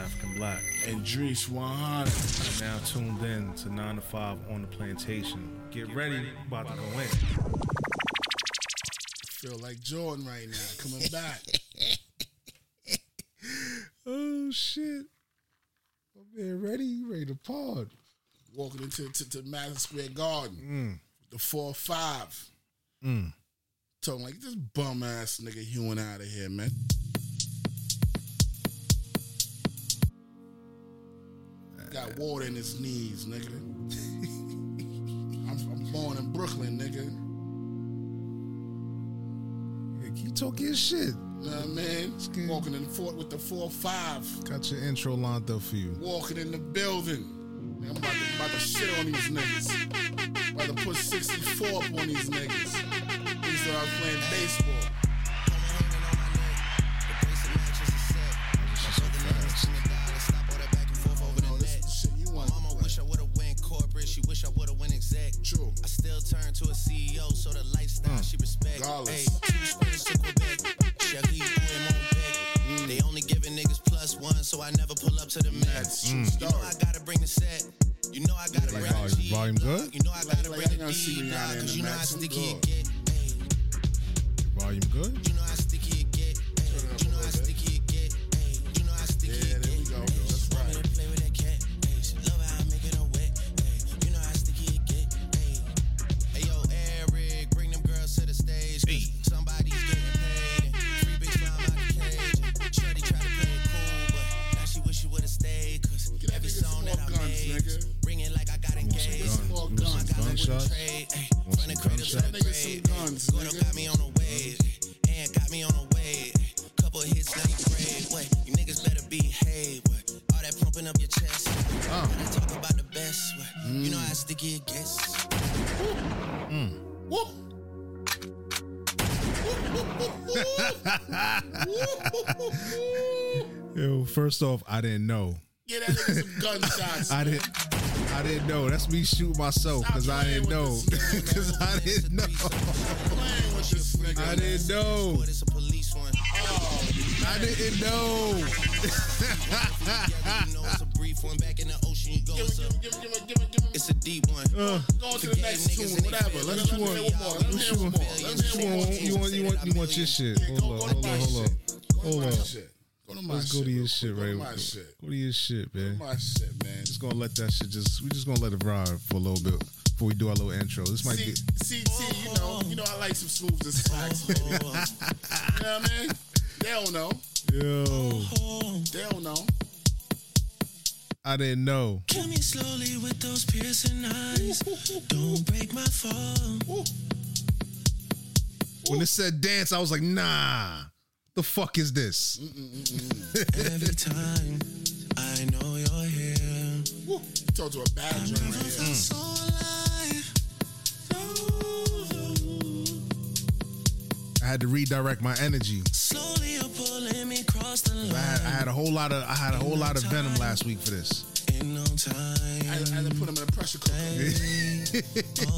African Black. And Drees Swan. You're now tuned in to 9 to 5 on the plantation. Get, ready, about to go in. Feel like Jordan right now. Coming back. Oh, shit. My man, ready? You ready to pod? Walking into to, to Madison Square Garden. The four five. Talking like this bum ass nigga hewing out of here, man. Got water in his knees, nigga. I'm, I'm born in Brooklyn, nigga. Yeah, keep talking your shit. You know what I mean? good. Walking in the fort with the four five. Got your intro lined up for you. walking in the building. Man, I'm about to, about to shit on these niggas. About to put 64 up on these niggas. These are out playing baseball. No, this is the shit you want. Mama wish I would've went corporate, she wish I would've went exec. True. I still turn to a CEO, so the lifestyle she respect. Regardless. Ayy, two spoons to Quebec. Chevy, you in Montbec. They only giving niggas plus one, so I never pull up to the max. That's true You know I story. gotta bring the set. You know I gotta Like bring volume- the G volume block. good? You know I Like- gotta like bring I the gotta see D Rihanna block, in cause the you know how Maxim sticky it Good. get. Ayy. Volume good? You know how sticky it get. ayy. it up You a know how little bit. sticky it get. ayy. You know how sticky Yeah, it there we get. go, ayy. bro. That's She want me right. to play with that cat. ayy. She love how I make it her wet. ayy. You know how sticky it get. ayy. Hey yo, Eric, bring them girls to the stage. 'cause somebody's getting paid. and Free bitch climb out the cage. Shorty try to play it cool, but now she wish she would've stayed. 'cause Get that every nigga some song more that I guns, made, nigga. ring it like I got engaged. guns. more You want guns. some Got me with the gunshots? trade, ayy. Want From the some cradle to gunshots? the Nigga, some grave. guns, Gordo nigga. got me on a wave, and got me on a wave. Couple hits, now you brave. Wait, you niggas better behave. What? All that pumping up your chest. When I talk about the best, what? You know how sticky it gets. Whoop. Yo, first off, I didn't know. Get that nigga some gunshots. I didn't. I didn't know. That's me shooting myself Stop because I playing didn't know. with this nigga. Because I didn't know. playing with this nigga. I didn't know. But it's a police one. I didn't know. you know it's a brief one. Back in the ocean, you go. Give It's him, a, give him, give him, give him, give him. it's a deep one. Uh, Go on to the next tune, whatever. Let us hear one more. Let us hear one more. Let us You hear one more. want, you want, you want, you want your shit. Yeah, go, Hold go up, to hold my up, hold up. Hold up. shit. Go to my shit. Go to my Let's shit. go to your real shit, quick. right? Go to my shit. Go to your shit, man. My shit, man. Just gonna let that shit just. We just gonna let it ride for a little bit before we do our little intro. This might See, be. see, see, Oh, you know, you know, I like some scoops and slacks. baby. you know Oh, what I mean? They don't know. Yo, oh. They don't know. I didn't know. Kill me slowly with those piercing eyes. Don't break my fall. When it said dance, I was like, nah. The fuck is this? Every time I know you're here. Woo. Talk to a bad joint right here. So alive. I had to redirect my energy. Slowly you're pulling me across the I line had, I had a whole lot of I had a whole lot of venom last week for this. in no I, time. I had to put him in a pressure cooker. Oh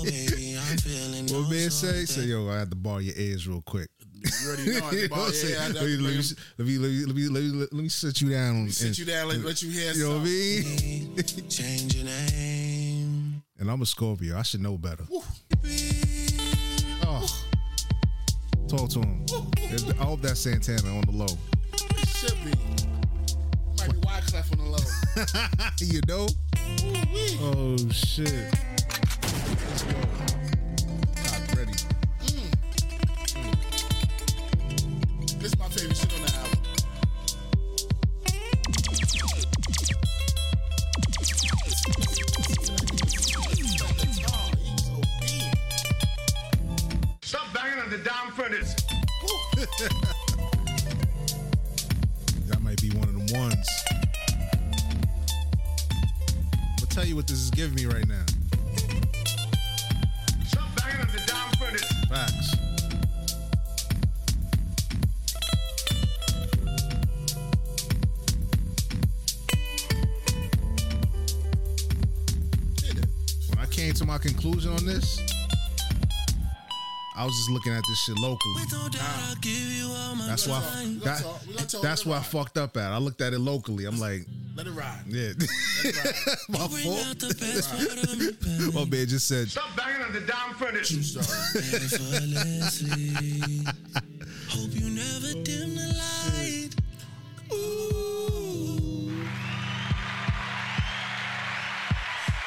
baby, I'm feeling What no man say? Say something. yo, I had to bar your ears real quick. You already know. You know what I'm yeah, saying? yeah, I had Let me- to let me bring- let me let me let me let me let me sit you down. and- sit you down, let, let you hear You know what I something. mean? Change your name. And I'm a Scorpio. I should know better. Oh, talk to him. I hope that's Santana on the low. It should be. Might be Wyclef on the low. you know? Woo-wee. Oh shit. Let's go. Cock ready. This is my favorite shit on the album. Stop banging on the damn furnace. That might be one of them ones. I'll tell you what this is giving me right now. Stop banging on the damn furnace. Facts. When I came to my conclusion on this, I was just looking at this shit locally. That's why We gonna that, talk- we gonna talk, that's let it why I ride. fucked up at. I looked at it locally. I'm like, Let it ride. yeah, my fault. My man just said, Stop banging on the damn furnace. I'm sorry. Hope you never dim the light. Ooh.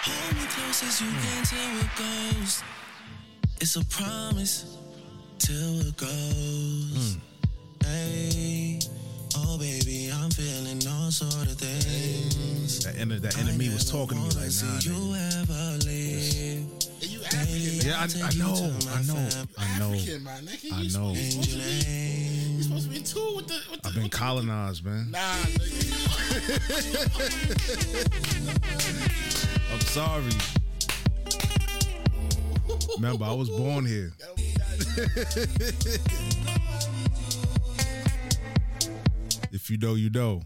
Hold me close as you can till it goes. It's a promise till it goes. Hey, oh baby, I'm feeling all sort of things. that enemy, that enemy was talking to me like, nah. nigga. You ever leave? And you African. Yeah, I, I know, I know, I know. African, my nigga. You I supposed- know. You supposed to be, you supposed to be two with the. With the I've been with the- colonized, man. Nah, nigga. I'm sorry. Remember, I was born here. If you know, you know.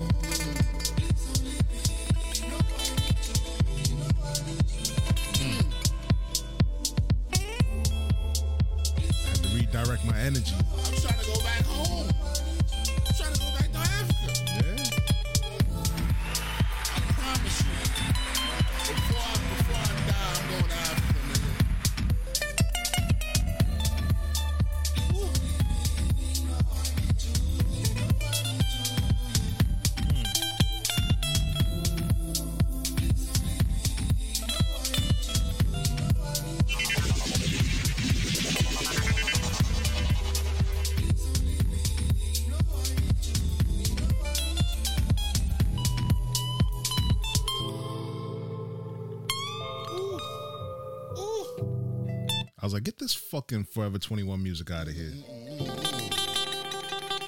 I had to redirect my energy. I'm trying to go back home. I'm trying to go back to Africa. Yeah. I promise you. Before I, before I die, I'm going to Africa, nigga. I was like, get this fucking Forever 21 music out of here.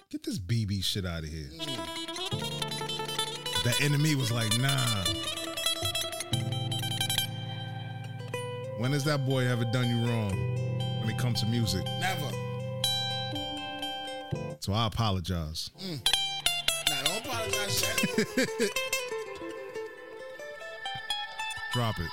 Get this BB shit out of here. That enemy was like, nah. When has that boy ever done you wrong when it comes to music? Never. So I apologize. Nah, don't apologize, Shaq. Drop it.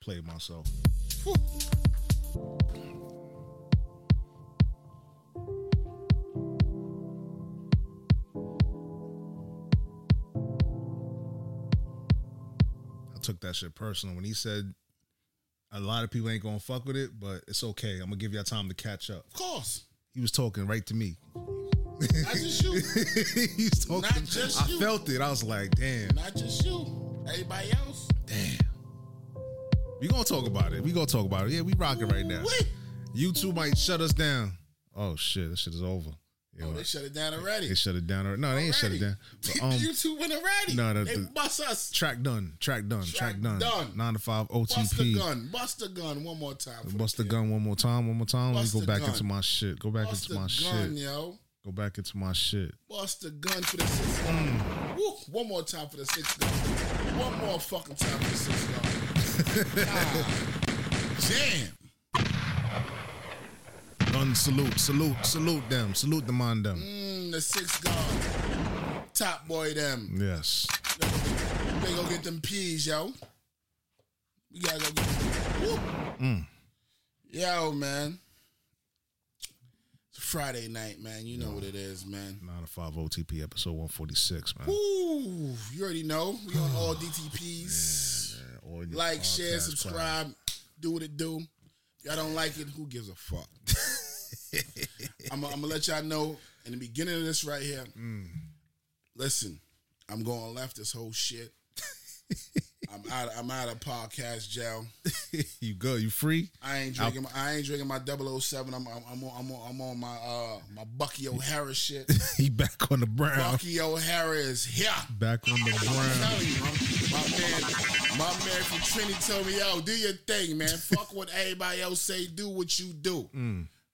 Play myself. I took that shit personal when he said a lot of people ain't gonna fuck with it, but it's okay. I'm gonna give y'all time to catch up. Of course. He was talking right to me. Not just you. He's talking. Not just I you. felt it. I was like, damn, Not just you. Everybody else. damn. We gonna talk about it. We gonna talk about it. Yeah, we rocking right now. Wait. YouTube might shut us down. Oh shit, this shit is over. Yeah, Oh, they shut it down already. they shut it down. already. No, they ain't shut it down. But, um, you two went already. no, no, they the- bust us. track done. Track done. Track, Track done. done. Nine to five Bust the OTP. gun. Bust the gun one more time. for Bust the the gun one more time. One more time. Let me Bust go the back gun. into my shit. Go back Bust into my the gun, shit. yo. Go back into my shit. Bust the gun for the six gun. Mm. Woo. One more time for the six gun. One more fucking time for the six gun. God. Damn. Gun salute. Salute. Salute them. Salute the man them. Mm, the six gun. Top boy them. Yes. They go get them peas, yo. We gotta go get them. Woo. Yo, man. It's Friday night, man. You know what it is, man. Nine to five OTP episode one forty six. Man. Ooh, you already know. We on all DTPs. All your like, podcast share, subscribe, do what it do. Y'all don't like it, who gives a fuck? I'm gonna let y'all know in the beginning of this right here. Listen, I'm going left this whole shit. I'm out. I'm out of podcast jail. podcast. you good? You free? I ain't drinking. My, I ain't drinking my 007. I'm. I'm, I'm on. I'm on. I'm on my uh my Bucky O'Hara shit. he back on the brown. Bucky O'Hara is here. Back on the I'm brown. telling you, my man, my man from Trinity told me, yo, do your thing, man. Fuck what everybody else say. Do what you do.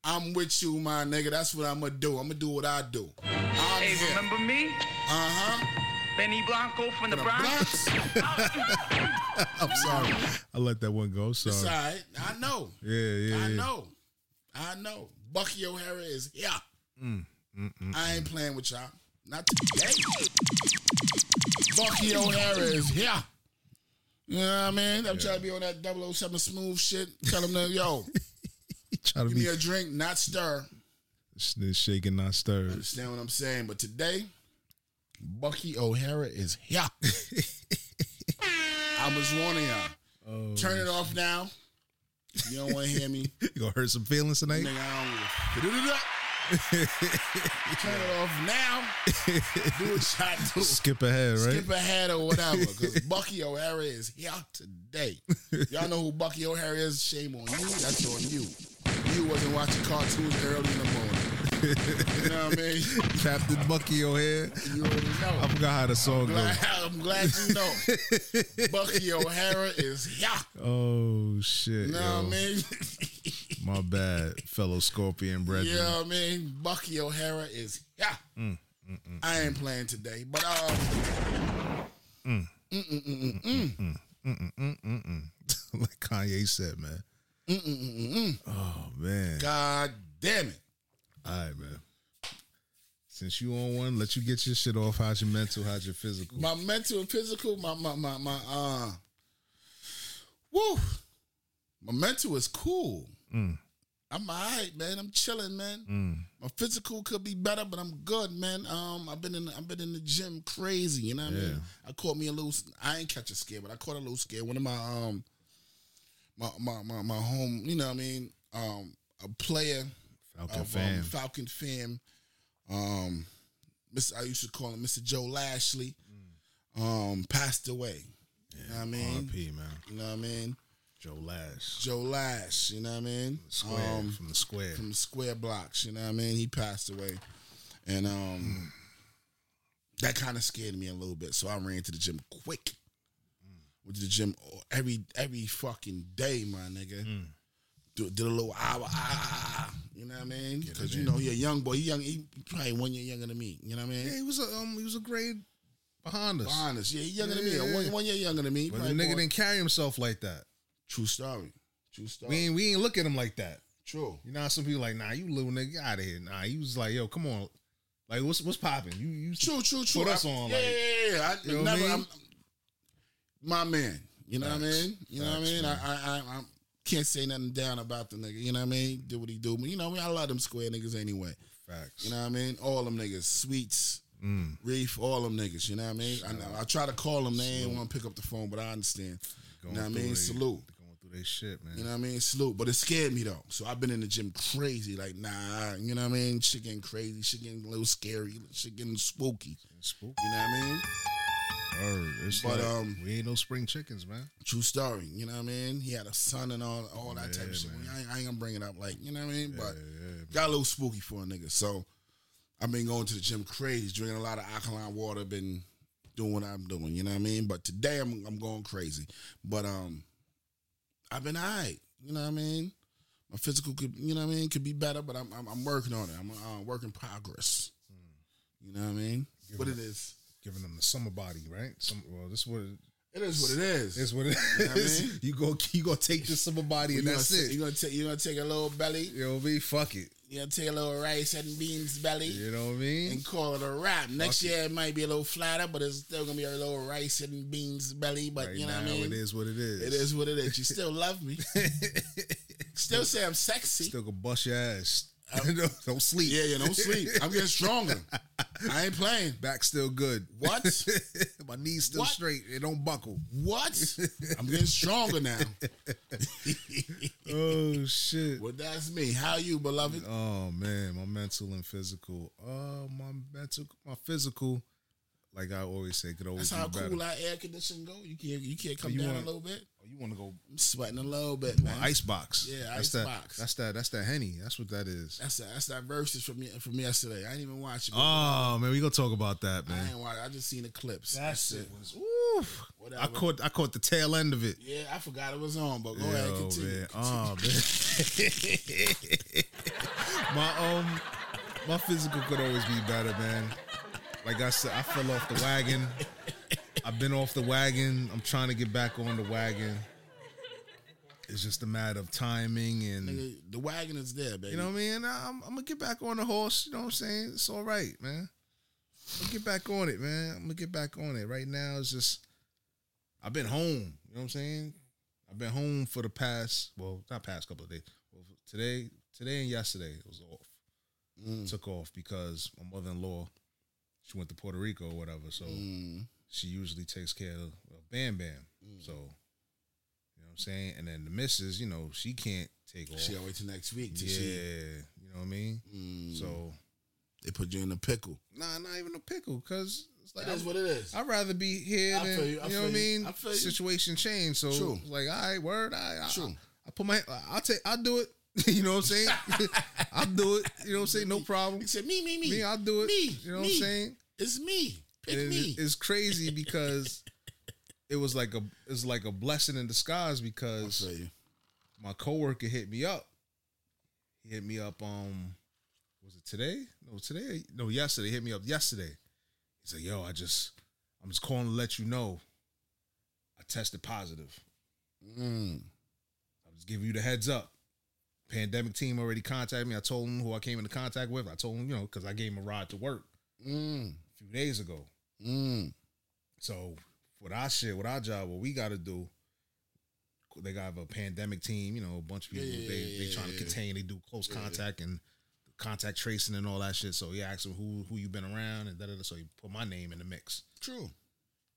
I'm with you, my nigga. That's what I'm gonna do. I'm gonna do what I do. I'm Hey, here. Uh remember me? huh. Benny Blanco from the Bronx? Blocks. I'm sorry. I let that one go. So It's all right. I know. yeah, yeah, I yeah. know. I know. Bucky O'Hara is here. I ain't playing with y'all. Not today. Bucky O'Hara is here. You know what I mean? I'm trying to be on that 007 smooth shit. Tell them that, yo, He trying to give me be a drink, not stir. sh- shaking, not stirred. Understand what I'm saying? But today, Bucky O'Hara is here. I was warning y'all. Oh, Turn it off now. You don't want to hear me. you gonna hurt some feelings tonight? Nigga, I don't give a Turn it off now. Do what y'all do. Skip ahead, right? Skip ahead or whatever. Because Bucky O'Hara is here today. Y'all know who Bucky O'Hara is? Shame on you. That's on you. You wasn't watching cartoons early in the morning. You know what I mean? Captain Bucky O'Hare. You already know. I forgot how the song Glad- goes. I'm glad you know. Bucky O'Hara is here. Oh shit! You know what I yo. mean? My bad, fellow Scorpion brethren. You know what I mean? Bucky O'Hara is yeah. Mm, I ain't playing today, but uh, like Kanye said, man. Oh man! god damn it, All right, man. Since you on one, let you get your shit off. How's your mental? How's your physical? my mental and physical, my my my my uh, woo, my mental is cool. I'm alright, man. I'm chilling, man. My physical could be better, but I'm good, man. Um, I've been in I've been in the gym crazy, you know what I mean? I caught me a little I ain't catch a scare, but I caught a little scare. One of my um my my my, my home, you know what I mean? Um a player Falcon of fan. Um, Falcon fam. Um Mr. I used to call him Mr. Joe Lashley. Um passed away. you know what I mean? RP man, You know what I mean? Joe Lash, Joe Lash, you know what I mean? square Um, from the square. from the square blocks. You know what I mean? He passed away, and um, that kind of scared me a little bit. So I ran to the gym quick. Went to the gym every every fucking day, my nigga. Mm. Do- did a little hour, ah, you know what I mean? Because you know he a young boy. He young. He probably one year younger than me. You know what I mean? yeah, he was a um, he was a grade behind us. Honest, yeah, he younger than me. Yeah, yeah, yeah. One, one year younger than me. But the Probably nigga born- didn't carry himself like that. True story. True story. We ain't we ain't look at him like that. True. You know, how some people like, nah, you little nigga, out of here. Nah, he was like, yo, come on, like what's what's popping? You you True, true, true. Put us I- on, Yeah, like- yeah, yeah. I, You know what I never, mean? I'm, my man. You know what I Facts. mean? You know what I Facts, mean? man. I, I, I, I can't say nothing down about the nigga. You know what I mean? Do what he do. But you know, I, mean, I love them square niggas anyway. facts. You know what I mean? All them niggas, sweets, Mm. reef, all them niggas. You know what I mean? I, know- I try to call them, they ain't want to pick up the phone, but I understand. You Going know what I through mean? they- Salute. Going through their shit, man. You know what I mean? Salute. But it scared me though. So I've been in the gym crazy. Like, nah, you know what I mean? Shit getting crazy. Shit getting a little scary. Shit getting spooky. Spook. You know what I mean? Word. It's But, like, um, we ain't no spring chickens, man. True story. You know what I mean? He had a son and all, all that type of shit. I ain't, I ain't gonna bring it up, like you know what I mean. but got a little spooky for a nigga. So I've been going to the gym crazy, drinking a lot of alkaline water, been doing what I'm doing. You know what I mean? But today I'm I'm going crazy. But um, I've been alright. You know what I mean? My physical could you know what I mean could be better, but I'm I'm, I'm working on it. I'm a uh, work in progress. You know what I mean? But it is. Giving them the summer body, right? Some, well, this is what It is what it is. this is what it know what I is. mean? You go, you go take this summer body, you and that's gonna, it. You gonna take you gonna take a little belly. You know what I mean? Fuck it. You know, take a little rice and beans belly You know what I mean? and call it a wrap. Next Fuck it. year it might be a little flatter, but it's still gonna be a little rice and beans belly. But Right you know now, what I mean? it is what it is. It is what it is. You still love me. still say I'm sexy. Still gonna bust your ass. don't, don't sleep. yeah, yeah, don't sleep. I'm getting stronger. I ain't playing. Back still good. What? My knees still What? straight. It don't buckle. What? I'm getting stronger now. Oh shit. Well, that's me. How you, beloved? Oh man, my mental and physical. Oh, my mental, my physical. Like I always say, could always That's how be better. cool our air conditioning go. You can't you can't come You down want- a little bit. Oh, you want to go I'm sweating a little bit, man. ice box? Mm. Yeah, that's ice that, box. That's that. That's that henny. That's what that is. That's that, that's that verses from ye- from yesterday. I didn't even watch it. but Oh man, we gonna talk about that, I man. ain't watch. I just seen the clips. was oof. I Whatever. caught. I caught the tail end of it. Yeah, oh, I forgot it was on, but go ahead, Yo, continue. man. Oh man. my um my physical could always be better, man. Like I said, I fell off the wagon. I've been off the wagon. I'm trying to get back on the wagon. It's just a matter of timing and Nigga, the wagon is there, baby. you know what I mean. I'm, I'm gonna get back on the horse. You know what I'm saying? It's all right, man. I'm gonna get back on it, man. I'm gonna get back on it. Right now, it's just I've been home. You know what I'm saying? I've been home for the past well, not past couple of days. Well, today, today and yesterday it was off. Mm. Took off because my mother-in-law she went to Puerto Rico or whatever, so Mm. she usually takes care of of Bam Bam. So you know what I'm saying? And then the missus, you know, she can't take off. She gotta wait till next week. Till Yeah, she, you know what I mean. So they put you in a pickle. Mm. nah, not even a pickle, cause it's like That's what it is. I'd rather be here I than feel you, you, know what I I feel you, mean. I feel you. Situation changed, so True. it's like all right, word, I, I, True. I put my, I'll take, I'll do it. you know what I'm saying? I'll do it. You know what I'm saying? No problem. He said, "Me, me, me, Me, I'll do it. Me, you know me. what I'm saying? It's me. Pick And me. it- it's crazy because it was like a, it's like a blessing in disguise I because feel you. my coworker hit me up. He hit me up. Um, was it today? No, today. No, yesterday. He hit me up yesterday. He said, "Yo, I just, I'm just calling to let you know, I tested positive. Mm. I'm just giving you the heads up. Pandemic team already contacted me. I told them who I came into contact with. I told them, you know, because I gave him a ride to work Mm. a few days ago. Mm. So what I shit, what our job, what we got to do, they got a pandemic team, you know, a bunch of people. Yeah, yeah, they yeah, they yeah, trying to yeah. contain. They do close contact and contact tracing and all that shit. So he asked them who who you been around and da da da. So he put my name in the mix. True.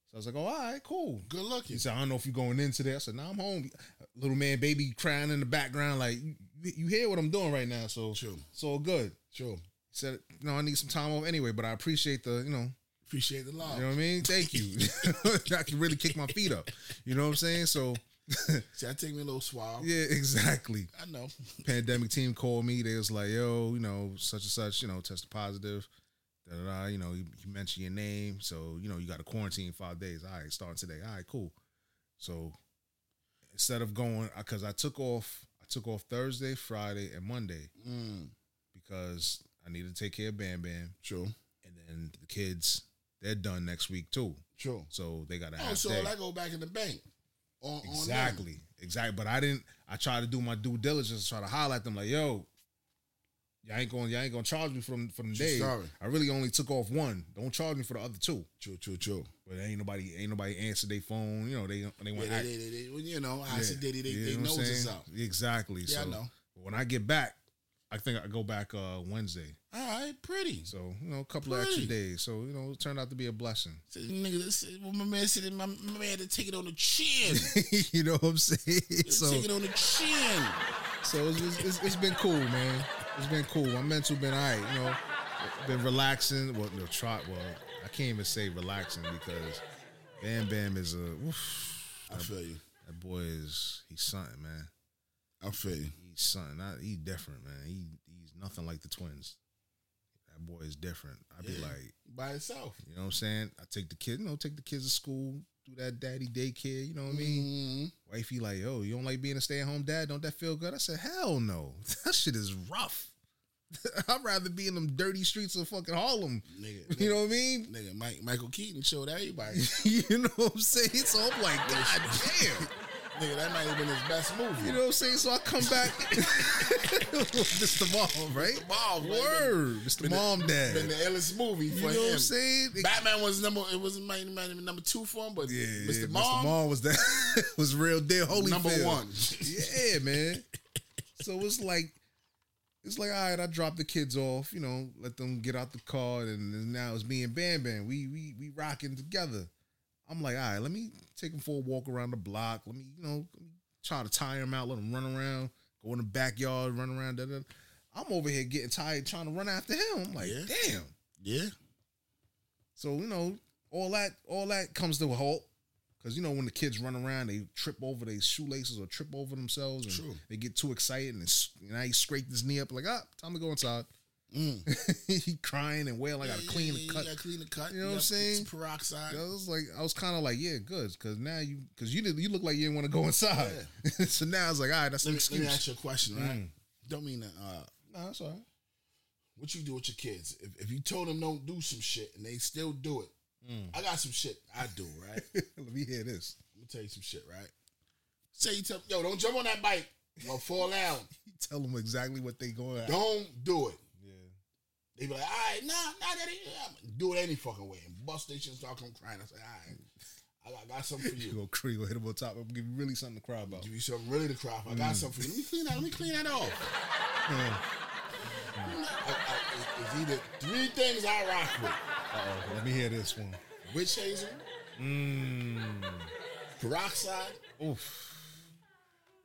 So I was like, oh, all right, cool. Good He looking. said, I don't know if you're going in today. I said, nah, I'm home. Little man, baby crying in the background, like you, you hear what I'm doing right now, so True. it's all good. True. He said, no, I need some time off anyway, but I appreciate the you know Appreciate the love. you know what I mean? Thank you. I can really kick my feet up. You know what I'm saying? So, See, I take me a little swab. yeah, exactly. I know. Pandemic team called me. They was like, yo, you know, such and such, you know, tested positive. Da, da, da. You know, you, you mentioned your name. So, you know, you got to quarantine five days. All right, starting today. All right, cool. So instead of going, because I took off, I took off Thursday, Friday, and Monday Mm. because I needed to take care of Bam Bam. True. And then the kids, they're done next week too. True. So they got to Oh, half so day. I go back in the bank. On, on them. Exactly. Exactly. But I didn't I tried to do my due diligence, try to holler at them like, yo, y'all ain't gonna y'all ain't gonna charge me for them for them True days. story. I really only took off one. Don't charge me for the other two. True. True. True. But ain't nobody ain't nobody answered their phone. You know, they they Yeah, want they, they, they, they, you know, I said they, they, they nose us out. Exactly. Yeah, I so know. when I get back, I think I go back uh Wednesday. All right, pretty. So, you know, a couple of extra Great. days. So, you know, it turned out to be a blessing. So, nigga, this, well, my man said, my, my man had to take it on the chin. you know what I'm saying? take it on the chin. So it's, it's, it's, it's been cool, man. It's been cool. My mental been all right, you know. Been relaxing. Well, no, try. Well, I can't even say relaxing because Bam Bam is a. oof, I feel you. that boy is he's something, man. I feel you. He's something. I, he's different, man. He he's nothing like the twins. That boy is different. I'd be like, By itself. you know what I'm saying? I take the kid, you know, take the kids to school, do that daddy daycare. You know what I mean? Mm-hmm. Wifey like, yo, you don't like being a stay at home dad? Don't that feel good? I said, hell no. That shit is rough. I'd rather be in them dirty streets of fucking Harlem. Nigga, You know what I mean? Nigga, Mike, Michael Keaton showed everybody. you know what I'm saying? So I'm like, god damn. nigga, that might have been his best movie. You know what I'm saying? So I come back. Mr. Mom, right? Mr. Mom, right? Word. Mr. Mom Dad. been the illest movie You for know him. what I'm saying? Batman was number. It was might might have been number two for him, but Yeah, Mr. yeah, Mom, was that was real deal. Holy number Phil. one. yeah, man. So it's like, it's like, all right, I drop the kids off, you know, let them get out the car, and, then now it's me and Bam Bam. We we we rocking together. I'm like, all right, let me take them for a walk around the block. Let me, you know, let me try to tire them out, let them run around, go in the backyard, run around. Da, da. I'm over here getting tired trying to run after him. I'm like, Yeah. damn. Yeah, So you know, all that all that comes to a halt because you know when the kids run around, they trip over their shoelaces or trip over themselves, and True. they get too excited and, s- and now he scraped his knee up like, ah, time to go inside. Mm. he crying and wailing. I gotta clean the cut. You gotta clean the cut. You know what I'm gotta put saying? some Peroxide. I was like, I was kind of like, yeah, good, because now you, because you did, you look like you didn't want to go inside. so now I was like, all right, that's Let an me, let me excuse. Mm. ask you a question, right? Don't mean to uh, No, that's all right. what you do with your kids. If, if you told them don't do some shit and they still do it, Mm. I got some shit I do, right? Let me hear this. I'm gonna tell you some shit, right? Say you tell yo, don't jump on that bike. Well, fall down. Tell them exactly what they going at. Don't do it. Yeah. They be like, all right, nah, nah, that ain't yeah. I'ma do it any fucking way. And bus station start come crying. I say, all right, I got, I got something for You you. go crazy, go hit him on top. I'm give you really something to cry about. Give you something really to cry for. I Mm. got something for you. Let me clean that. Let me clean that off. I, I, it's either three things I rock with: Uh-oh, let me hear this one. witch hazel, Mm. peroxide. Oof.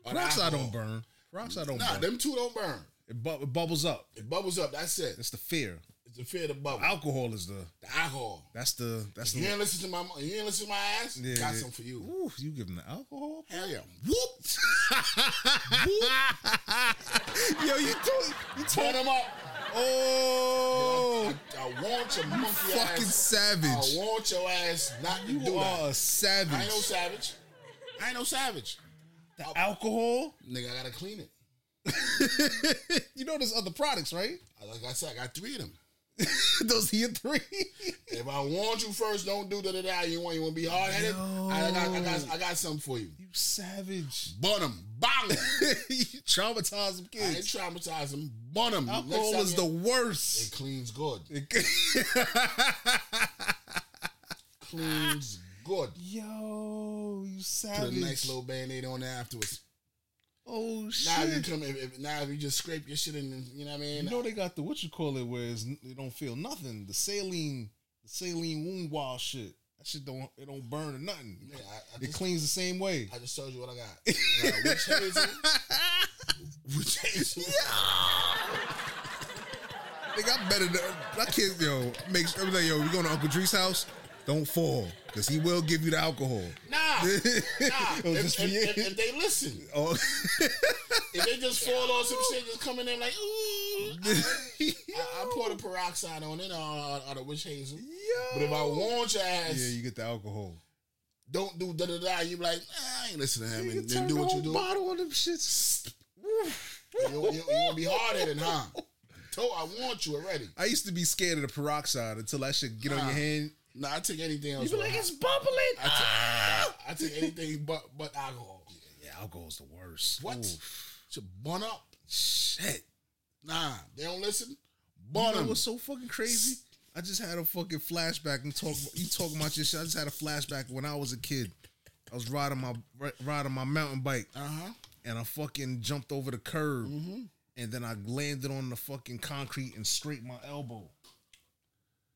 or Peroxide alcohol. don't burn. Peroxide don't Nah, burn. them two don't burn. it, bu- it bubbles up. It bubbles up. That's it. It's the fear. It's the fear of the bubble. Alcohol is the. the alcohol. That's the. That's You the. ain't listen to my. You ain't listen to my ass. Yeah, got yeah. something for you. Ooh, you give him the alcohol. Hell yeah. Whoop. Yo, you do. You talk. Turn them up. Oh, I, I want your monkey fucking ass. savage. I want your ass not to do You are that. a I ain't savage. no savage. I ain't no savage. The alcohol. Nigga, I gotta clean it. you know there's other products, right? Like I said, I got three of them. Those here three. If I warned you first, don't do da da da. You want you want to be hard headed. I, got I got I got something for you. you savage. Bun them, bang 'em. you traumatize them I ain't kids. traumatized them. Bun them. Alcohol is the It worst. cleans good. Cleans good. Yo, you Put savage. a nice little band aid on there afterwards. oh Now if you shit. come, if, if, now if you just scrape your shit and then, you know what I mean. You know they got the what you call it, where it's, they don't feel nothing. The saline, the saline wound wall shit. That shit don't it don't burn or nothing. Yeah, I, I, It just, cleans the same way. I just told you what I got. I got witch hazel, witch hazel, Nigga, I better than that kid, yo. Make sure, I'm like, yo, we going to Uncle Dre's house. Don't fall, cause he will give you the alcohol. Nah, nah. If, was just for if- you. if- if they listen, Oh, if they just fall on some shit, just coming in like, ooh. I, I pour the peroxide on it or, or the witch hazel. But if I warned your ass, yeah, you get the alcohol. don't do da da da, you be like, nah, I ain't listening to him, and then do the what you whole do. Bottle on them shits. You, you, you wanna be hard headed, huh? Told I warned you already. I used to be scared of the peroxide until that shit get on your hand. Nah, I take anything else. but I- bubbling. I, "Ah." take, I take anything but but alcohol. Yeah, alcohol's the worst. What? Ooh, To bun up. shit. Nah, they don't listen. You Bun know them. what's so fucking crazy? I just had a fucking flashback and talk. You talking about your shit? I just had a flashback when I was a kid. I was riding my ri- riding my mountain bike, Uh huh. and I fucking jumped over the curb, and then I landed on the fucking concrete and scraped my elbow.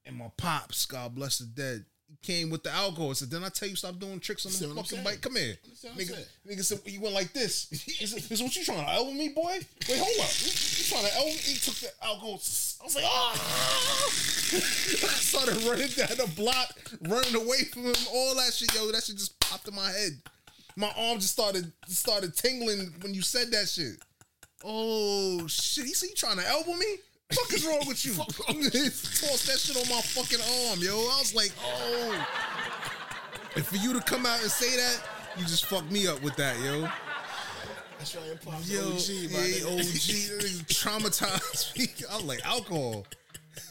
And my pops, God bless the dead, came with the alcohol. I said, "Then I tell you, stop doing tricks on See the what I'm fucking saying? bike. Come here, Understand what I'm nigga." Nigga said, "You went like this. Is it- is what you trying to elbow me, boy? Wait, hold up. You, you trying to elbow me?" He took the alcohol. I was like, "Ah!" I started running down the block, running away from him. All that shit, yo, that shit just popped in my head. My arm just started started tingling when you said that shit. Oh shit! He said you trying to elbow me? Fuck is wrong with you? Toss that shit on my fucking arm, yo. I was like, oh. And for you to come out and say that, you just fucked me up with that, yo. That's right, your pops. Yo, OG, my yeah, nigga. OG, that nigga traumatized me. I'm like alcohol.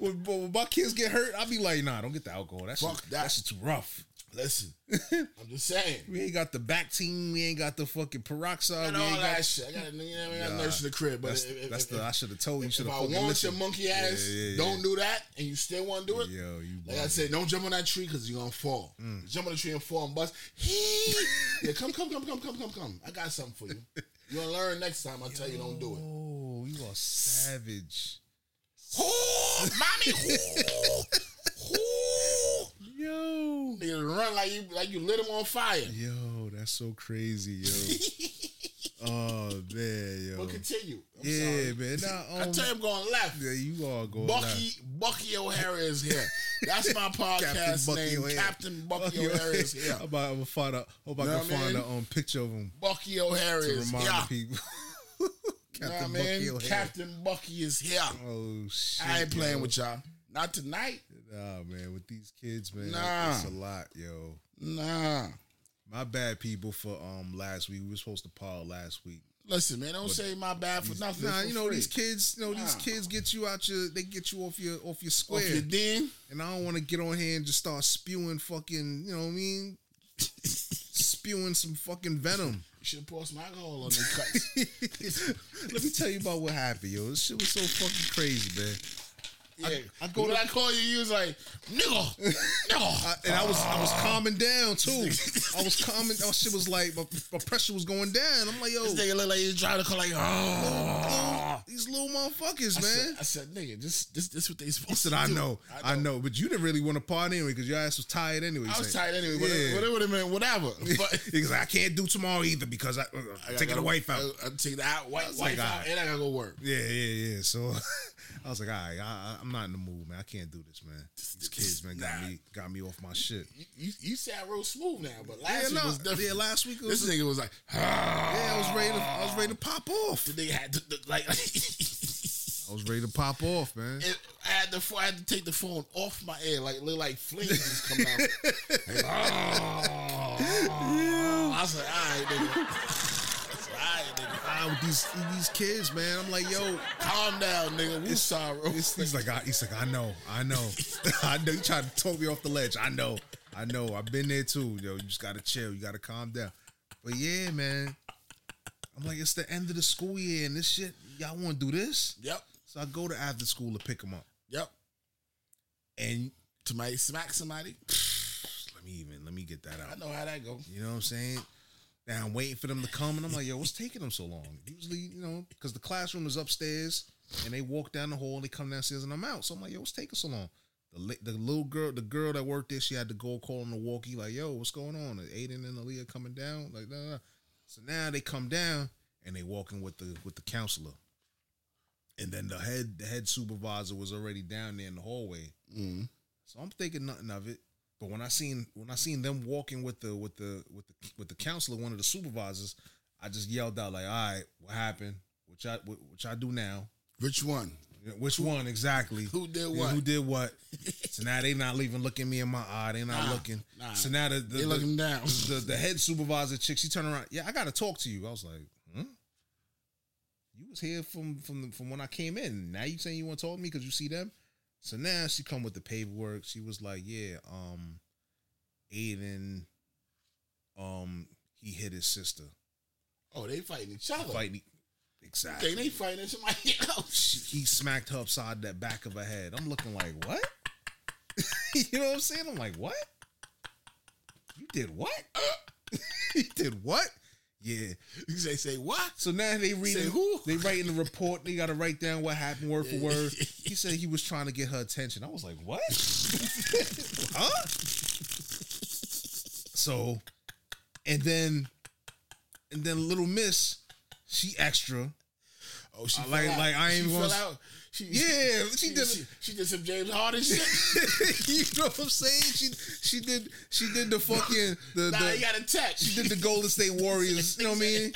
when, when my kids get hurt, I'll be like, nah, don't get the alcohol. That's Fuck shit, that. that shit's too rough. Listen, I'm just saying. We ain't got the back team. We ain't got the fucking peroxide. Got we all ain't that got. shit. I got, you know, I got a nurse in the crib, but That's, if, if, that's if, the. I should have told you. if Should I have want fucking listened. your monkey ass, Yeah, yeah, yeah. don't do that, and you still want to do it. Yo, you. Like I said, don't jump on that tree because you're gonna fall. Mm. Jump on the tree and fall and bust. yeah, come, come, come, come, come, come, come. I got something for you. You're gonna learn next time. I tell you, don't do it. Oh, you are savage. Hoo, mommy, hoo, hoo. Yo. They run like you like you lit him on fire. Yo, that's so crazy, yo. oh man, yo. But continue. I'm yeah, sorry. man. Nah, I um, tell you, I'm going left. yeah, you are going. Bucky live. Bucky O'Hara is here. That's my podcast name. O'Hara. Captain Bucky O'Hara is here. I'm about to find a, hope I Know can what I find mean? a um, picture of him Bucky O'Hara to is remind here. the people. You know what I Captain Bucky mean? O'Hara. Captain Bucky is here. oh shit! I ain't playing yo. with y'all. Not tonight. Nah, man, with these kids, man, Nah. it's a lot, yo. Nah. My bad, people, for um last week. We were supposed to pod last week. Listen, man, don't say my bad for nothing. Nah, for you know free. these kids. You know these Nah. kids get you out your. They get you off your off your square. Off your den, and I don't want to get on here and just start spewing fucking. You know what I mean? spewing some fucking venom. you should have poured some alcohol on their cuts. Let me tell you about what happened, yo. This shit was so fucking crazy, man. yeah. I go when to- I call you, you was like, nigga, nigga. I, and I was I was calming down too. I was calming. That shit was like my, my pressure was going down. I'm like, yo, This nigga look like he's trying to call like, oh. these little motherfuckers, I man. said, I said, nigga, this this this what they supposed He said, to I do. know, I know, but you didn't really want to part anyway because your ass was tired anyway. I was Say- tired anyway. Whatever, Yeah. whatever would have been, whatever. But Because I can't do tomorrow either because I, uh, I taking gotta- the wife out. I, am taking the out, wife, wife like, out, alright. and I gotta go work. yeah, yeah, yeah. So I was like, all right, I, I, I'm not in the mood, man. I can't do this, man. These kids, man, got Nah. me got me off my shit. You, you, you sound real smooth now, but Yeah, last week no, was different. yeah. Last week was, this nigga was like, ah. yeah, I was ready. To, I was ready to pop off. The nigga had to the- like. I was ready to pop off, man. It, I had to. I had to take the phone off my ear, like look like flames just come out. Like, ah. I was like, all right, nigga. I said, all right, nigga. Ah, with these these kids, man. I'm like, yo, Calm down, nigga. We sorry. He's, he's like, I, he's like, I know, I know, I know. You trying to talk me off the ledge. I know, I know. I've been there too. Yo, you just gotta chill. You gotta calm down. But yeah, man. I'm like, it's the end of the school year, and this shit, y'all want to do this? Yep, So I go to after school to pick him up, yep. and To my smack somebody. let me even let me get that I out. know how that go. You know what I'm saying? Now I'm waiting for them to come, and I'm like, yo, what's taking them so long? Usually, you know, because the classroom is upstairs, and they walk down the hall, they come downstairs, and I'm out. So I'm like, yo, what's taking so long? The, li- the little girl, the girl that worked there, she had to go call on the walkie, like, yo, what's going on? Is Aiden and Aaliyah coming down, like, nah, nah, nah. So now they come down, and they walking with the with the counselor, and then the head the head supervisor was already down there in the hallway. So I'm thinking nothing of it. But when I seen when I seen them walking with the with the with the with the counselor, one of the supervisors, I just yelled out like, "All right, what happened? Which I what, which I do now? Which one? You know, Which one exactly? who did Yeah, what?" Who did what? so now they not even looking me in my eye. They not Nah, looking. nah. So now the the, They the, looking down. the the head supervisor chick, she turned around. Yeah, I gotta talk to you. I was like, huh? You was here from from the, from when I came in. Now you saying you want to talk to me because you see them? So now she come with the paperwork. She was like, yeah, um, Aiden, um, he hit his sister. Oh, they fighting each other. Fighting. Okay, Exactly. they fighting somebody else. She- he smacked her upside that back of her head. I'm looking like, what? you know what I'm saying? I'm like, what? You did what? you did what? Yeah. You say, say what? So now they reading Say who? They writing the report. They got to write down what happened word for word. He said he was trying to get her attention. I was like, what? huh? So, and then, and then little Miss, she extra. Oh, she I fell like- out. like, I ain't she gonna fell s- out. She, Yeah, she she, did. She, she did some James Harden shit. you know what I'm saying? She she did she did the fucking the, nah, the they got a text. she did the Golden State Warriors. You know what I mean?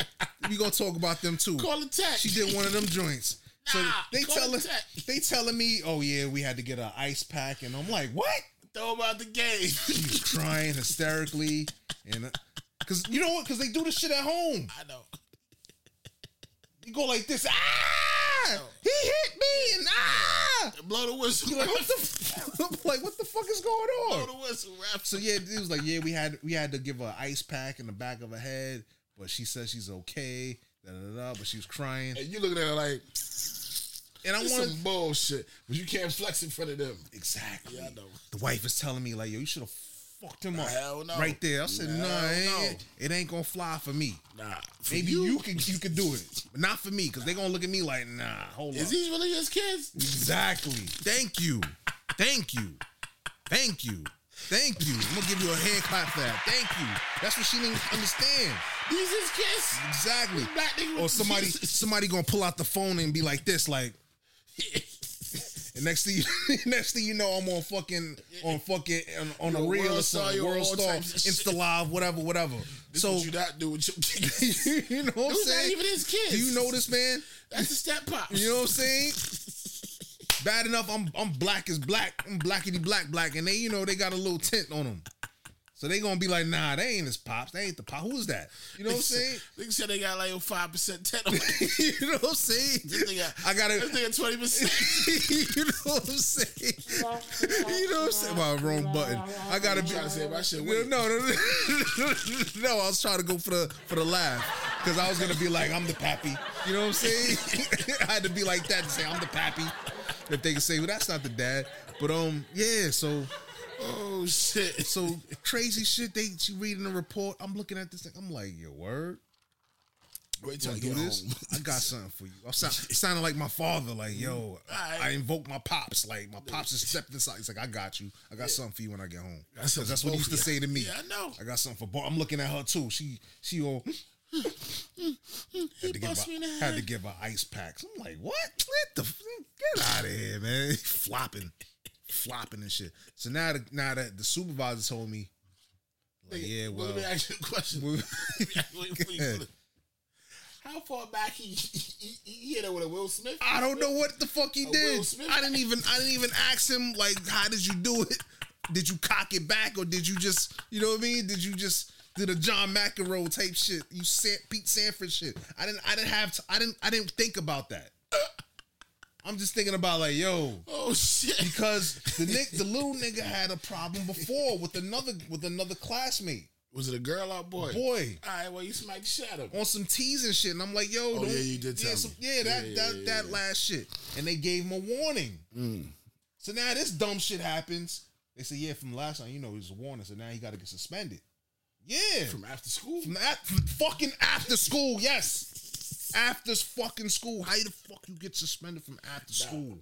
We gonna talk about them too. call a text. She did one of them joints. So Nah, they call telling attack. they telling me, oh yeah, we had to get an ice pack, and I'm like, what? Throw about the game. She was crying hysterically, and because you know what? Because they do this shit at home. I know. You go like this, ah, he hit me, and ah, Blow the whistle. you like what the, f-? I'm like what the fuck is going Blow on? the whistle, rap. So yeah, it was like yeah, we had we had to give her an ice pack in the back of her head, but she said she's okay. Da, da, da, da, but she was crying, And you looking at her like and I that's wanted some bullshit, but you can't flex in front of them. exactly. Yeah, I know. the wife is telling me like, yo, you should have fucked him up Hell no. right there. I said, no, Hell it ain't, it ain't gonna fly for me. Nah, for Maybe you, can you can do it, but not for me because they gonna look at me like, nah, hold on. Is these really his kids? exactly. Thank you, thank you, thank you, thank you. I'm gonna give you a hand clap for that. Thank you. That's what she didn't understand. These his kids? Exactly. Black nigga Or with- somebody somebody gonna pull out the phone and be like this, like and next thing you, next thing you know, I'm on fucking on fucking on, on a You're a reel or world star, something, you're world all star, types of shit. Insta live, whatever, whatever. This so what you not do with your kids. you know what I'm Those not saying? even his kids. Do you know this man? That's a step pop. You know what I'm saying? Bad enough, I'm I'm black as black, I'm blackity black black, and they you know they got a little tint on them. So they gonna be like, nah, they ain't his pops. They ain't the pop. Who's that? You know what I'm saying? Nigga said they got like a five percent tat on it. you know what I'm saying? This nigga, I gotta- This nigga twenty percent. you know what I'm saying? You know what I'm saying? My wrong button. I gotta be. Trying to say my shit. No, Wait, no, no, no, no. I was trying to go for the for the laugh because I was gonna be like, I'm the pappy. You know what I'm saying? I had to be like that and say, I'm the pappy. If they could say, well, that's not the dad. But um, yeah. So Oh shit. so crazy shit. They she reading the report. I'm looking at this thing. I'm like, your word. Wait till Wanna do I get this? home. I got something for you. I sound, sounded like my father, like, yo, Alright. I, I invoke my pops. Like, my pops just stepped inside. He's like, I got you. I got something for you when I get home. That's 'Cause that's what he used to say to me. Yeah, I know. I got something for Bar. I'm looking at her too. She, she all, He had to give bust me in her, the had to head. give her ice packs. I'm like, what? What the? f- Get out of here, man! Flopping, flopping and shit. So now, the, now that the supervisor told me, like, yeah, well, Let me ask you a question. Wait, wait, Yeah. wait. How far back he he, he he hit it with a Will Smith? I don't know what the fuck he Will did. Smith? I didn't even, I didn't even ask him like, how did you do it? Did you cock it back or did you just, you know what I mean? Did you just did a John McEnroe type shit? You said Pete Sanford shit. I didn't, I didn't have, t- I didn't, I didn't think about that. I'm just thinking about like, yo, Oh shit. because the nick the little nigga had a problem before with another with another classmate Was it a girl or a boy? boy All right, well you smacked the shit out of him. on some teasing shit and I'm like yo Oh, don't- yeah, you did yeah, tell some- me. yeah that Yeah, that yeah, that yeah. Mm. last shit and they gave him a warning so now this dumb shit happens they say yeah from last time you know it was a warning so now he got to get suspended yeah From after school. from af- from fucking after school yes after fucking school how the fuck you get suspended from after school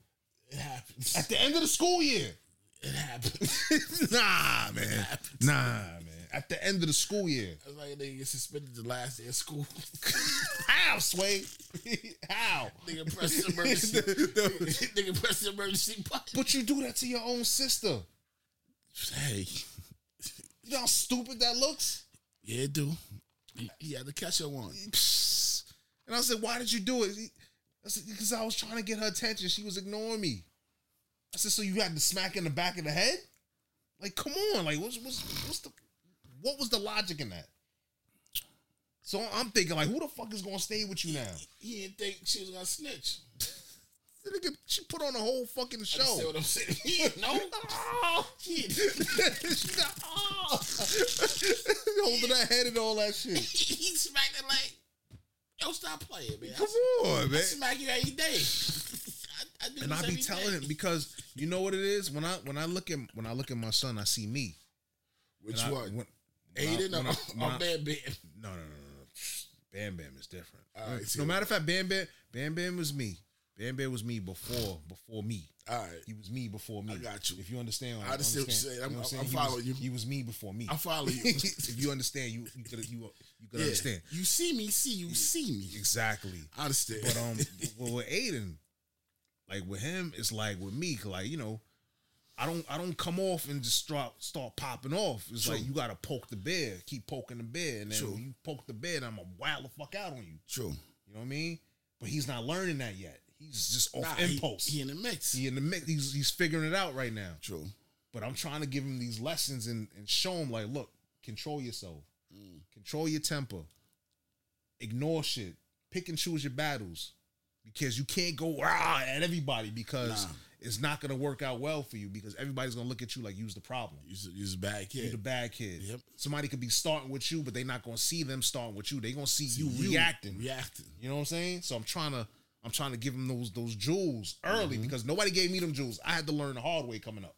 It happens. at the end of the school year It happens. nah, man. Nah, man. At the end of the school year. That's like a nigga get suspended the last day of school. How, Sway? How? nigga press the emergency. nigga press the emergency button. But you do that to your own sister. Hey, You know how stupid that looks? yeah, dude. He had to catch her one. Psst. And I said, why did you do it? He- I said, because I was trying to get her attention. She was ignoring me. I said, so you had to smack in the back of the head? Like, come on. Like, what's, what's, what's the, what was the logic in that? So I'm thinking, like, who the fuck is going to stay with you now? He didn't think she was gonna snitch. The nigga, she put on a whole fucking I just said show. what I'm saying. He didn't know. He didn't- She got- oh. Holding her head and all that shit. he, he smacked it like, yo, stop playing, man. I Come on, man. smack you every day. I, I do And this I every be day. telling him because you know what it is when I when I look at when I look at my son, I see me. Which And I- one? when- when I- Aiden when I- when or I- Bam Bam? No, no, no, no. no. Bam Bam is different. All right, see no you matter of fact, Bam Bam, Bam Bam was me. Bam Bam was me before before me. All right. He was me before me. I got you. If you understand, what I understand what you're saying. I'm- I'm He was- following you. He was me before me. I follow you. if you understand, you you could you you could Yeah. understand You see me, see you, see me. exactly. I understand. But um, well, with Aiden, like with him, it's like with me, 'cause, like you know, I don't I don't come off and just start start popping off. It's like you gotta poke the bear, keep poking the bear, and then True. when you poke the bear, I'm gonna wild the fuck out on you. True. You know what I mean? But he's not learning that yet. He's just off Nah, he- impulse. He, He, in the mix. in the mix. He's he's figuring it out right now. True. But I'm trying to give him these lessons and and show him like, look, control yourself, control your temper, ignore shit, pick and choose your battles, because you can't go rah at everybody because Nah. it's not gonna work out well for you because everybody's gonna look at you like you's the problem, Use use a bad you kid. the bad kid. Yep. Somebody could be starting with you, but they're not gonna see them starting with you. They gonna see, you, You reacting. Reacting. You know what I'm saying? So I'm trying to I'm trying to give him those those jewels early Mm-hmm. because nobody gave me them jewels. I had to learn the hard way coming up.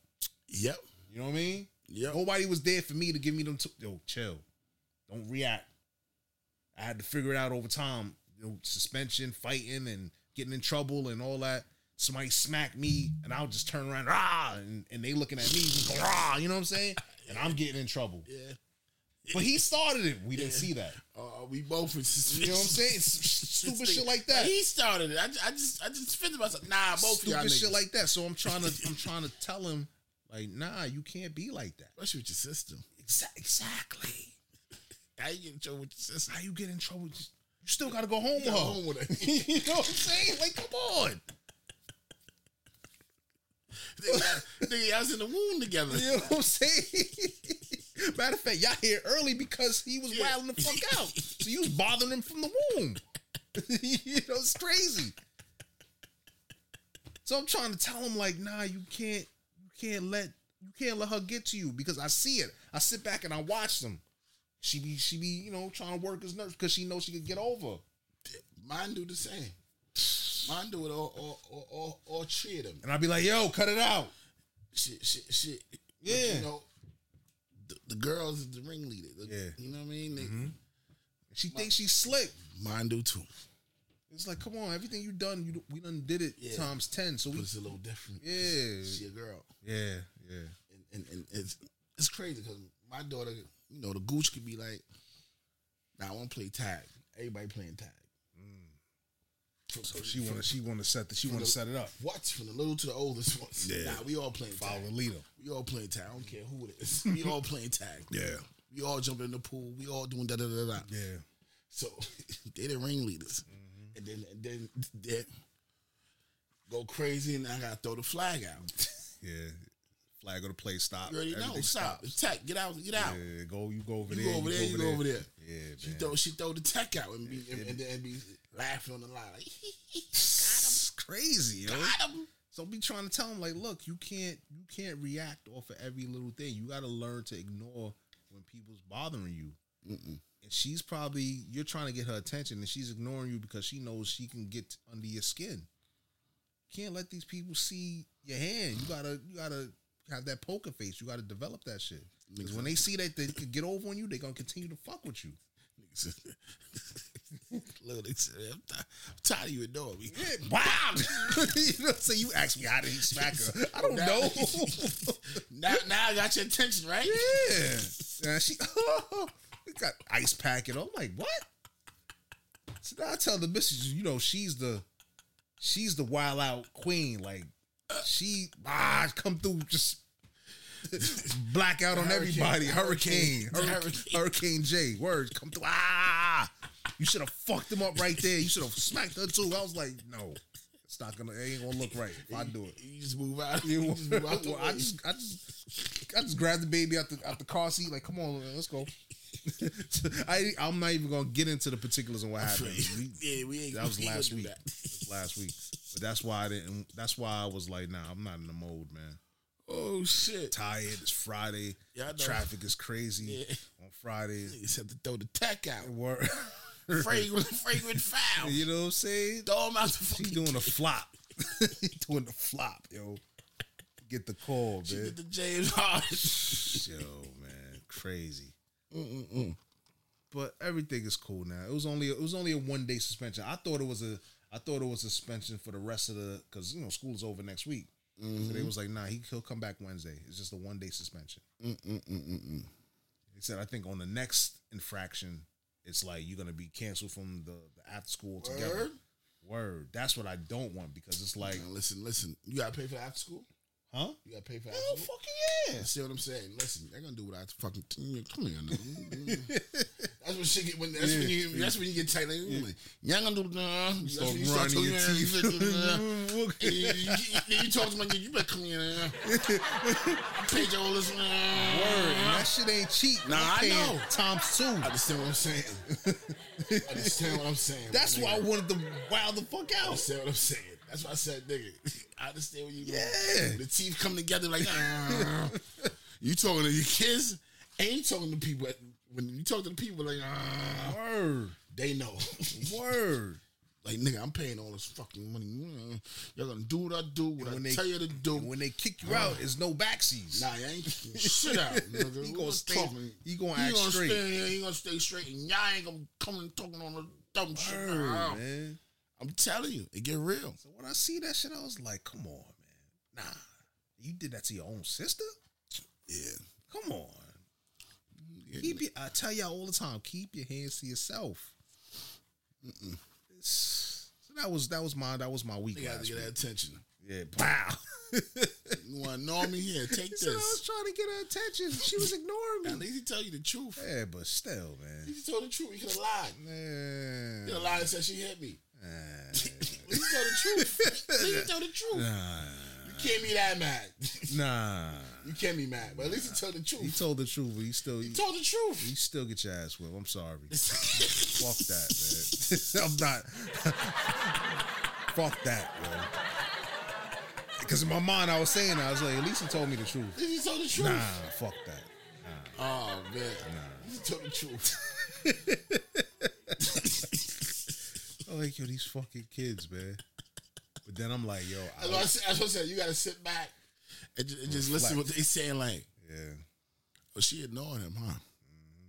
Yep. You know what I mean? Yep. Nobody was there for me to give me them. T- Yo, chill. Don't react. I had to figure it out over time. You know, suspension, fighting, and getting in trouble, and all that. Somebody smacked me, and I'll just turn around, rah, and, and they looking at me, and go, rah. You know what I'm saying? And I'm getting in trouble. Yeah. But he started it. We didn't Yeah. see that. Uh, we both in You know what I'm saying? It's stupid shit like that. He started it. I, ju- I just I just fended myself. Nah, both of y'all Stupid shit niggas. like that. So I'm trying to, I'm trying to tell him, like, nah, you can't be like that. Especially with your sister. Exa- exactly. How you get in trouble with your sister? How you get in trouble? Just, you still gotta go home with Go her. home with her. you know what I'm saying? Like, come on. Nigga, y'all- nigga, y'all was in the womb together. You know what I'm saying? Matter of fact, y'all here early because he was wilding the fuck out. So you was bothering him from the womb. you know, it's crazy. So I'm trying to tell him like, nah, you can't, you can't let, you can't let her get to you because I see it. I sit back and I watch them. She be, she be, you know, trying to work his nerves because she knows she could get over. Mine do the same. Mine do it all, all, all, all, all three of them. And I'd be like, yo, cut it out. Shit, shit, shit. But, Yeah. you know, the, the girls is the ringleader. The- Yeah. Mm-hmm. You know what I mean? They, She thinks she's slick. Mine do too. It's like, come on, everything you done, you we done did it Yeah. times ten. So But we, it's a little different. Yeah. She a girl. yeah, yeah, and, and, and it's it's crazy because my daughter, you know, the gooch could be like, "Nah, I want to play tag. Everybody playing tag." From, So she want to, she want to set, the, she want to set it up. what from the little to the oldest ones? Yeah. Nah, we all playing Follow the tag. leader. We all playing tag. I don't care who it is. We all playing tag. Yeah, We all jumping in the pool. We all doing da da da da. yeah. So they the ringleaders, Mm-hmm. and then and then they go crazy, and I gotta throw the flag out. Yeah. Flag of the play stop. You already know. Everything Stop. stops. Attack. Get out. Get out. Yeah, go you go over You there. go over there, you go over there. Yeah, man. She throw she throw the tech out and be and, and, then be laughing on the line like It's crazy, yo. got him. So be trying to tell him like, look, you can't you can't react off of every little thing. You got to learn to ignore when people's bothering you. And she's probably you're trying to get her attention, and she's ignoring you because she knows she can get under your skin. Can't let these people see your hand. You gotta you gotta have that poker face. You gotta develop that shit. Because when they see that they can get over on you, they're gonna continue to fuck with you. Little nigga said, I'm, ti- I'm tired of you ignoring me. Wow. you know what I'm saying? You asked me how did he smack her. I don't Now- know. Now, now I got your attention, right? yeah. And she oh, we got ice pack and I'm like, what? So now I tell the missus, you know, she's the she's the wild out queen. Like she ah come through just black out on everybody. Hurricane. Hurricane. Hurricane. Hurricane J. Words come through. Ah you should have fucked him up right there. You should have smacked her too. I was like, no. It's not gonna it ain't gonna look right if I do it. You just move out. Yeah, You just move out the well, I way. just, I just, I just grabbed the baby out the out the car seat. Like, come on, let's go. I, I'm not even gonna get into the particulars on what happened. We- yeah, we ain't. that was we ain't last gonna week. do That. that. was last week. But that's why I didn't. That's why I was like, nah, I'm not in the mode, man. Oh shit! Tired. It's Friday. Yeah, I know. Traffic is crazy Yeah. on Fridays. You just have to throw the tech out. Work. Fragrant, fragrant foul. you know what I'm saying? Throw him out the She fucking. doing a flop. doing the flop, yo. Get the call, She man. did the James Harden. Yo, man, crazy. But everything is cool now. It was only it was only a one day suspension. I thought it was a I thought it was suspension for the rest of the because you know school's over next week. So Mm-hmm. they was like, nah, he, he'll come back Wednesday. It's just a one day suspension. He said, I think on the next infraction, it's like you're gonna be canceled from the, the after school together. Word? Word. That's what I don't want because it's like, Now, listen, listen. You gotta pay for the after school. huh? You gotta pay for after Oh school. fucking yeah. See what I'm saying? Listen, they're gonna do what I fucking come here. Now. that's when shit get when that's when you that's when you get tight. Like, Y'all gonna do nah. That's Start when you start grinding talking. your Nah. teeth. You, you, you talk to my nigga, you better come here. Nah. I paid your all this. Nah. Word, and that shit ain't cheap. Nah, I'm I paying know. Times two. Understand what I'm saying? Understand what I'm saying? That's my why I nigga. wanted to wow the fuck out. Understand what I'm saying? That's why I said, nigga, I understand what you mean. Yeah. The teeth come together like, ah. you talking to your kids and you talking to people. At, when you talk to the people, like, ah, Word, they know. word. like, nigga, I'm paying all this fucking money. Mm, Y'all gonna do what I do, what I when they- tell you to do. And when they kick you out, it's no backsies. nah, you ain't kicking shit out, nigga. He We gonna stay- talking. he gonna act straight. Stay here, you gonna stay straight, and y'all ain't gonna come and talking on the dumb shit. Word, Nah, man. I'm telling you, it get real. So when I see that shit, I was like, come on, man. Nah, you did that to your own sister. Yeah. Come on. Keep your, I tell y'all all the time, keep your hands to yourself. It's- So that was that was my that was my week. You gotta last get week. that attention. Yeah, wow. You want to know me here? Take So I was this. trying to get her attention. She was At ignoring me. least he tell you the truth. Yeah, but still, man. He told the truth. He could have lied. Man. He could have lied and said she hit me. Nah. At least he told the truth. At least he told the truth. You can't be that mad. Nah. you can't be mad, but at least he told the He truth. told the truth, but he still He he, told the truth. still get your ass whipped. I'm sorry. Fuck that, man. I'm not. Fuck that, man. Because in my mind, I was saying, I was like, at least he told me the truth. He told the truth. Nah, fuck that. Oh man, he told the truth. I'm like, yo, these fucking kids, man. But then I'm like, yo, I, That's what I said. That's what I said. You gotta sit back and just, and just listen to what they saying. Like, yeah. oh, she ignored him, huh? Mm-hmm.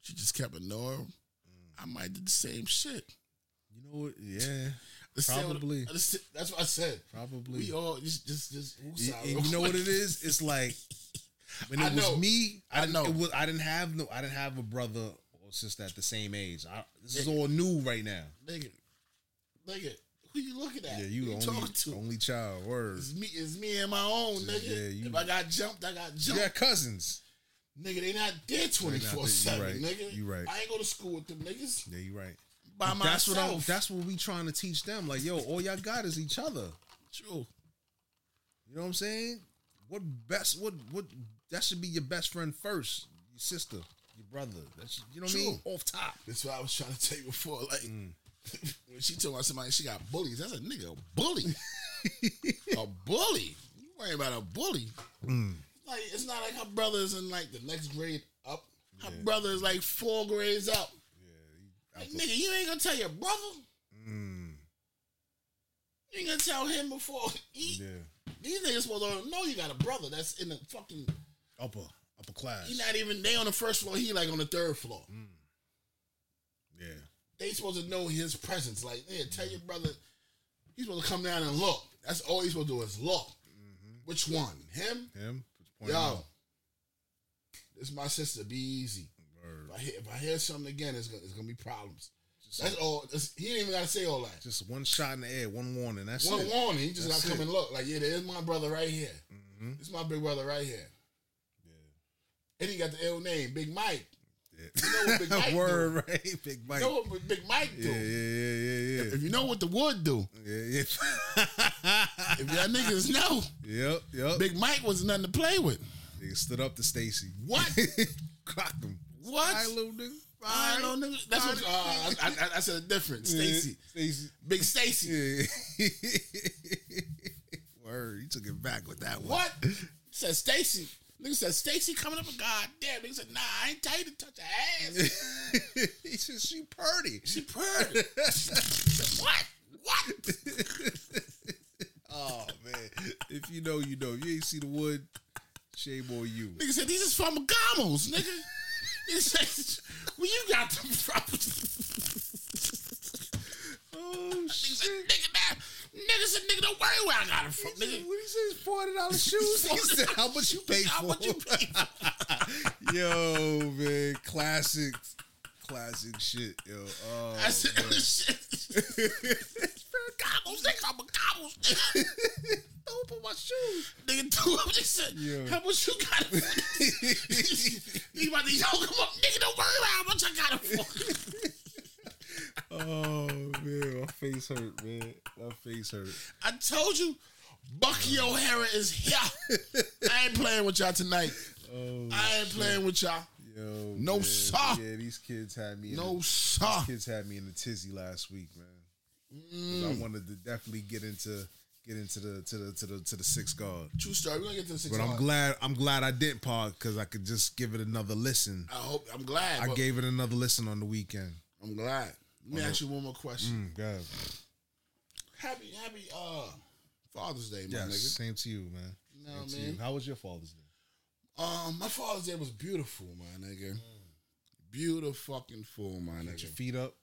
She just kept ignoring him. I might do the same shit. You know what? Yeah, Let's say what- Probably. let's say- that's what I said. probably. We all just just just. who's Y- sorry? and you know what it is? It's like when it I was know. me. I I didn't know. It was, I didn't have no. I didn't have a brother or sister at the same age. I, this is all new right now. nigga, nigga, who you looking at? Yeah, you Who the only talking to? only child. Word. It's me. It's me and my own nigga. Yeah, you- if I got jumped, I got You jumped. got cousins. Nigga, they not there twenty there. You four seven. right. Nigga, You right. I ain't go to school with them niggas Yeah, you right. by That's what myself. I'm, that's what we trying to teach them. Like, yo, all y'all got is each other. true. You know what I'm saying? What best? What what? That should be your best friend first. Your sister, your brother. That's you know what I mean. True. Off top. That's what I was trying to tell you before. Like when she told me somebody she got bullies, that's a nigga a bully. a bully. You worry about a bully. Like it's not like her brothers in like the next grade up. Her brother is like four grades up. Like, nigga, you ain't gonna tell your brother. You ain't gonna tell him before he. These niggas supposed to know you got a brother that's in the fucking. Upper upper class. He not even they on the first floor. He like on the third floor. yeah. they supposed to know his presence. Like, yeah, tell your brother, he's supposed to come down and look. That's all he's supposed to do is look. Which one? Him? Him. Mm-hmm. Point him Yo, out. this my sister. Be easy. Word. If I hear, if I hear something again, it's gonna, it's gonna be problems. That's all. That's, he didn't even gotta say all that. Just one shot in the air, one warning. That's One it. warning. He just That's gotta come it. Mm-hmm. and look. Like, yeah, there's my brother right here. This my big brother right here. And he got the L name, Big Mike. You know what Big Mike do? Word, right? Big Mike. You know what Big Mike do? yeah, yeah, yeah, yeah, yeah. If you know what the wood do, Yeah, if y'all niggas know. yeah. yep, yep. Big Mike was nothing to play with. Nigga stood up to Stacy. What? Clocked him. What? Hi, little nigga. I don't know. That's what uh, I, I, I said. A different Stacy, Stacy. Big Stacy. Yeah. Word, you took it back with that one. What? said Stacy. Nigga said Stacy coming up. God damn. Nigga said Nah, I ain't tell you to touch her ass. he said she purty. She purred. what? What? Oh man, if you know, you know. If you ain't see the wood, shame on you. Nigga said these is from Gamos, nigga. Nigga said, Where you got them from? Nigga Oh said, Nigga, nah. Nigga said, Nigga, don't worry where I got them from, When nigga. he says forty dollars shoes, he said, "How much you pay How for?" much you pay for? yo, man, classic, classic shit, yo. Oh, I said, shit. Gobbles, they call me gobbles. Don't put my shoes. Nigga, do it. They said, Yeah. how much you got it for? he about to yoke him up. Nigga, don't worry about how much I got it for. oh man, my face hurt, man. My face hurt. I told you, Bucky O'Hara is here. I ain't playing with y'all tonight. Oh, I ain't playing with y'all. yo, No, man. sir. Yeah, these kids had me. in No, the, sir. kids had me in the tizzy last week, man. 'Cause I wanted to definitely get into get into the to the to the to the six guard. True story. We're going to get to the six. But I'm hard. glad I'm glad I didn't park because I could just give it another listen. I hope. I'm glad. I but gave it another listen on the weekend. I'm glad. Let me ask you one more question. Mm, God. Happy, happy uh, Father's Day, my Mm. Yes. nigga. Same to you, man. You know Same what to I mean? you. How was your father's day? Um, my Father's Day was beautiful, my Mm. nigga. Beautiful fucking full, my Get nigga. your feet up.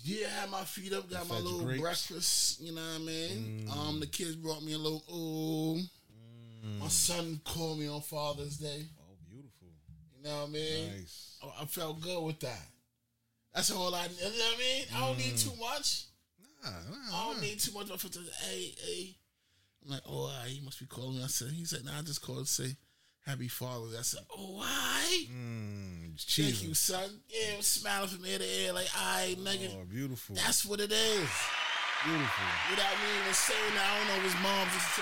Yeah, I had my feet up, got You my fed your little grapes? Mm. breakfast. You know what I mean? Um, the kids brought me a little. Ooh, Mm. my son called me on Father's Day. Oh, beautiful. You know what I mean? Nice. I, I felt good with that. That's all I. You know what I mean? I don't need Mm. too much. Ah, I ah, don't need too much. My friend says, hey, hey. I'm like, oh, all right, you must be calling me. I said, he said, nah, I just called to say happy Father's Day. I said, oh, all right. mm, Thank you, cheese. son. Yeah, I'm smiling from ear to ear, like, all right, nigga. Oh, beautiful. That's what it is. Beautiful. Without me even saying that, I don't know if his mom's listening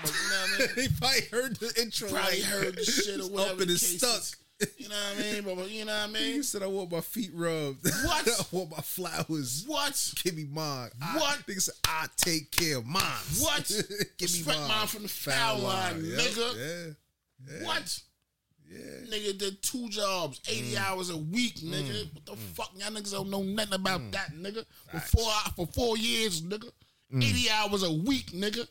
to this shit or whatever. I was tight last year, but you know what I mean? they probably heard the intro. Probably like, heard the shit or it's whatever. Up and the it's case stuck. is. You know what I mean? But, but you know what I You mean? said I want my feet rubbed. What? I want my flowers. What? Give me mine. I- What? Nigga said I take care of mine. What? Give me Respect mine. mine from the foul line, Yep, nigga. What? Yeah. Yeah. Nigga did two jobs, 80 hours a week, nigga. What the fuck? Y'all niggas don't know nothing about that, nigga. For four, for four years, nigga. 80 hours a week, nigga.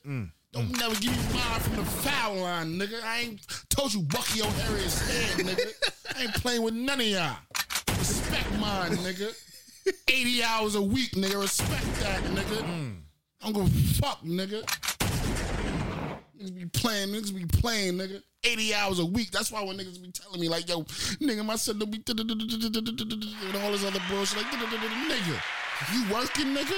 Don't never give me mine from the foul line, nigga. I ain't told you Bucky O'Hara's head, nigga. I ain't playing with none of y'all. Respect mine, nigga. 80 hours a week, nigga. Respect that, nigga. I'm gonna fuck, nigga. Niggas be playing, niggas be playing, nigga. 80 hours a week. That's why when niggas be telling me, like, yo, nigga, my son don't be da- da- da- da- da- da- da- da- da- da- and all this other bullshit. Like, da- da- da- da- da- nigga, you working, nigga?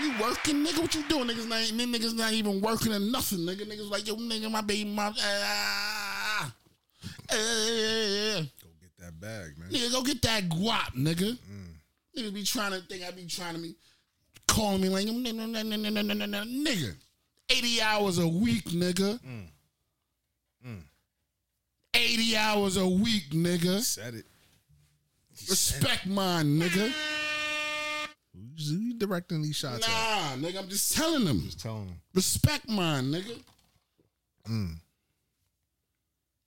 You working, nigga? What you doing? Niggas not, them niggas not even working or nothing, nigga. Niggas like, yo, nigga, my baby mom. Ah, ah, ah, ah. Go get that bag, man. Nigga, go get that guap, nigga. Niggas be trying to think I be trying to be calling me like "Nah, nah, nah, nah, nah, nah, nah, nah." nigga. 80 hours a week, nigga. 80 hours a week, nigga. Said it. Respect mine, nigga. Who's who's directing these shots? at? Nah, nigga, I'm just telling them. Telling him. Respect mine, nigga.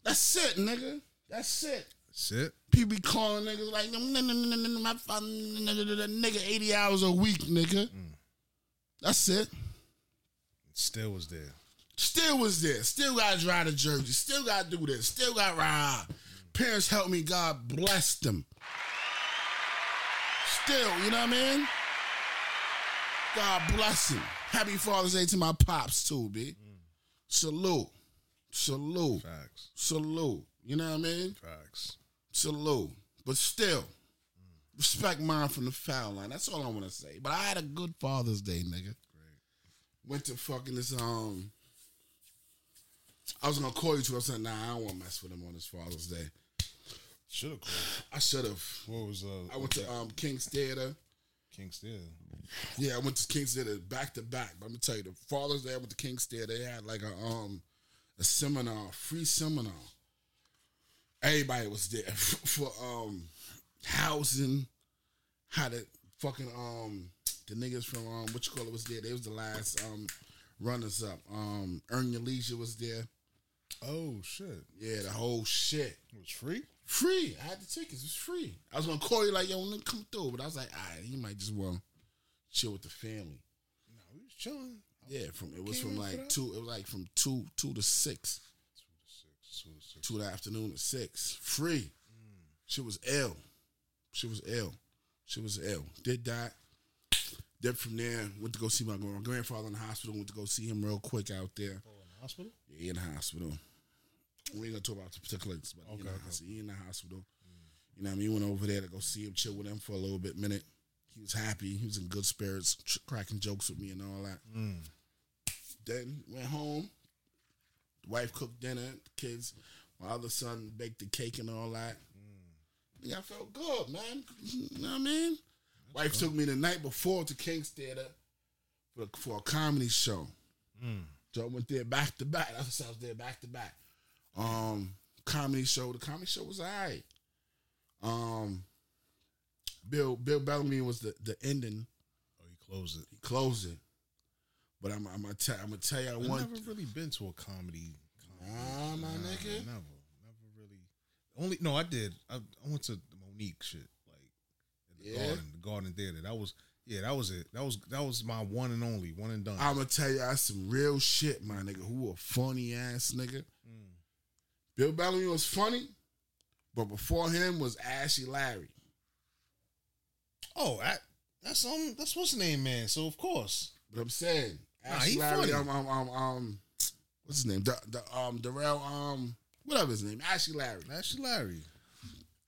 That's it, nigga. That's it. Shit. People be calling niggas like, "Nah, nah, nah, nah, nah, nah, my fa- nah, nah, nah, nah, nah, nigga, 80 hours a week, nigga. That's it. Still was there. Still was there. Still got to drive to Jersey. Still got to do this. Still got to ride. Parents helped me. God bless them. Still, you know what I mean? God bless him. Happy Father's Day to my pops, too, B. Salute. Salute. Facts. Salute. You know what I mean? Facts. Salute. But still, respect mine from the foul line. That's all I want to say. But I had a good Father's Day, nigga. Went to fucking this um. I was gonna call you to. I said, nah, I don't want to mess with him on his Father's Day. Should have called. I should have. What was uh? I went to um King's Theater. King's Theater. Yeah, I went to King's Theater back to back. But I'm gonna tell you, the Father's Day I went to King's Theater. They had like a um a seminar, free seminar. Everybody was there for um housing, how to fucking um the niggas from um what you call it was there. They was the last um runners up. Um Earn Your Leisure was there. Oh shit. Yeah, the whole shit. It was free. Free. I had the tickets. It's free. I was gonna call you like, yo, nigga, come through, but I was like, all right, you might just well chill with the family. No, we was chilling. Yeah, from it was Came from in for like that? two. It was like from two two to six, So it's two in the afternoon to six. Free. Mm. She was ill. She was ill. She was ill. Did that. Then from there, went to go see my, grand- my grandfather in the hospital. Went to go see him real quick out there. Oh, in the hospital. Yeah, he in the hospital. We ain't gonna talk about the particulars, but okay, Okay, you know, okay. Mm. he in the hospital. You know what I mean? Went over there to go see him, chill with him for a little bit, minute. He was happy. He was in good spirits, tr- cracking jokes with me and all that. Then went home. The wife cooked dinner. The kids, my other son baked the cake and all that. I think I felt good, man. You know what I mean? wife took me the night before to King's Theater for, for a comedy show. So I went there back to back. That's what I was there back to back. Um, comedy show. The comedy show was alright. Um, Bill Bill Bellamy was the the ending. Oh, you closed it. He closed it. But I'm I'm gonna tell I'm gonna tell you I I've want. never really been to a comedy. Nah, my nigga. Never, never really. Only no, I did. I, I went to the Monique shit, like at the Yeah? garden, the garden theater. That was yeah, that was it. That was that was my one and only, one and done. I'm gonna tell you that's some real shit, my nigga. Who a funny ass nigga. Bill Bellamy was funny, but before him was Ashy Larry. oh, that, that's um, that's what's his name, man. So of course, But I'm saying Nah, Ashy he Larry. funny. Um, um, um, um, what's his name? The, the um Darrell um whatever his name. Ashy Larry. Ashley Larry.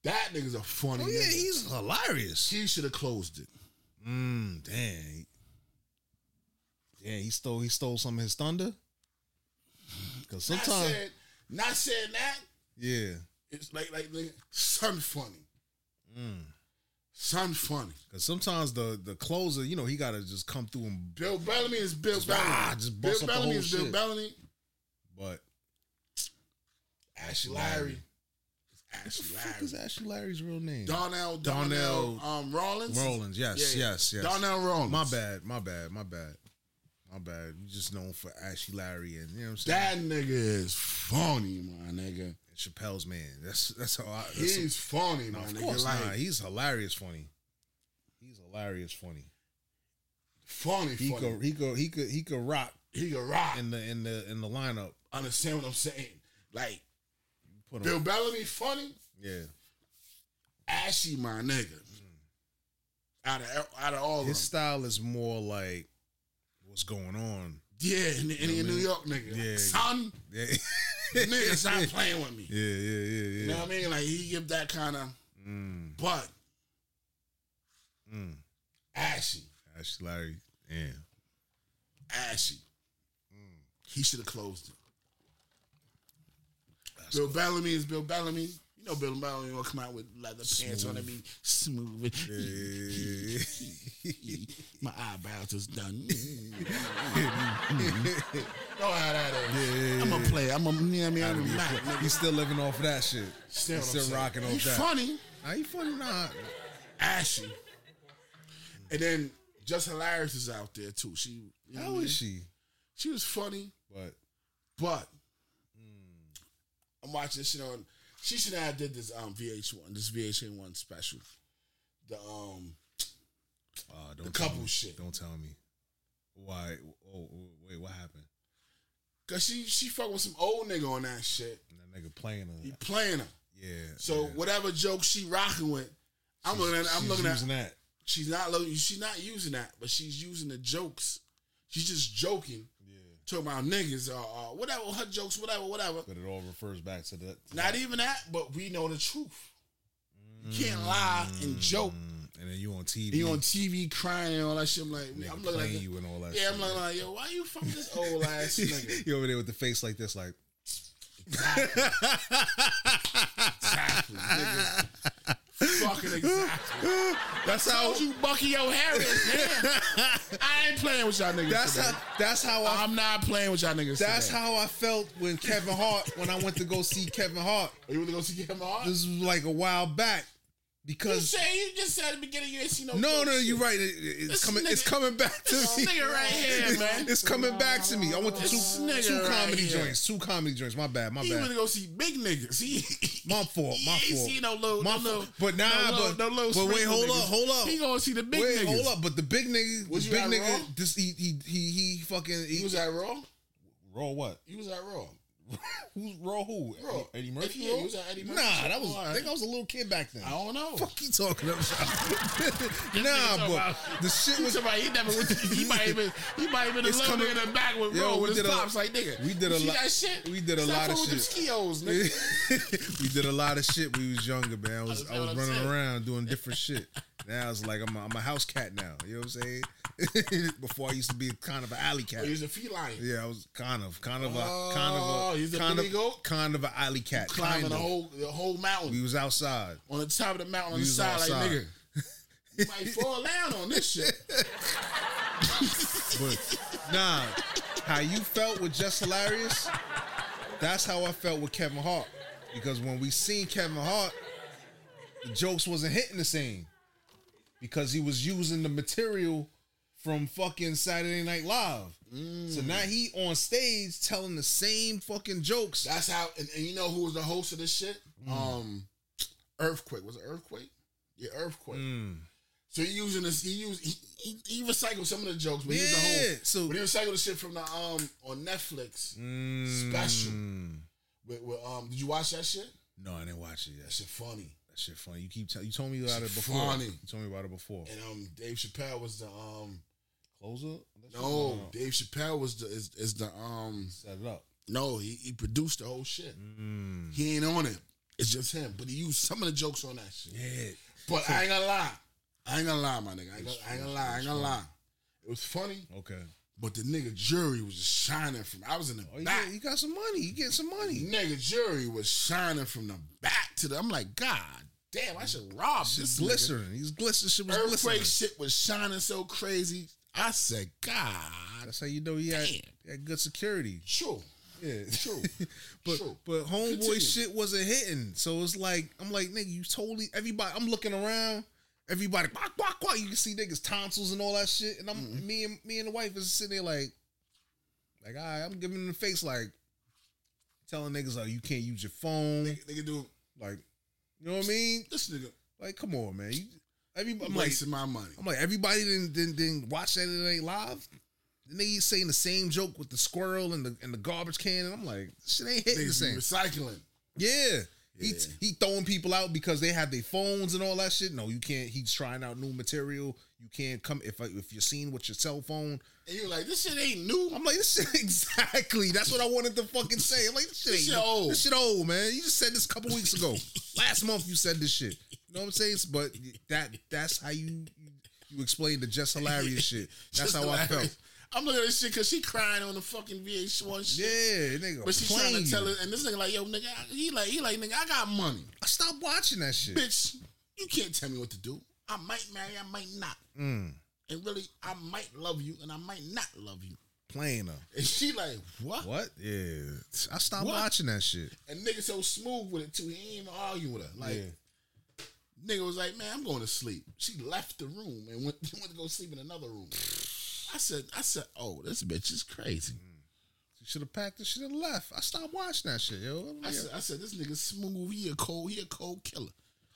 That nigga's a funny. Oh yeah, nigga. he's hilarious. She should have closed it. Mm, damn. Yeah, he stole he stole some of his thunder. Cause Not sometimes, saying, not saying that. yeah, Mm. It's like like nigga, son funny. Something funny. Cause sometimes the the closer, you know, he gotta just come through and Bill Bellamy is Bill Bellamy. rah, just bust Bill up the Bellamy whole is Bill shit. Bellamy. but Ash Larry. Larry. what Ash the fuck Larry. is Ashley Larry's real name? Donnell, Donnell- Donnell, um, Rollins. Rollins, yes, yes, yes. Donnell Rollins. My bad, my bad, my bad. My bad. You just known for Ashley Larry and you know what I'm saying? That nigga is funny, my nigga. Chappelle's man. That's that's how I that's He's funny, my Nah, of nigga. course, like nah, he's hilarious funny. He's hilarious funny. funny, He funny. could he could he could he could rock he can rock. in the in the in the lineup. Understand what I'm saying? Like Put him, Bill Bellamy, funny. yeah. Ashy, my nigga. Out of out of all of them, Hmm. His style is more like what's going on. yeah, and, and he what a I New mean? York nigga, Yeah. like, son, Yeah, nigga, stop playing with me. yeah, yeah, yeah, You know yeah. what I mean? Like he give that kind of, Mm, but mm. ashy, Ashley Larry, yeah. ashy. Mm. He should have closed it. Bill Bellamy is Bill Bellamy. You know Bill Bellamy will come out with leather pants on and be smooth. My eyebrows is done. no, how that is. I'm a player. I'm a, you know what I mean? I'm a Mac, nigga. He's still living off that shit. Still, He's still rocking off He's that. funny, Nah, he funny, nah. ashy. And then just hilarious is out there too. She, you know what I How mean? is she? She was funny, But but I'm watching this shit on. She should have did this um VH1, this VH1 one special. The um, uh, don't The tell couple me. shit. Don't tell me. Why? Oh, wait, what happened? cause she she fuck with some old nigga on that shit. And that nigga playing He her. playing her. Yeah. So yeah. whatever joke she rocking with, I'm looking at. I'm She's looking at. using that. She's not lo- she's not using that, but she's using the jokes. She's just joking. Talking about niggas or, or whatever, her jokes, whatever, whatever. But it all refers back to that. to Not even that, but we know the truth. You can't lie and joke. that. And then you on TV. You on TV crying and all that shit. I'm like, Mm. nigga I'm looking like, playing you and all that. yeah, shit. I'm looking like, yo, why you fuck this old ass nigga? you over there with the face like this, like Nigga. Fucking exactly. that's how. Told you Bucky O'Hara is here. I ain't playing with y'all niggas. That's today. how. That's how I. I'm not playing with y'all niggas. That's today. how I felt when Kevin Hart. When I went to go see Kevin Hart, Are you want to go see Kevin Hart? this was like a while back. You Because say you just said at the beginning you ain't seen no. no, dope no, shit. you're right. It- it- it's This coming. It's nigga- coming back to this me. nigga right here, man. It's coming back to me. I went to two, This nigga two right comedy here. joints. Two comedy joints. My bad. My He bad. went to go see big niggas. He, My fault. My he ain't fault. seen no little, My no fault. little, But nah, no little, but- no little but wait, sprinkle hold niggas. up, hold up. He gonna see the big Wait, niggas. hold up. But the big nigga, Was the big you at nigga, Raw? this he he he he fucking he, He was at Raw. raw what? He was at Raw. Who's raw? Who? Raw. Eddie, Eddie Murphy. Yeah, he Raw? was at Eddie Murphy. Nah, that was. All I right. think I was a little kid back then. I don't know. Fuck you talking about? nah, talking but about- the shit was. Somebody he never went to, he might even he might even It's little coming- nigga in the back with Yo, Raw we with his did a- pops like nigga. we did a you see lot- that shit. we did a Stop lot of fooling with shit. Them skios, nigga. we did a lot of shit. when We was younger, man. I was That's I was what I'm running saying. around doing different shit. Now it's like I'm a, I'm a house cat now. You know what I'm saying? Before I used to be kind of an alley cat. He was a feline Yeah, I was kind of, kind of a, Oh, kind of he's a, a kind big of, goat? kind of an alley cat. climbing kind the of. whole the whole mountain We was outside. on the top of the mountain on We the was side like outside. nigga. You might fall down on this shit. But nah, how you felt with Just Hilarious, that's how I felt with Kevin Hart. Because when we seen Kevin Hart, the jokes wasn't hitting the same. Because he was using the material from fucking Saturday Night Live. So Mm. now he on stage telling the same fucking jokes. That's how. And, and you know who was the host of this shit? Um, earthquake was it earthquake? Yeah, earthquake. So he using this. He used he, he, he recycled some of the jokes, but he was the Yeah, host. so- but he recycled the shit from the um on Netflix special. With, with, um, did you watch that shit? No, I didn't watch it yet. That shit funny. That shit funny. You keep telling you told me about it before. funny. You told me about it before. And um, Dave Chappelle was the um. Closer? That shit- No, Dave Chappelle was the is, is the um. Set it up. No, he, he produced the whole shit. He ain't on it. It's just him. But he used some of the jokes on that shit. Yeah. But I ain't gonna lie. I ain't gonna lie, my nigga. I ain't gonna, I ain't gonna lie. I ain't gonna lie. It was funny, Okay. but the nigga jury was just shining from. I was in the Oh, you, back. got, you Mm-hmm. got some money. You get some money. Nigga jury was shining from the back to the. I'm like, God damn, I should rob this Just nigga. glycerin. He's glycerin. Shit was Mm-hmm. Earthquake glycerin. shit was shining so crazy. I said, God, That's how you know he had, Damn. he had good security. true, Yeah. true, But true. but homeboy Continue. shit wasn't hitting. So it's like I'm like nigga, you totally everybody. I'm looking around. Everybody, quack, quack, quack. you can see niggas tonsils and all that shit, and I'm Mm-hmm. me and me and the wife is sitting there like, like all right, I'm giving them the face like, telling niggas like you can't use your phone, Nigga, nigga, dude, like, you know what I mean? this nigga Like, come on, man. You, everybody, I'm like, wasting my money. I'm like, everybody didn't didn't, didn't watch Saturday Night Live. And they saying the same joke with the squirrel and the and the garbage can, and I'm like, this shit ain't hitting the Niggas same. be recycling. Yeah. He, Yeah. he throwing people out because they have their phones and all that shit. No, you can't. He's trying out new material. You can't come if if you're seen with your cell phone. And you're like, this shit ain't new. I'm like, this shit exactly. That's what I wanted to fucking say. I'm like, this shit ain't This shit old. This shit old, man. You just said this a couple weeks ago. Last month you said this shit. You know what I'm saying? But that that's how you you explain the just hilarious shit. That's Just how I hilarious. felt. I'm looking at this shit because she crying on the fucking VH1 shit. Yeah, nigga. But she's playing trying to you. tell her, and this nigga like, yo, nigga, I- he like, he like, nigga, I got money, I stopped watching that shit. bitch. You can't tell me what to do. I might marry, I might not, Mm. and really, I might love you, and I might not love you. Playing her. And she like, what? What? Yeah. I stopped What? watching that shit. And nigga so smooth with it too. He ain't even arguing with her. Like, nigga was like, man, I'm going to sleep. She left the room and went, went to go sleep in another room. I said, I said, oh, this bitch is crazy. You should have packed this shit and left. I stopped watching that shit, yo. I'm I like, said, I said, this nigga smooth. He a cold. He a cold killer.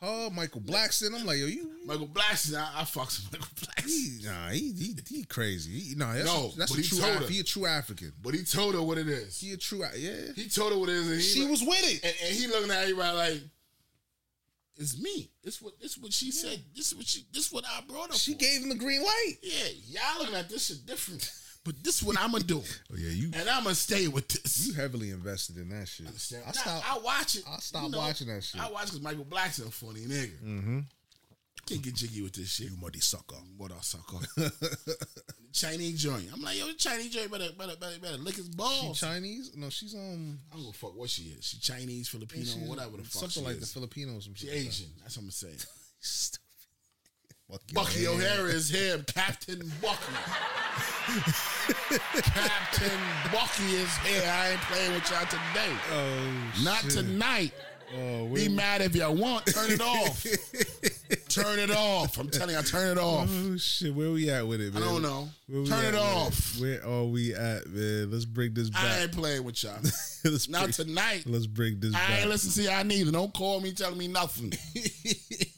oh, Michael Blackson. I'm like, yo, you. Michael Blackson. I, I fucks with Michael Blackson. He, nah, he, he, he crazy. He, nah, that's, No, that's but a he true told Af- her. He a true African. But he told her what it is. He a true, Af- yeah. He told her what it is. And he She like- was with it. and, and he looking at everybody like, it's me. It's what. It's what she said. This is what she. This is what I brought up. She for. gave him the green light. Yeah, y'all looking at this shit different. But this what I'ma do. Oh yeah, you And I'ma stay with you this. heavily invested in that shit. Understand? I Nah, stopped. I watch it. I stopped watching that shit. I watch because Michael Blackson a funny nigga. Mm-hmm. Can't get jiggy with this shit. You muddy sucker. Muddy sucker. Chinese joint. I'm like, yo, the Chinese joint better, better, better, better lick his she balls. Chinese? No, she's um I don't give a fuck what she is. She Chinese, Filipino, she's whatever the fuck. something she like is. the Filipinos. She Asian. That's what I'm saying. Bucky, Bucky O'Hara. O'Hara is him. Captain Bucky. Captain Bucky is here. I ain't playing with y'all today. Oh, Not shit. tonight. Oh, Be where, mad if you want. Turn it off. turn it off. I'm telling you, I turn it off. oh shit, where we at with it? I Man? don't know. Where we Turn at with it off. Where are we at, man? Let's bring this I back. ain't playing with y'all. let's, Not bring, tonight. let's bring this I back. ain't listen to y'all neither. Don't call me telling me nothing.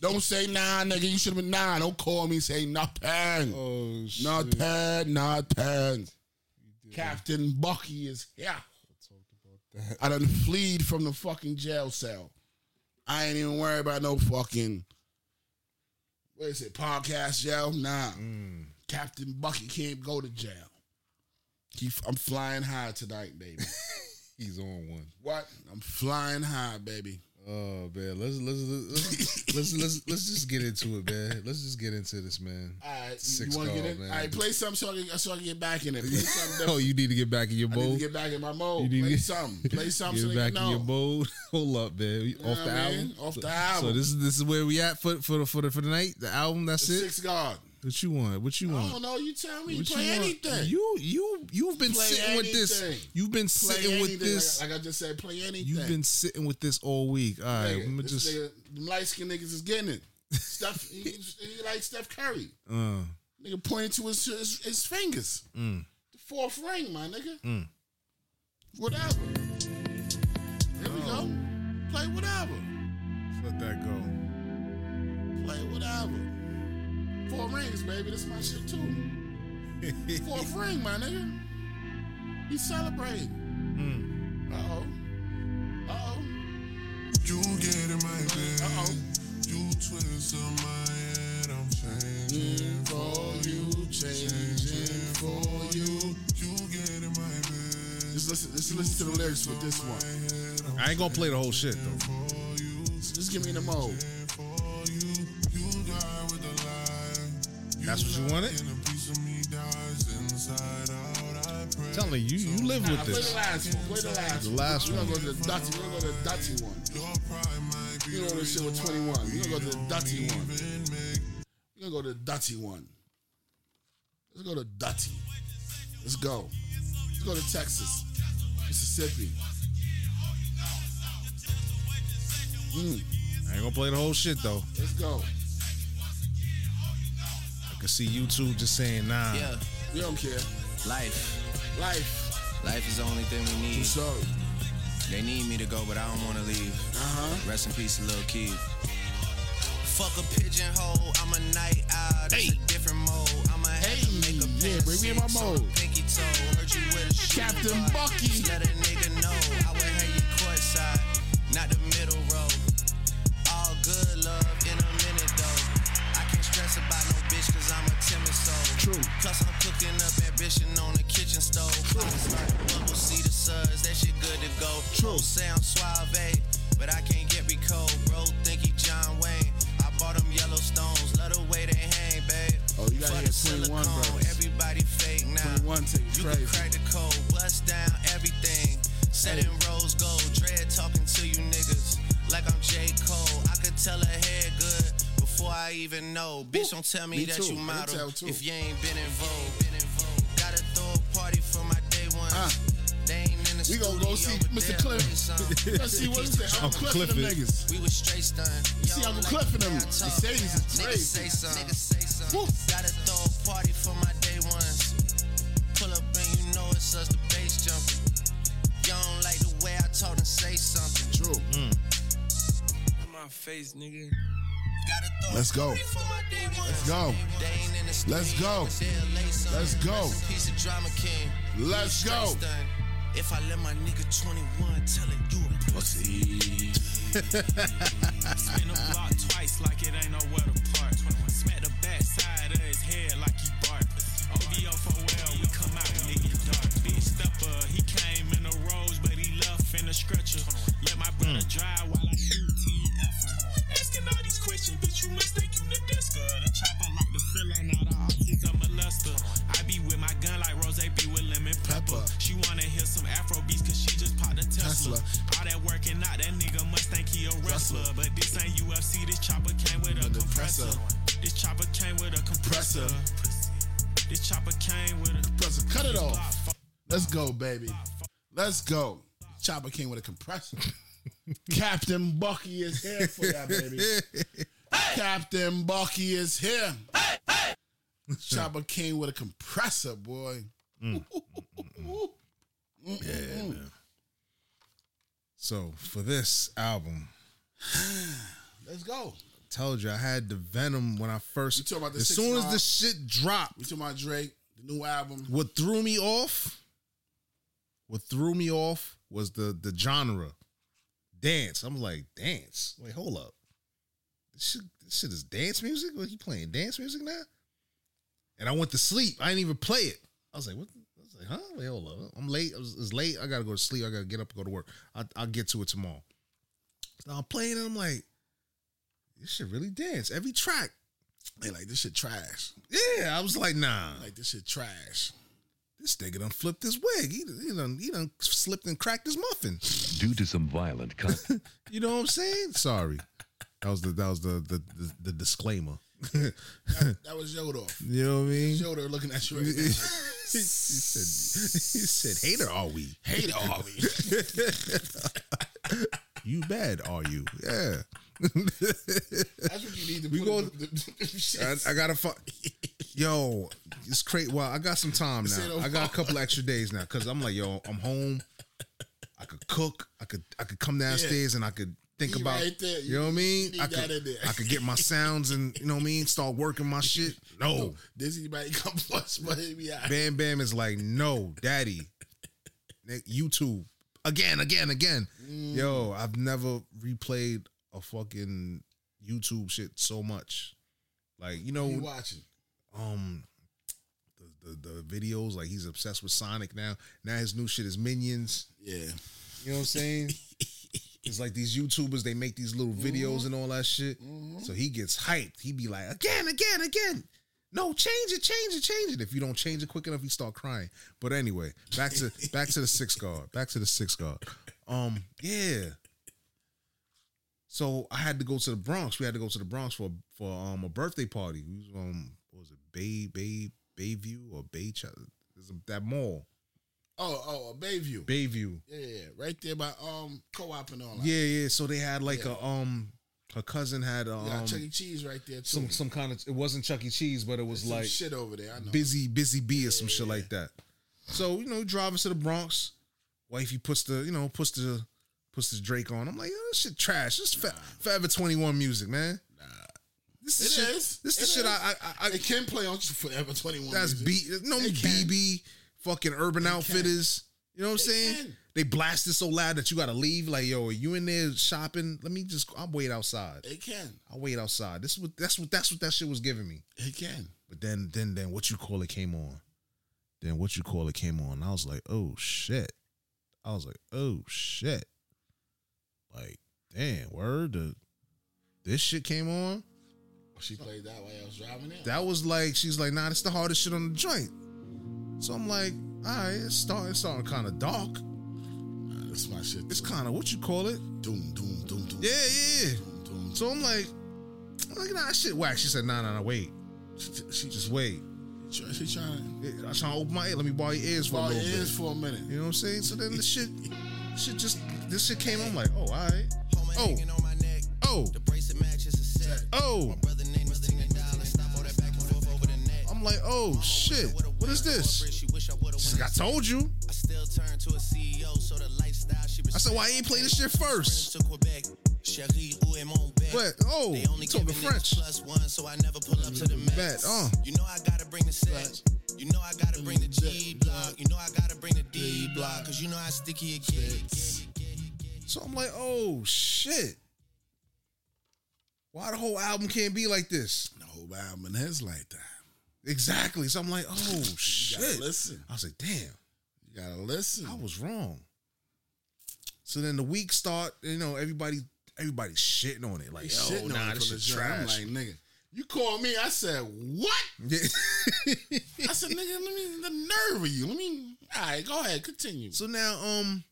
don't say nah, nigga. You should have been nah. Don't call me say nothing. oh shit. Nothing, nothing. Captain Bucky is here. I done fleed from the fucking jail cell. I ain't even worried about no fucking what is it, podcast jail? Nah. Mm. Captain Bucky can't go to jail. He, I'm flying high tonight, baby. He's on one. what? I'm flying high, baby. Oh man, let's let's let's let's let's, let's just get into it, man. Let's just get into this, man. All right, you, Six want to call, get in? man. All right, play something so I can, so I can get back in it. Play something oh, different. you need to get back in your I need to mode. get back in my You mode. need to Play get- something. Play something so Get they back can in your know. mode. Hold up, man. We- know off the what I mean? album. Off the So- So album. this is this is where we at for for the for the for the night. The album. That's it. Six God. What you want? What you I want? don't know. You tell me. What play want? anything. You you you've been Play sitting with this. anything. You've been play sitting anything. with this. Like, like I just said, play anything. You've been sitting with this all week. All right, I'm Nigga, gonna this just nigga, them light skinned niggas is getting it. Steph, he, he like Steph Curry. uh, Mm. Nigga pointed to his his, his fingers. The fourth ring, my nigga. Whatever. There we go. Oh. Play whatever. let that go. Play whatever. Four rings, baby. This my shit too. Fourth ring, my nigga. He celebrating. Uh oh. Uh oh. Hmm. You get in my Uh bed, oh. you twist on my head, I'm changing for you, changing for you. You get in my bed, Just listen, just listen to the lyrics with this one. I ain't gonna play the whole shit though. Just give me the mode. for you. You die with a lie. You That's what you wanted. and a piece of me dies inside out. I pray. Tell me, you you live Nah, with play the this. last one. Play the last The last one. one. We're gonna go to the Dutty. We're gonna go to the Dutty one. Your pride, my You know this shit with 21. We're gonna go to the dirty one. We're gonna go to the dirty one. Let's go to dirty. Let's go. Let's go to Texas, Mississippi. I ain't gonna play the whole shit though. Hmm. Let's go. I can see YouTube just saying nah. Yeah, We don't care. life. Life. Life is the only thing we I'm need. sorry. They need me to go, but I don't wanna leave. Uh-huh. Rest in peace, little kid. Fuck a pigeonhole, I'm a night owl. That's Hey. a different mode. I'ma have to Hey, make a yeah, big bring me in my six on mode. Pinky toe, hurt you with a shoe Captain guard. Bucky. Just let a nigga know I would have you courtside, not the middle row. All good love in a minute though. I can't stress about no bitch cause I'm a timid soul. True. Plus I'm cooking up ambition on the kitchen stove. Pops like bubble see the suds, that shit good to go. True. Say I'm suave, but I can't get me cold. Bro, think he John Wayne. I bought him yellow stones, let the way they hang, babe. Oh, you gotta For hear the 21 silicone, brothers. everybody fake now. 21 take it You crazy. can crack the code, bust down everything. Set in rose gold, dread talking to you niggas like I'm J. Cole. I could tell her head good before I even know. Bitch, don't tell me, Me that too. I you can model tell too. if you ain't been in vogue. Gotta throw a party for my day one. Uh. They ain't in the We gonna go studio, see but Mr. they'll play Cliff. some. Let's see what is that. Uncle Uncle Cliff and them Cliff niggas. We was straight stunned. Yo, see Uncle like Cliff and the them. way I talk. Mercedes is Niggas crazy. say something. Niggas say Woo. something. Gotta throw a party for my day ones. Pull up and you know it's us, the bass jumping. You don't like the way I talk and say something. True. my face, nigga. Gotta throw Let's a go. party for my day ones. Let's go. They ain't in the Let's studio, go. but they'll lay something. Let's go. Rest in peace of drama king. Let's We was go. straight stunned. If I let my nigga 21 tell it, you a Pussy. Spin the block twice like it ain't nowhere to park. Smack the backside of his head like he bark. OVO for well, we come out, nigga dark. Big stepper, he came in a rose, but he left in a stretcher. Let my brother drive while I shoot TF. Asking all these questions, bitch, you mistake you Nadeska. The chopper like the feeling out of optics, a molester. I be with my gun like Rose be with lemon Pepper. pepper. She wanna hear some Afro beats cause she just popped a Tesla. Tesla. All that working out, that nigga must think he a wrestler. But this ain't UFC, this chopper came with a The compressor. compressor. This chopper came with a compressor. This chopper came with a Compressor. Cut it off. Let's go, baby. Let's go. Chopper came with a compressor. Captain Bucky is here for ya, baby. Captain Bucky is here. Chopper came with a compressor, boy. So for this album, Let's go. told you I had the Venom when I first. You talking about the as six soon as nine? the shit We dropped, talking about Drake, the new album. what threw me off, what threw me off was the the genre, dance. I'm like dance. Wait, hold up. This shit, this shit is dance music. What he playing dance music now? And I went to sleep. I didn't even play it. I was like, what? I was like, huh? Wait, hold up. I'm late. It was, it's late. I gotta go to sleep. I gotta get up and go to work. I, I'll get to it tomorrow. Now I'm playing and I'm like, this shit really dance. Every track. They like this shit trash. Yeah, I was like, nah, Like this shit trash. this nigga done flipped his wig. He, he done he done slipped and cracked his muffin. Due to some violent content, You know what I'm saying? Sorry, that was the that was the the, the, the disclaimer. That was Yoda. You know what I mean? Yoda looking at you right he, now. Like, he said, he said, hater are we? Hate it, Harvey. You bad are you? Yeah. That's what you need to We put go- in the- the- shit. I, I gotta fuck. Yo, it's crazy. Well, I got some time This ain't now. no I got a couple extra days now because I'm like, yo, I'm home. I could cook. I could I could come downstairs and I could think You about. right there. You know what I mean? You I got it could there. I could get my sounds and you know what I mean. Start working my shit. No, This anybody come plus money me out. Bam Bam is like, no, daddy. Nick, YouTube. Again, again, again. Yo, Mm. I've never replayed a fucking YouTube shit so much. Like, you know, You watching? um the, the, the videos, like he's obsessed with Sonic now. Now his new shit is Minions. Yeah. You know what I'm saying? it's like these YouTubers, they make these little videos and all that shit. So he gets hyped. He be like, again, again, again. No, change it, change it, change it. If you don't change it quick enough, he start crying. But anyway, back to back to the six guard. Back to the six guard. Um, yeah. So I had to go to the Bronx. We had to go to the Bronx for for um a birthday party. We was um what was it Bay Bay Bayview or Bay Ch- there's a- that mall Oh, oh, Bayview. Bayview. yeah, yeah, right there by um co-op and all that. Yeah, yeah. So they had like Yeah. a um her cousin had a, You got um Chuck E. Cheese right there too. some some kind of it wasn't Chuck E. Cheese, but it was Some like shit over there. I know. busy busy bee or some shit like that. So you know, driving to the Bronx, wifey puts the you know puts the puts the Drake on. I'm like, oh, this shit trash. This fa- Forever 21 music, man. Nah, this It is shit, is. this It is shit. is. I I, I, I They can play on Forever Twenty One. that's B. No They can. BB, fucking Urban Outfitters. You know what I'm They saying? can. They blast it so loud that you gotta leave. Like, yo, are you in there shopping? Let me just. I'll wait outside. They can. I'll wait outside. This is what. That's what. That's what that shit was giving me. They can. But then then then what you call it came on. Then what you call it came on. I was like, oh shit. I was like, oh shit. Like, damn, word the this shit came on. Oh, She played that while I was driving it. That was like, she's like, nah, that's the hardest shit on the joint. So I'm like, alright, it's starting it's starting kinda dark. Nah, that's my shit. It's kinda what you call it. doom, doom, doom, doom. Yeah, yeah. yeah. Doom, doom. So I'm like, I'm like, nah, that shit whack. She said, nah, nah, nah, wait. She, she Just wait. just she trying I am trying to open my ear. Let me borrow your ears to for a ball little bit. ears for a minute. You know what I'm saying? So then the shit, shit just this shit came. I'm like, oh, all right, oh, on my neck. oh, The bracelet matches a set. oh. Brother name is ten dollars. Stop all that back and forth over the net. I'm like, oh shit, what is this? She wish I would've She's like, I told you. I still turn to a CEO, so the lifestyle she I said, why you ain't play this shit first? to Quebec. Chérie, où est mon bec? But oh, They only talking giving French. niggas plus one, so I never pull up to the max. Bet, uh. Mm, You know I gotta bring the set. You know I gotta bring the G block. You know I gotta bring the D block, cause you know how sticky it gets. So I'm like, oh shit. Why the whole album can't be like this? The whole album and it's like that. Exactly. So I'm like, oh You gotta shit. listen. I was like, damn. You gotta listen. I was wrong. So then the week start, you know, everybody everybody's shitting on it. Like, Shitting yo, on nah, it this from the shit jump. trash. I'm like, nigga, you call me. I said, what? Yeah. I said, nigga, let me the nerve of you. Let me. All right, go ahead, continue. so now, um,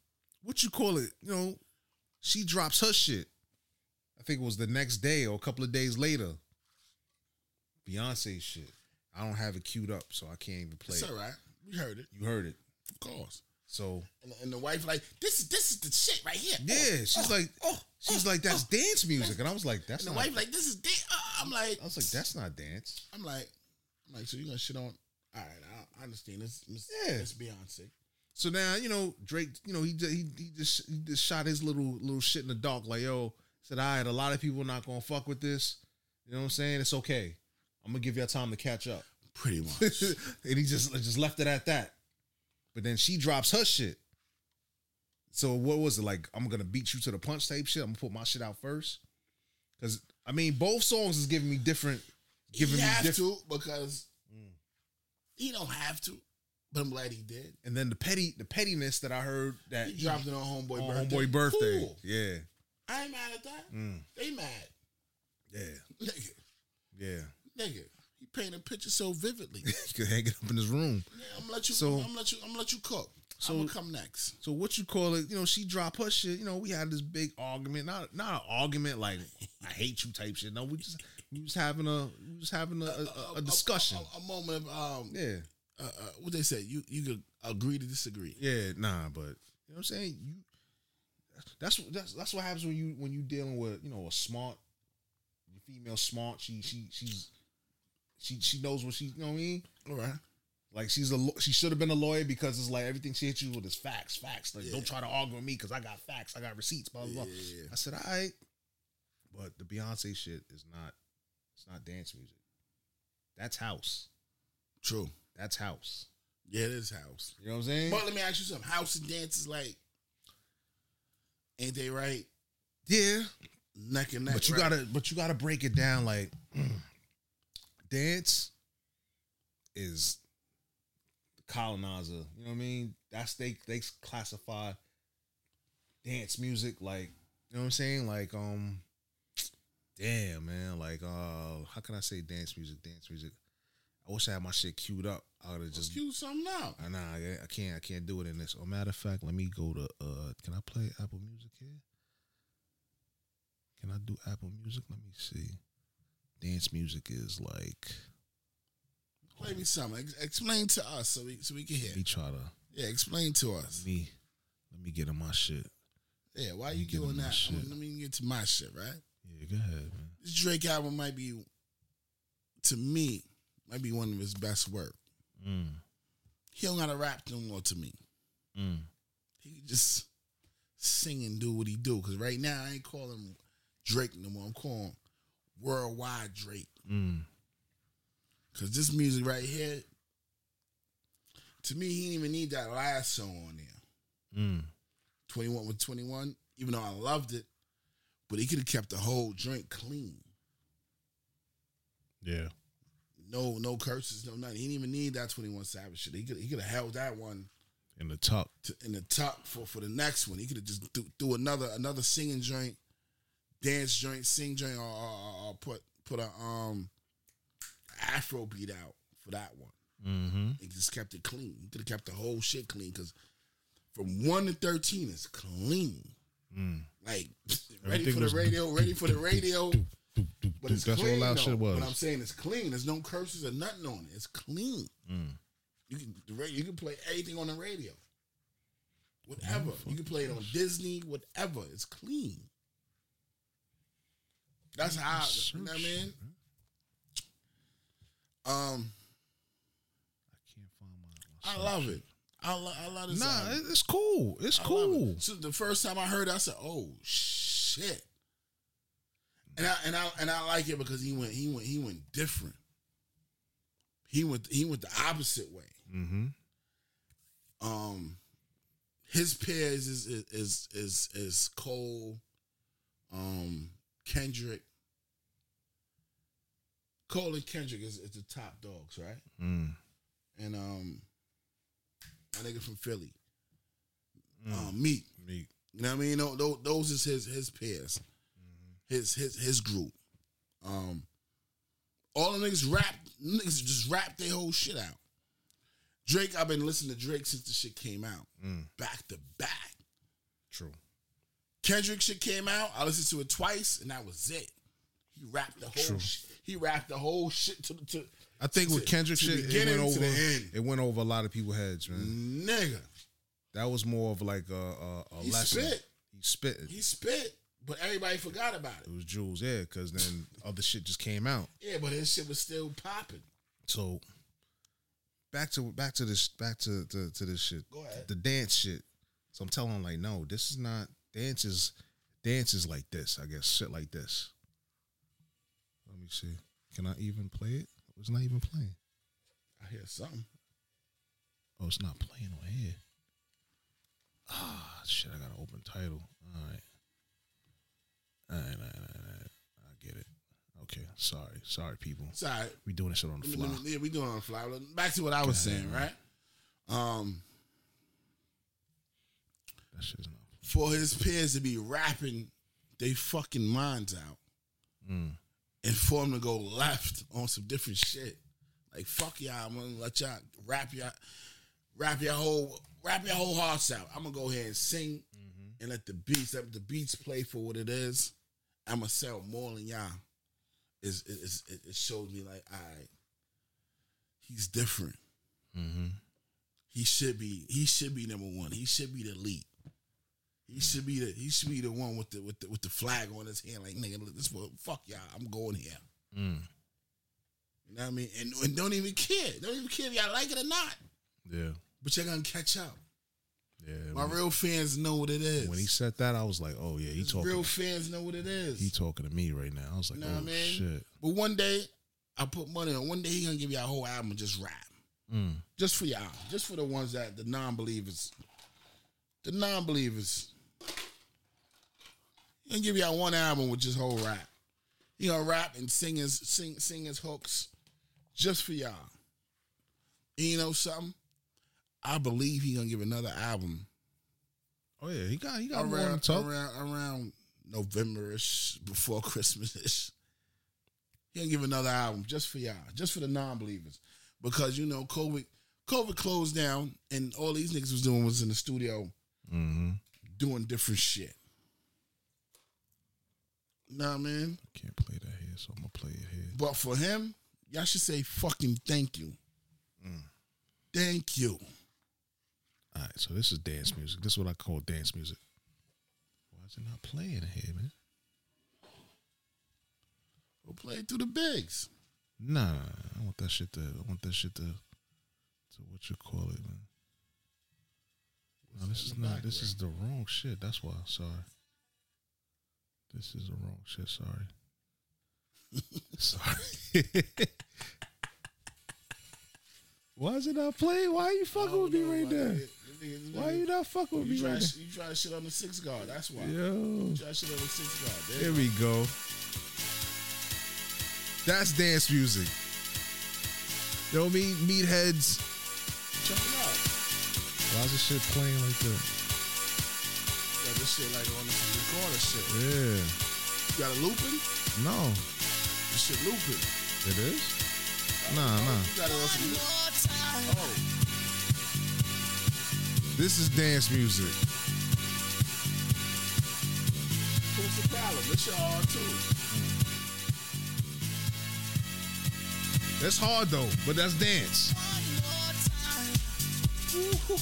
what you call it? You know, she drops her shit. I think it was the next day or a couple of days later. Beyonce shit. I don't have it queued up, so I can't even play it's it. all right. We heard it, You heard it. of course. So And, and the wife like, this is this is the shit right here. Oh, yeah, she's like, she's like, that's dance music, and I was like, that's And the not. wife like, this is da- uh, I'm like, I was like, that's not dance. I'm like, I'm like, so you gonna shit on? All right, I, I understand. It's Miss Yeah. Miss Beyonce. So now you know Drake. You know he ju- he, he just he just shot his little little shit in the dark. Like yo, said all right, a lot of people not gonna fuck with this. You know what I'm saying? It's okay. I'm gonna give y'all time to catch up. Pretty much. and he just just left it at that. But then she drops her shit. So what was it like? I'm gonna beat you to the punch type shit. I'm gonna put my shit out first. Cause I mean, both songs is giving me different, giving he me have different. Mm. to because he don't have to, but I'm glad he did. And then the petty, the pettiness that I heard that He he- dropped it on homeboy on birthday. homeboy birthday. Mm. Cool. Yeah, I ain't mad at that. They mad, yeah, nigga, yeah. nigga. He painted a picture so vividly. he could hang it up in his room. Yeah, I'm gonna let you. So- I'm gonna let you. I'm gonna let you cook. So- I'm gonna come next. So what you call it? You know, she drop her shit. You know, we had this big argument. Not not an argument like I hate you type shit. No, we just we was having a we was having a a, a- a discussion. A, a moment of um. Yeah, Uh, uh, what they say? You you could agree to disagree. yeah, nah, but you know what I'm saying. You that's what- that's that's what happens when you when you dealing with you know a smart your female smart. She she she's she she knows what she you know what I mean. All right. Like she's a law- she should have been a lawyer because it's like everything she hits you with is facts, facts. Like don't try to argue with me because I got facts, I got receipts, blah blah. blah. I said, all right, but the Beyonce shit is not, it's not dance music. That's house. True. That's house. Yeah, it is house. You know what I'm saying? But let me ask you something. House and dance is like, ain't they right? yeah, Neck and neck. but you right? gotta, but you gotta break it down. Like mm. dance is the colonizer. You know what I mean? That's they they classify dance music like you know what I'm saying? Like um, damn man, like uh, how can I say dance music? Dance music. I wish I had my shit queued up. I would have just Excuse something now. Uh, nah, I, I can't. I can't do it in this. Oh, Or matter of fact, let me go to. uh Can I play Apple Music here? Can I do Apple Music? Let me see. Dance music is like. Play me something. Ex- Explain to us so we so we can hear. Let me try to. Yeah, explain to us. Let me, let me get in my shit. Yeah, why you get doing in my that? I'm- shit. Let me get to my shit, right? Yeah, go ahead, man. This Drake album might be, to me, might be one of his best work. He don't gotta rap no more to me. Mm. He can just sing and do what he do. Cause right now I ain't calling him Drake no more. I'm calling him Worldwide Drake. Mm. Cause this music right here, to me, he didn't even need that last song on there. Mm. 21 with 21, even though I loved it, but he could have kept the whole joint clean. Yeah. No, no curses, no nothing. He didn't even need that 21 Savage shit. He could he could have held that one In the top. to, in the top for, for the next one. He could have just do, do another another singing joint, dance joint, sing joint, or, or, or- or put put a um Afro beat out for that one. Mm-hmm. He just kept it clean. He could have kept the whole shit clean because from one to thirteen is clean. Like ready Mm. Everything for was the radio, ready for the radio. But it's That's clean, all loud though. shit But I'm was. saying it's clean. There's no curses or nothing on it. It's clean. Mm. You can the radio, you can play anything on the radio. Whatever. You can play it on Disney, whatever. It's clean. That's how you know what I mean? Um I love it. I, lo- I love this. Nah, album. it- it's cool. It's I love it. cool. So the first time I heard it, I said, "Oh shit!" And I and I and I like it because he went he went he went different. He went he went the opposite way. Mm-hmm. Um, his peers is is is is, is Cole, um, Kendrick. Cole and Kendrick is, is the top dogs, right? Mm. And um, my nigga from Philly, um, Meek. Mm. Meek. You know what I mean? Tho- tho- Those is his his peers, Mm-hmm. his his his group. Um, all the niggas rap, niggas just rap their whole shit out. Drake, I've been listening to Drake since the shit came out, Mm. back to back. True. Kendrick shit came out, I listened to it twice, and that was it. He rapped the whole, True. sh- he rapped the whole shit to the to. I think with to- Kendrick to shit, it beginning went over. to the end. Mm. It went over a lot of people's heads, man. nigga, That was more of like a a, a He lesson. spit. He spit. he spit, but everybody forgot about it. It was Jules, yeah, because then other shit just came out. Yeah, but his shit was still popping. So back to back to this back to to, to this shit. Go ahead. The dance shit. So I'm telling him like, no, this is not dance is dance is like this. I guess shit like this. Let me see. Can I even play it? It's not even playing. I hear something. Oh, it's not playing on here. Ah, shit! I got to open title. All right. All right, all right, all right, all right. I get it. Okay, sorry, sorry, people. Sorry, We doing this shit on the Let me- fly. let me- yeah, we doing it on the fly. Back to what I was saying, right? Um, That shit is not. for his peers to be rapping they fucking minds out, and for him to go left on some different shit, like fuck y'all, I'm gonna let y'all rap y'all, rap your whole, rap your whole hearts out. I'm gonna go ahead and sing, and let the beats, let the beats play for what it is. I'm gonna sell more than y'all. Is is it, it shows me like I, he's different. He should be he should be number one. He should be the lead. He should be the he should be the one with the with the with the flag on his hand. Like nigga, look, this one, fuck y'all. I'm going here. Mm. You know what I mean? And, and don't even care. Don't even care if y'all like it or not. Yeah, But you're gonna catch up. yeah. My real fans know what it is. When he said that, I was like, "Oh yeah, he His talking. real fans know what it is. he talking to me right now." I was like, You know "Oh what I mean? shit." But one day, I put money on. One day he gonna give you a whole album of just rap, Mm. just for y'all, just for the ones that the non-believers, the non-believers. He gonna give y'all one album with just whole rap. He gonna rap and sing his sing sing his hooks, just for y'all. And you know something? I believe he gonna give another album Oh yeah, he got he got more on around top. around around Novemberish before Christmasish. He'll give another album just for y'all, just for the non-believers, because you know COVID COVID closed down, and all these niggas was doing was in the studio doing different shit. Nah, man. Can't play that here, so I'm gonna play it here. But for him, y'all should say fucking thank you. Thank you. All right, so this is dance music. This is what I call dance music. Why is it not playing here, man? We'll play through the bigs. Nah, nah, nah, I want that shit to. I want that shit to. To what you call it, man. No, this is not. This is the wrong shit. That's why. Sorry. This is the wrong shit. Sorry. sorry. why is it not playing? Why are you fucking with me right there? Why are you not fucking with me You try, right you try shit on the six guard. That's why. there? Yo. You try shit on the six guard. There Here we go. That's dance music. You know what I mean? Meatheads. Check it out. Why is this shit playing like that? Yeah, this shit like on the recorder shit. Yeah. You got a looping? No. This shit looping. It is? Nah, nah. You got it on some Oh, This is dance music. who's the problem? This shit hard too. That's hard though, but that's dance.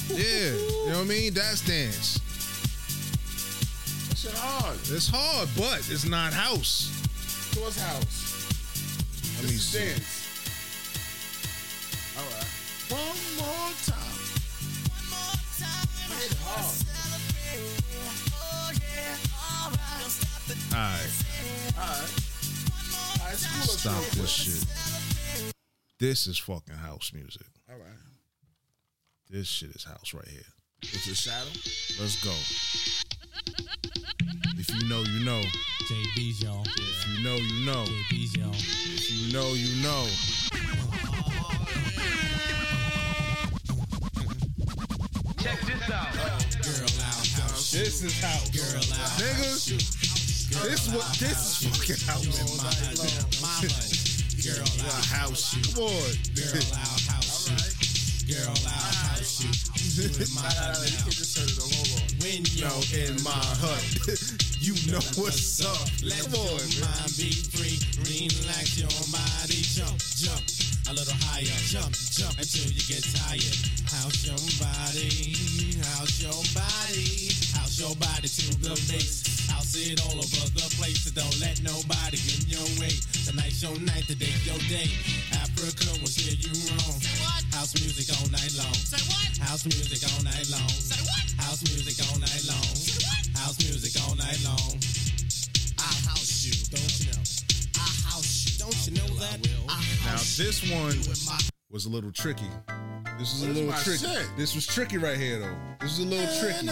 Yeah, you know what I mean? That's dance. That shit hard. It's hard, but it's not house. To his house. Let me This is see. dance. All right. One more time. All right, All right. All right, school us stop real quick. this shit. This is fucking house music. All right. This shit is house right here. It's a shadow. Let's go. If you know, you know. JB's y'all. If you know, you know. JB's y'all. If you know, you know. Check this out. This is house. Niggas. This what this is fucking house. house shoot. Come on. When you in my hut. you know what's up. Let Come on. your mind be free. Relax your body. Jump, jump. A little higher. Jump, jump until you get tired. House your body. House your body. House your body to the mix. I'll see it all over the place. So don't let nobody in your way. Tonight's your night. Today's your day. Africa will steer you wrong. House music all night long. House music all night long. House music all night long. House music all night long. I house you, don't you know? I house you, don't you know that? I Now house this one was a little tricky. This was a little my tricky. shit. This was tricky right here though. This was a little tricky.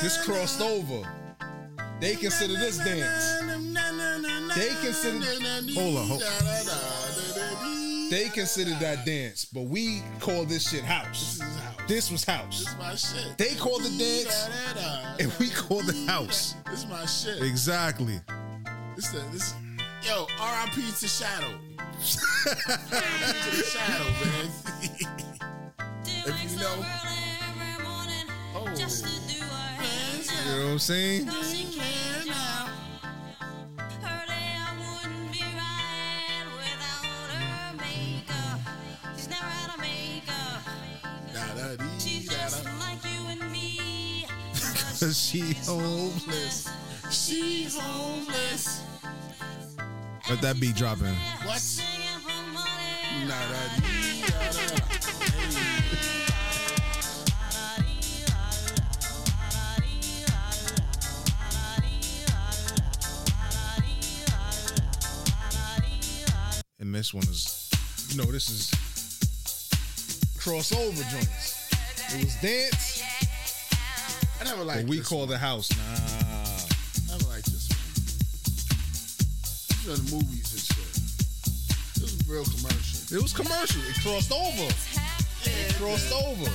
This crossed over. They consider this dance. They consider Hold on, hold They consider that dance, but we call this shit house. This is house. This was house. This is my shit. They call the dance, and we call the house. This is my shit. Exactly. This the this. Yo, R.I.P. to Shadow. R.I.P. to the Shadow, man. if you know. Oh. You know what I'm saying? Da, da, dee, da, da. Cause she home. Homeless. She homeless. Let that beat drop in. What? Da, da, dee, da, da. And this one is, you know, this is crossover joints. It was dance, I never but liked we this call the house. Nah. I don't like this one. These are the movies and shit. This is real commercial. It was commercial. It crossed over. It crossed over.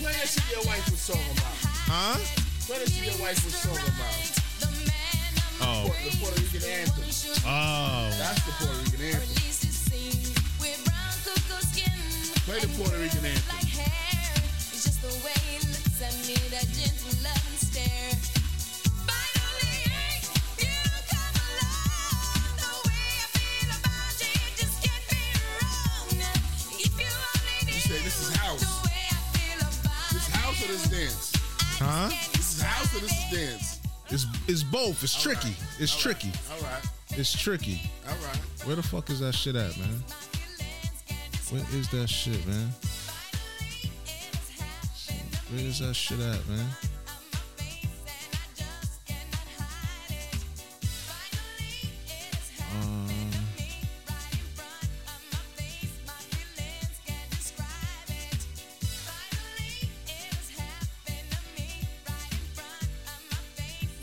Play that shit your wife was talking about. Huh? Play that shit your wife was talking about. Oh. The Puerto Rican anthem. Oh. That's the Puerto Rican anthem. Play the Puerto Rican anthem. Just the way he looks at me, that gentle love and stare. Finally, dance? Huh? This is house or this is dance? It's it's both. It's tricky. It's tricky. All right. It's tricky. All right. Where the fuck is that shit at, man? Where is that shit, man? Where is that shit at, man? Um,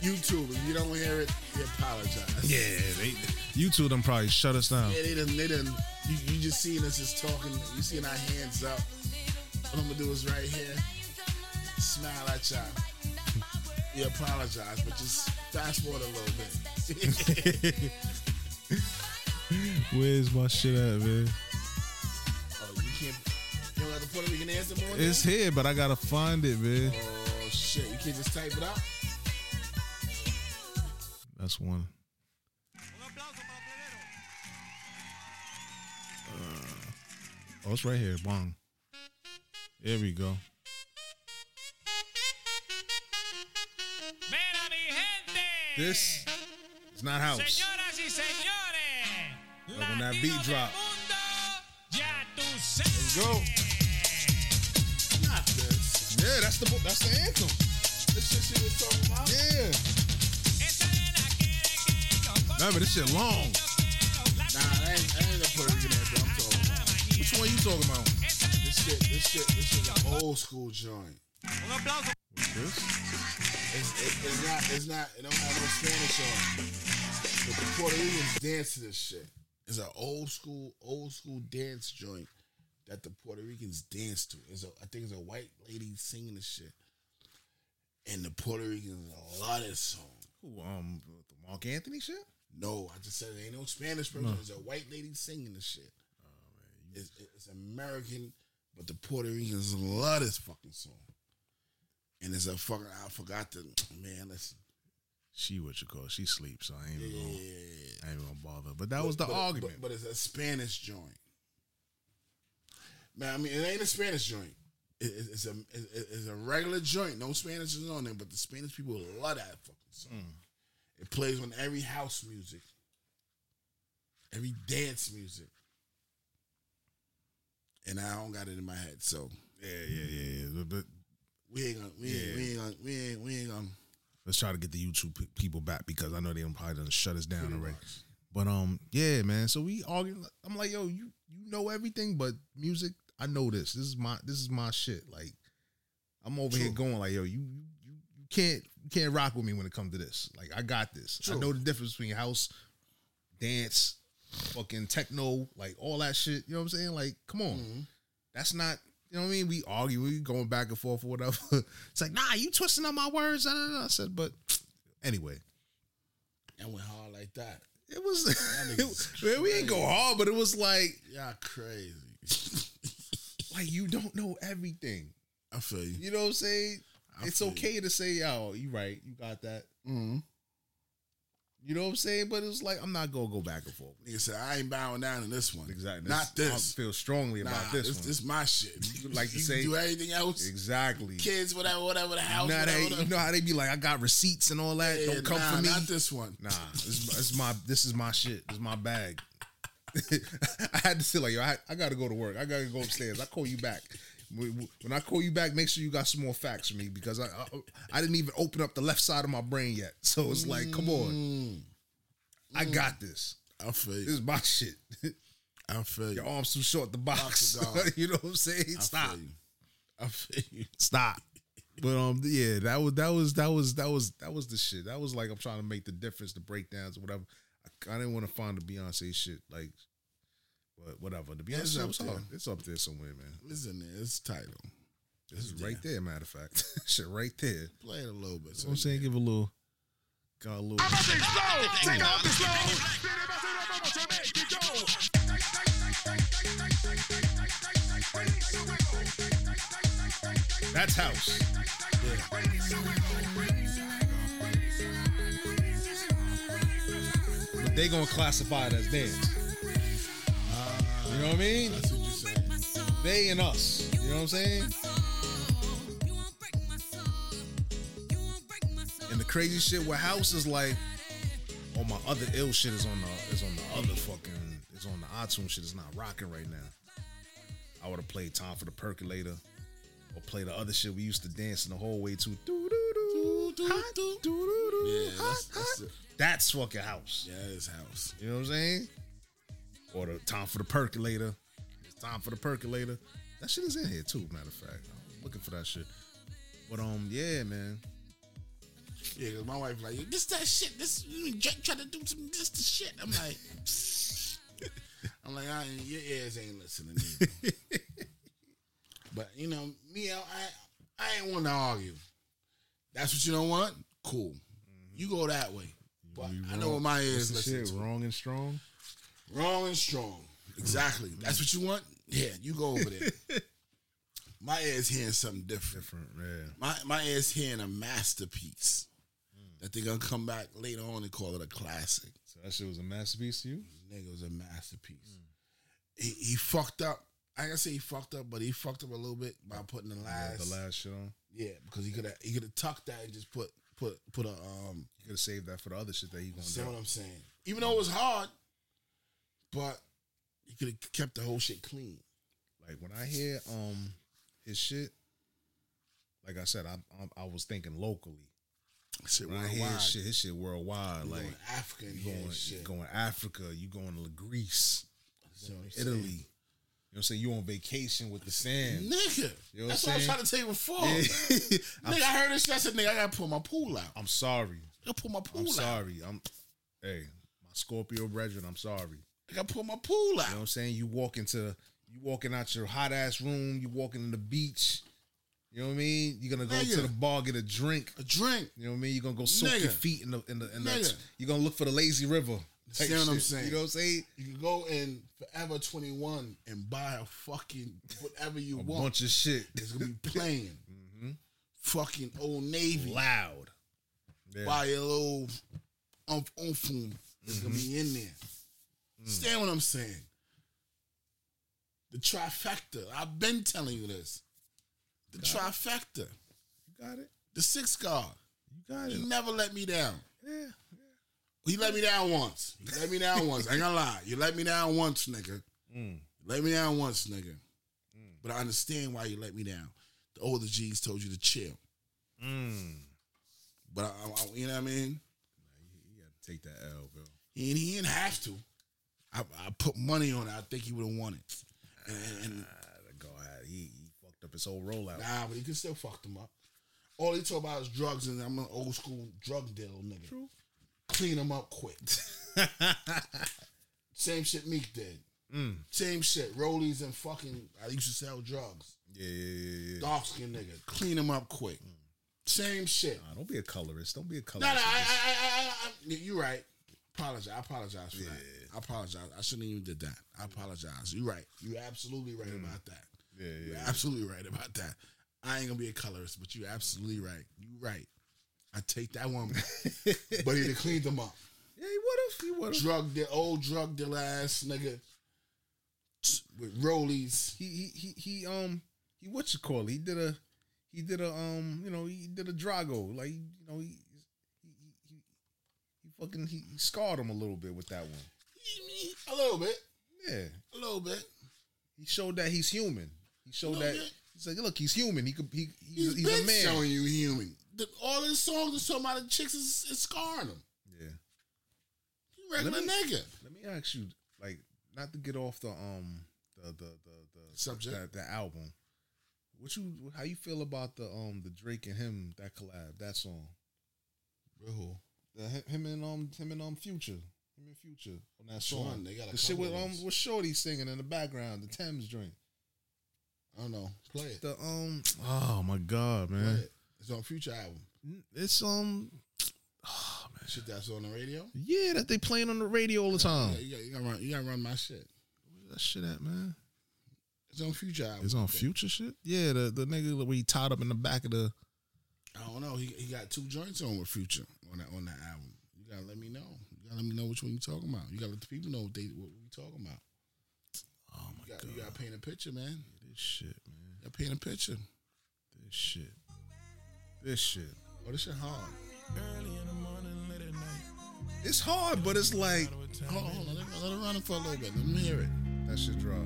YouTube. If you don't hear it, we apologize. yeah, they, you two them probably shut us down. Yeah, they done, they done, you, you just seeing us just talking, you seeing our hands up. What I'm gonna do is right here, smile at y'all. We apologize, but just fast forward a little bit. Where's my shit at, man? oh, you can't, you don't have the Puerto Rican answer more? It's here, but I gotta find it, man. oh, shit, you can't just type it out? That's one. Uh, oh, it's right here. Bong. There we go. Mira mi gente. This is not house. Señoras y señores. But when that beat drop, Let's go. Not this. yeah, that's the bo- that's the anthem. This shit she was talking about? Yeah. Remember, this shit long. Nah, I ain't, I ain't a Puerto Rican answer I'm talking about. Which one you talking about? This shit, this shit, this shit, an old school joint. This? It's, it, it's not. It's not. It don't have no Spanish on. it. But the Puerto Ricans dance to this shit. It's an old school, old school dance joint that the Puerto Ricans dance to. It's a, I think it's a white lady singing this shit, and the Puerto Ricans love this song. Who, um, the Mark Anthony shit? No, I just said it ain't no Spanish person. It's a white lady singing this shit. it's, it's American, but the Puerto Ricans love this fucking song. And it's a fucking. I forgot the man. Listen. She what you call? it. She sleeps, so I ain't even gonna, Yeah. I ain't gonna bother. But that was the but, argument. But, but it's a Spanish joint. Man, I mean, it ain't a Spanish joint. It- it- it's a it- it- it's a regular joint. No Spanish is on there, but the Spanish people love that fucking song. Mm. It plays on every house music, every dance music, and I don't got it in my head, so yeah, yeah, yeah, yeah. But, but we ain't gonna we ain't, we ain't gonna we ain't we ain't gonna. let's try to get the YouTube pe- people back because I know they done probably done shut us down already. But um, yeah, man. So we arguing. I'm like, yo, you you know everything, but music, I know this. This is my this is my shit. Like, I'm over here going like, yo, you you you you can't you can't rock with me when it comes to this. Like, I got this. I know the difference between house, dance, fucking techno, like all that shit. You know what I'm saying? Like, come on, that's not. You know what I mean? We argue, we going back and forth or whatever. it's like, nah, you twisting up my words. da, da, da. I said, but anyway, And went hard like that. it was. nigga's it- man, we ain't go hard, but it was like, Y'all crazy. like you don't know everything. I feel you. You know what I'm saying? I it's feel you. okay to say, yo, you right, you got that. Mm-hmm. You know what I'm saying? But it's like I'm not gonna go back and forth. Nigga said, I ain't bowing down to this one. Exactly. Not That's- this. I feel strongly Nah, about this, this, one. this my shit. You like to you say- can do anything else? exactly. Kids, whatever, whatever, the house, Now whatever. they, whatever. you know how they be like, I got receipts and all that. Yeah, don't come nah, for me. Not this one. Nah, this is, my- this is my this is my shit. This is my bag. I had to say like, yo, I, I gotta go to work. I gotta go upstairs. I call you back. When when I call you back, make sure you got some more facts for me because I I, I didn't even open up the left side of my brain yet. So it's like, come on, Mm. I got this. I feel This you. is my shit. I feel you. Your arms too short to box. Box it, dog. you know what I'm saying? I Stop. feel you. I feel you. Stop. But um, yeah, that was that was that was that was that was the shit. That was like I'm trying to make the difference, the breakdowns, whatever. I, I didn't want to find the Beyonce shit, like, but whatever. The Beyonce It's shit up was there. hard. It's up there somewhere, man. Listen, to this title. It's right there. Matter of fact, shit right there. You know Play it a little bit. what I'm saying? Give a little, got a little. That's house. But they gonna classify it as dance. You know what I mean? That's what you're saying. They and us. You know what I'm saying? crazy shit where House is like, all my other ill shit is on the is on the other fucking is on the iTunes shit. It's not rocking right now. I would have played Time for the Percolator or play the other shit we used to dance in the hallway to. Doo, doo, doo, hot, doo, doo, doo, Yeah, hot, that's, that's hot. it. That's fucking house. Yeah, it's house. You know what I'm saying? Or the time for the percolator. It's time for the percolator. That shit is in here too. Matter of fact, I'm looking for that shit. But um, yeah, man. Yeah, because my wife like this that shit. This you try, try to do some this the shit. I'm like, I'm like, I, ain't- your ears ain't listening. either. but you know me, I I- I ain't want to argue. That's what you don't want. Cool, you go that way. But I know what my ears This listen shit to. wrong and strong. Wrong and strong. Exactly. That's what you want. Yeah, you go over there. my ears hearing something different. Different, yeah. My my ears hearing a masterpiece Mm. that they gonna come back later on and call it a classic. So that shit was a masterpiece to you. Nigga it was a masterpiece. Mm. He he fucked up. I gotta say he fucked up, but he fucked up a little bit by putting the Got last, The last shit on. yeah, because he could have he could have tucked that and just put put put a um. You could have saved that for the other shit that you gonna See do. what I'm saying? Even though it was hard, but he could have kept the whole shit clean. Like when I hear um his shit, like I said, I I, I was thinking locally. Shit, When I hear his shit, his shit worldwide. like Like going Africa and you going, hearing shit. you going Africa, you going to Greece, See what I'm saying? Italy. You know what I'm saying? You on vacation with the fam. Nigga, You know what I'm that's what I was saying? trying to tell you before. Yeah. Nigga, I heard this. shit, I said, nigga, I gotta pull my pool out. I I'm sorry. gotta pull my pool I'm out. sorry. I'm hey, my Scorpio brethren, I'm sorry. I gotta pull my pool You know what out. I'm saying? You walk into you walking out your hot ass room, you walking to the beach. You know what I mean? You're gonna go Nigga. to the bar, get a drink. A drink. You know what I mean? You're gonna go soak your Nigga. feet in the in the in the Nigga. you're gonna look for the lazy river. type See what I'm shit. saying? You know what I'm saying? You can go in Forever 21 and buy a fucking whatever you A want. bunch of Mm-hmm. shit. it's gonna be playing. Fucking Old Navy. Loud. Yeah. Buy a little umph umph um. It's gonna Mm-hmm. be in there. Mm. Understand what I'm saying? The trifecta. I've been telling you this. The trifecta. You got it. The six guard. You got He it. never let me down. Yeah. He let me down once. He let me down once. I ain't gonna lie. You let me down once, nigga. Let me down once, nigga. But I understand why you let me down. The older G's told you to chill. But I, I- I- you know what I mean? You gotta take that L, bro. He, he didn't have to. I, I put money on it. I think he would have won it. And, and- God, he, he fucked up his whole rollout. nah, but he could still fuck them up. All he talk about is drugs, and I'm an old school drug dealer, nigga. Clean them up quick. Same shit Meek did. Mm. Same shit. Rollies and fucking. I used to sell drugs. Yeah, yeah, yeah, yeah. Dark skin nigga. Clean them up quick. Same shit. Nah, don't be a colorist. Don't be a No, no, I, colorist. I, I, I, I, you're right. Apologize. I apologize for that. I apologize. I shouldn't even did that. I apologize. You're right. You're absolutely right Mm. about that. Yeah, yeah, You're absolutely right about that. I ain't gonna be a colorist, but you're absolutely right. You're right. I take that one, back. but he'd have cleaned them up. yeah, he would have. He would have. Drug the old drug dealer ass nigga with rollies. He, he, he, he, um, he, what you call it? He did a, he did a, um, you know, he did a Drago. Like, you know, he, he, he, he, he fucking, he, he scarred him a little bit with that one. A little bit, Yeah. a little bit. He showed that he's human. He showed No, that, yeah. he's like, look, he's human. He could, he, he's, He's he's, been a man. showing you human. The, all his songs are talking about the chicks is, is scarring him. Yeah. You regular Let me- nigga. Let me ask you, like, not to get off the um the the the, the Subject? the, the album. What you how you feel about the um the Drake and him that collab that song? Bro. The, him- him and um him and um Future, him and Future on that song. one? They got a the shit couple with of um those. with Shorty singing in the background, the Thames drink. I don't know. Play it. The um oh my god Play man, it. It's on future album. it's um Shit that's on the radio. yeah that they playing on the radio all the time. Yeah, you, gotta, you, gotta run, you gotta run my shit. Where's that shit at man? It's on future album. It's on I think. Future shit. Yeah, the the nigga that we tied up in the back of the. I don't know. He, he got two joints on with future on that on that album. You gotta let me know. You gotta let me know which one you talking about. You gotta let the people know what they what we talking about. Oh my You gotta, god, you gotta paint a picture, man. this shit man. You gotta paint a picture. This shit. This shit. Oh, this shit hard. It's hard, but it's like Hold on, hold on. Let, it- let it run for a little bit. Let me hear it. that shit drop.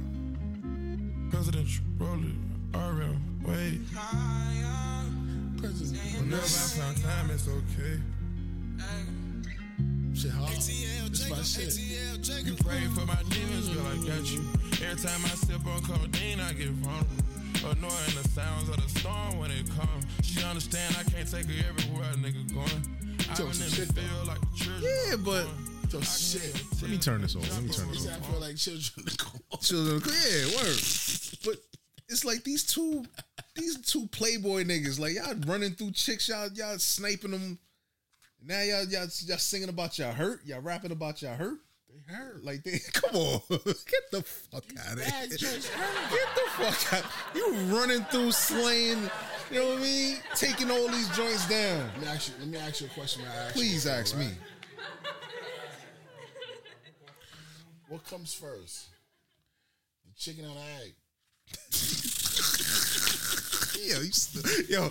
Presidential rolling RM Wade. President. Whenever I found time, it's okay. Shit hard. This my shit. You pray for my demons, girl, I got you. Every time I sip on codeine, I get vulnerable. Annoying the sounds of the storm when it comes. She understand I can't take her everywhere, a nigga going. I've been Talk in some the shit, though. field like a church. Yeah, but Talk some shit. let me turn this over. Let me turn He this over. said, I feel like children to call. Children, yeah, word. But it's like these two, these two playboy niggas. Like y'all running through chicks, y'all y'all sniping them. Now y'all y'all y'all singing about y'all hurt, y'all rapping about y'all hurt. They hurt. Like they come on, get the fuck out of here. Get the fuck out. You running through slaying. You know what I mean? Taking all these joints down. Let me ask you. Let me ask you a question. I asked Please you, ask right? me. What comes first? The chicken or the egg? Yo, you st- yo,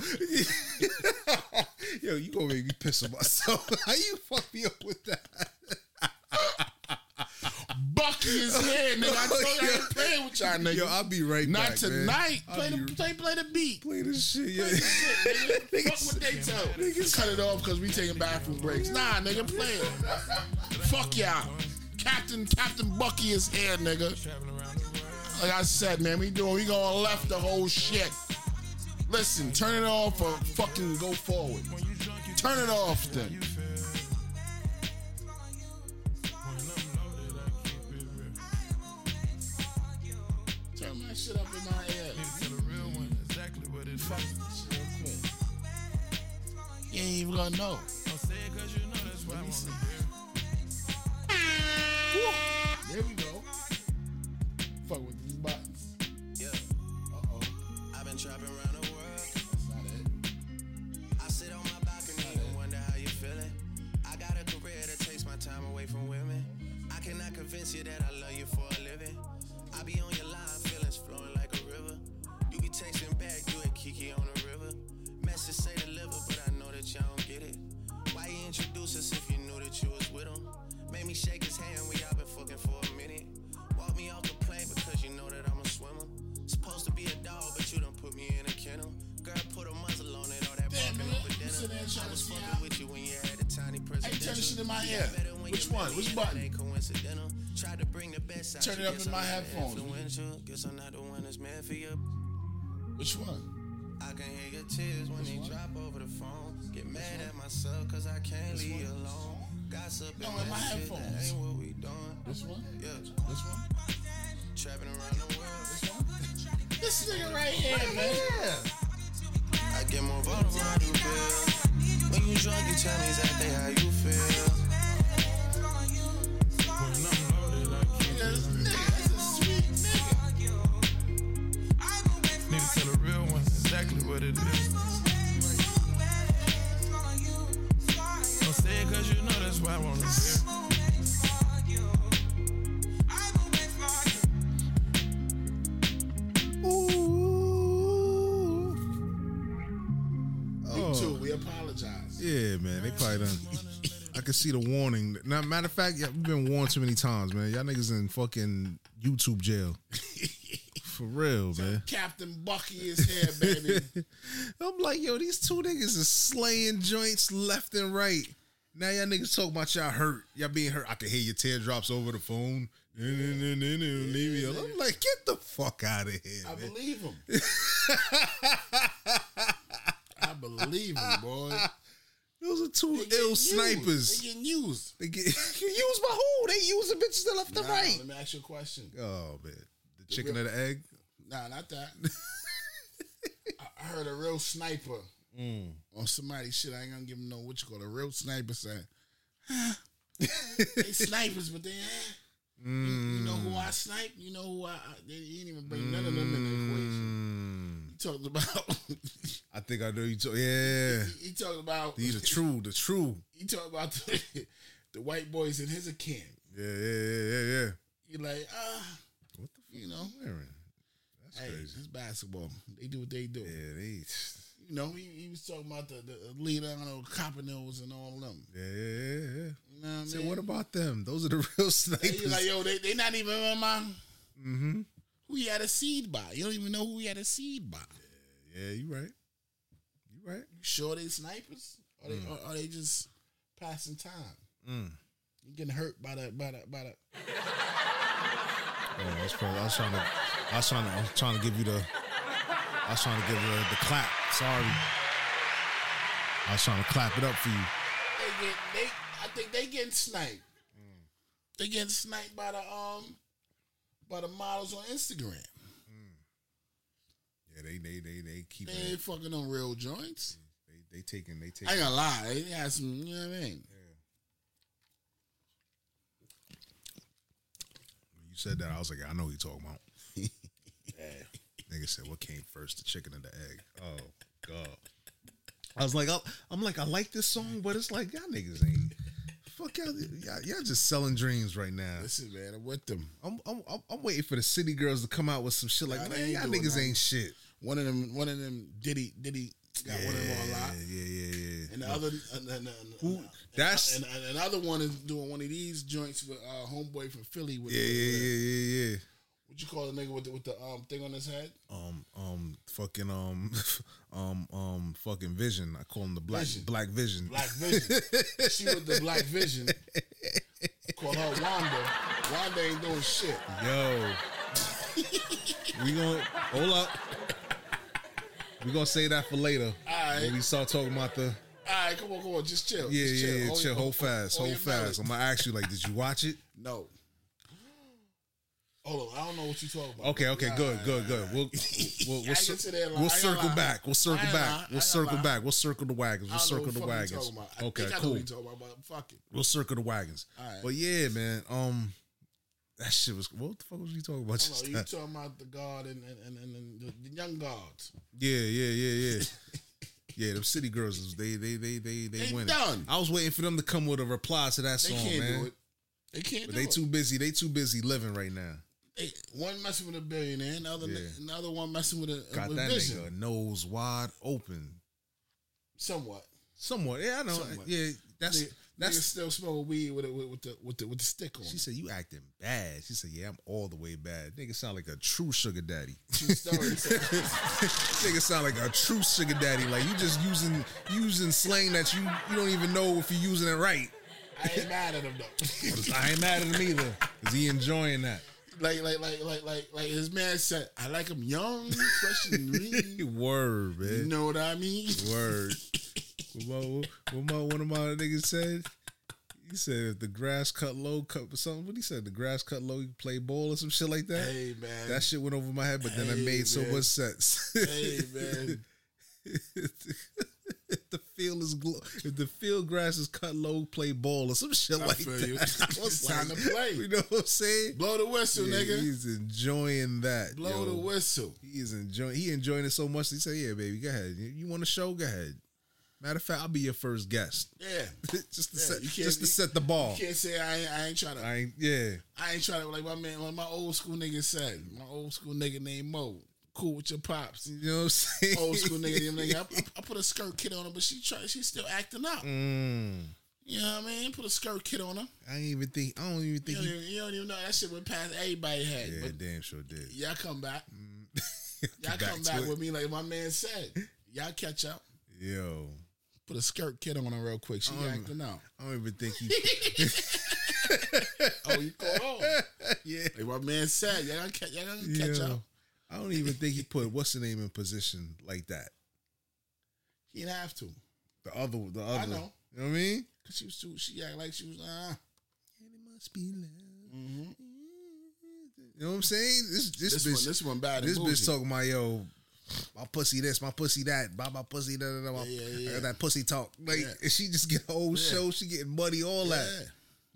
yo, you gonna make me piss on myself. How you fuck me up with that? Bucky is here, nigga. I told you I ain't playing with y'all, nigga. Oh, Yo, I'll be right Not back. tonight. Man. Play I'll the be- play, play the beat. play this shit. Yeah. Fuck what they tell. Niggas cut it off because we taking bathroom breaks. Nah, nigga, play it. Fuck y'all. Captain Captain Bucky is here, nigga. Like I said, man, we doing we going left the whole shit. Listen, turn it off or fucking go forward. Turn it off then. Turn my shit up in my ear. Fuck this shit real quick. You ain't even gonna know. Let me see. Woo. There we go. Fuck with these buttons. Yeah, Uh oh. I've been trapping around the world. That's not it. I sit on my balcony and wonder how you feeling. I got a career that takes my time away from women. I cannot convince you that I love you for a living. I be on your line, feelings flowing like a river. You be texting back, you and Kiki on the river. Message say deliver, but I know that y'all don't get it. Why you introduce us if you knew that you was with him? Made me shake his hand, we all been fucking for a minute. Walk me off the plane because you know that I'm a swimmer. Supposed to be a dog, but you done put me in a kennel. Girl, put a muzzle on it, all that Damn, barking man. over I'm sitting there dinner. trying to I was see fucking how- with you when you had a tiny I ain't turn this shit presidential. in my Yeah, ear. better when Which you're one? ready, Which and button? It ain't coincidental. Tried to bring the best out Turn it you, up guess in my I'm not headphones. influential. Guess I'm not the one that's meant for you. Which one? I can hear your tears when they drop over the phone. Get mad at myself cause I can't leave you alone. Gossip No, and in my that shit, that headphones. ain't what we doing. This one? Yeah, This one? trapping around the world. This nigga right here, man. I get more vulnerable I do feel. When you drunk, you tell me exactly how you feel. This nigga is a sweet nigga. Need to tell the real ones exactly what it is. Don't say it cause you know that's why I wanna hear. You Oh. too. We apologize. Yeah, man. They probably done. I can see the warning. Now, matter of fact, yeah, we've been warned too many times, man. Y'all niggas in fucking YouTube jail. For real, man. Captain Bucky is here, baby. I'm like, yo, these two niggas is slaying joints left and right. Now y'all niggas talking about y'all hurt. Y'all being hurt. I can hear your teardrops over the phone. Leave me alone. I'm like, get the fuck out of here, I man. believe him. I believe him, boy. Those are two They ill getting used. snipers. They getting used. They get used by who? They use the bitches that left and Now, right. Let me ask you a question. Oh man, the chicken and the egg. Nah, not that. I- I heard a real sniper Mm. on somebody shit. I ain't gonna give him no what you call it, a real sniper saying. they snipers, but they ain't. You, you know who Mm. I snipe? You know who I, I they ain't even bring none of them in Mm, the equation. He talked about I think I know you. Talk- yeah, he talked about these the true, the true. he talked about the, the white boys in his camp. Yeah, yeah, yeah, yeah, yeah. You like, ah, What the you know, fuck, Aaron? That's hey, crazy. it's basketball. They do what they do. Yeah, they. You You know, he, he was talking about the, the leader, I know, Coppernose and all of them. Yeah, yeah, yeah. yeah. You know what I So mean? what about them? Those are the real And snipers. you're like, yo, they, they not even in my mm-hmm. who he had a seed by. You don't even know who he had a seed by. Yeah, you right. You right. You sure they snipers? Or they or are they just passing time? Mm. You getting hurt by the by the by the Yeah, I was, probably, I was trying to, I was trying to, I was trying to give you the, I was trying to give you the, the clap. Sorry, I was trying to clap it up for you. they get they I think they getting sniped. Mm. They getting sniped by the um by the models on Instagram. Yeah, they, they, they, they keep, They they, ain't fucking on real joints. they, taking, they I taking. ain't gonna lie, they had some you know what I mean. When you said that, I was like, I know what you talking about. Nigga said, what came first, the chicken or the egg? Oh god. I was like, I, I'm like, I like this song, but it's like y'all niggas ain't. Fuck y'all, y'all, y'all just selling dreams right now. Listen, man, I'm with them. I'm, I'm, I'm, I'm waiting for the city girls to come out with some shit like, Y'all man, ain't y'all doing niggas that." ain't shit. One of them one of them Diddy Diddy got one of them on lock. Yeah, yeah, yeah. And the other, and, and, and, Who- and- that's- and, and another one is doing one of these joints with uh, homeboy from Philly with yeah, the, yeah, yeah, yeah, yeah. what you call a nigga with the, with the um thing on his head. Um, um, fucking, um, um, um, fucking Vision. I call him the Black Vision. Black Vision. Black Vision. she with the Black Vision. Call her Wanda. Wanda ain't doing shit. Yo, we gonna hold up. We gonna say that for later. Alright. When we start talking about the All right, come on, come on, just chill. yeah, just yeah, chill. yeah. Hold Chill, your- hold fast, hold hold your melody. fast. I'm gonna ask you like, did you watch it? No. Hold on, I don't know what you talking about. Okay, okay, good, Alright, good, good. We'll we'll, I we'll, cir- get to that line. we'll I ain't circle lie. back. We'll I circle ain't lie. I back. We'll ain't circle lie. back. We'll circle the wagons. I We'll don't know circle what the fuck you wagons. talking about. I Okay, think I know cool. what you talking about, but fuck it. We'll circle the wagons. Alright. But yeah, man. Um, that shit was. What the fuck was you talking about? I Just don't know, now? you talking about the guard and and, and, and the, the young guards. Yeah, yeah, yeah, yeah. yeah, them city girls is- they they they they they, They winning. done. I was waiting for them to come with a reply to that They song, can't man. do it. They can't But do they it. too busy. They too busy living right now. Hey, one messing with a billionaire, and the other, Yeah. and the other one messing with a Got with that vision. nigga nose wide open. Somewhat. Somewhat. Yeah, I know. Somewhat. Yeah, that's Nigga- nigga that's. still smoking weed with, a, with, with the with the with the stick on. She it. said, "You acting bad." She said, "Yeah, I'm all the way bad." Nigga sound like a true sugar daddy. True story. Nigga sound like a true sugar daddy. Like you just using using slang that you you don't even know if you're using it right. I ain't mad at him though. I ain't mad at him either. Is he enjoying that? like like like like like like his man said, I like him young, fresh and lean. Word, You man. know what I mean? Word. what, my, what my one of my niggas said? He said if the grass cut low, cut something. What he said? The grass cut low, you play ball or some shit like that. Hey man. that shit went over my head, but then it Hey, made so man. much sense. hey man. if the field is glo- if the field grass is cut low, play ball or some shit I like feel that. you. I It's time like- to play. You know what I'm saying? Blow the whistle, Yeah, nigga. He's enjoying that. Blow yo. the whistle. He is enjoying. He enjoying it so much. He said, "Yeah, baby, go ahead. You, you want a show? Go ahead. Matter of fact, I'll be your first guest, Yeah. just to Yeah, set, you can't just to be- set the ball. Can't say I ain't, I ain't trying to I ain't, yeah, I ain't trying to like my man, like my old school nigga said. My old school nigga named Mo, cool with your pops. you know what I'm saying. Old school nigga, them nigga. I, I, I put a skirt kid on her, but she try, she's still acting up. Mm, You know what I mean? Put a skirt kid on her. I ain't even think. I don't even You think. don't, He, even, you don't even know that shit went past everybody had. yeah, But damn sure did. y'all come back. Y'all Get back come to back it. with me like my man said. Y'all catch up. Yo, Put a skirt kid on her real quick. She Um, acting out. I don't even think he. Oh, you caught on. yeah, Like my man said, y'all gonna catch, y'all gonna yo, catch up. I don't even think he put what's the name in position like that. He didn't have to. The other, the other. know. You know what I mean? Cause she was too, she act like she was, uh, And it must be love. You know what I'm saying? This this, Mm-hmm. this, bitch, one, this one bad. and This bitch bougie. talking about yo, my pussy this, my pussy that, buy my pussy da da da. my- Yeah, yeah, I yeah. got that pussy talk. Like Yeah. and she just get the whole Yeah. show. She getting money, all Yeah. that.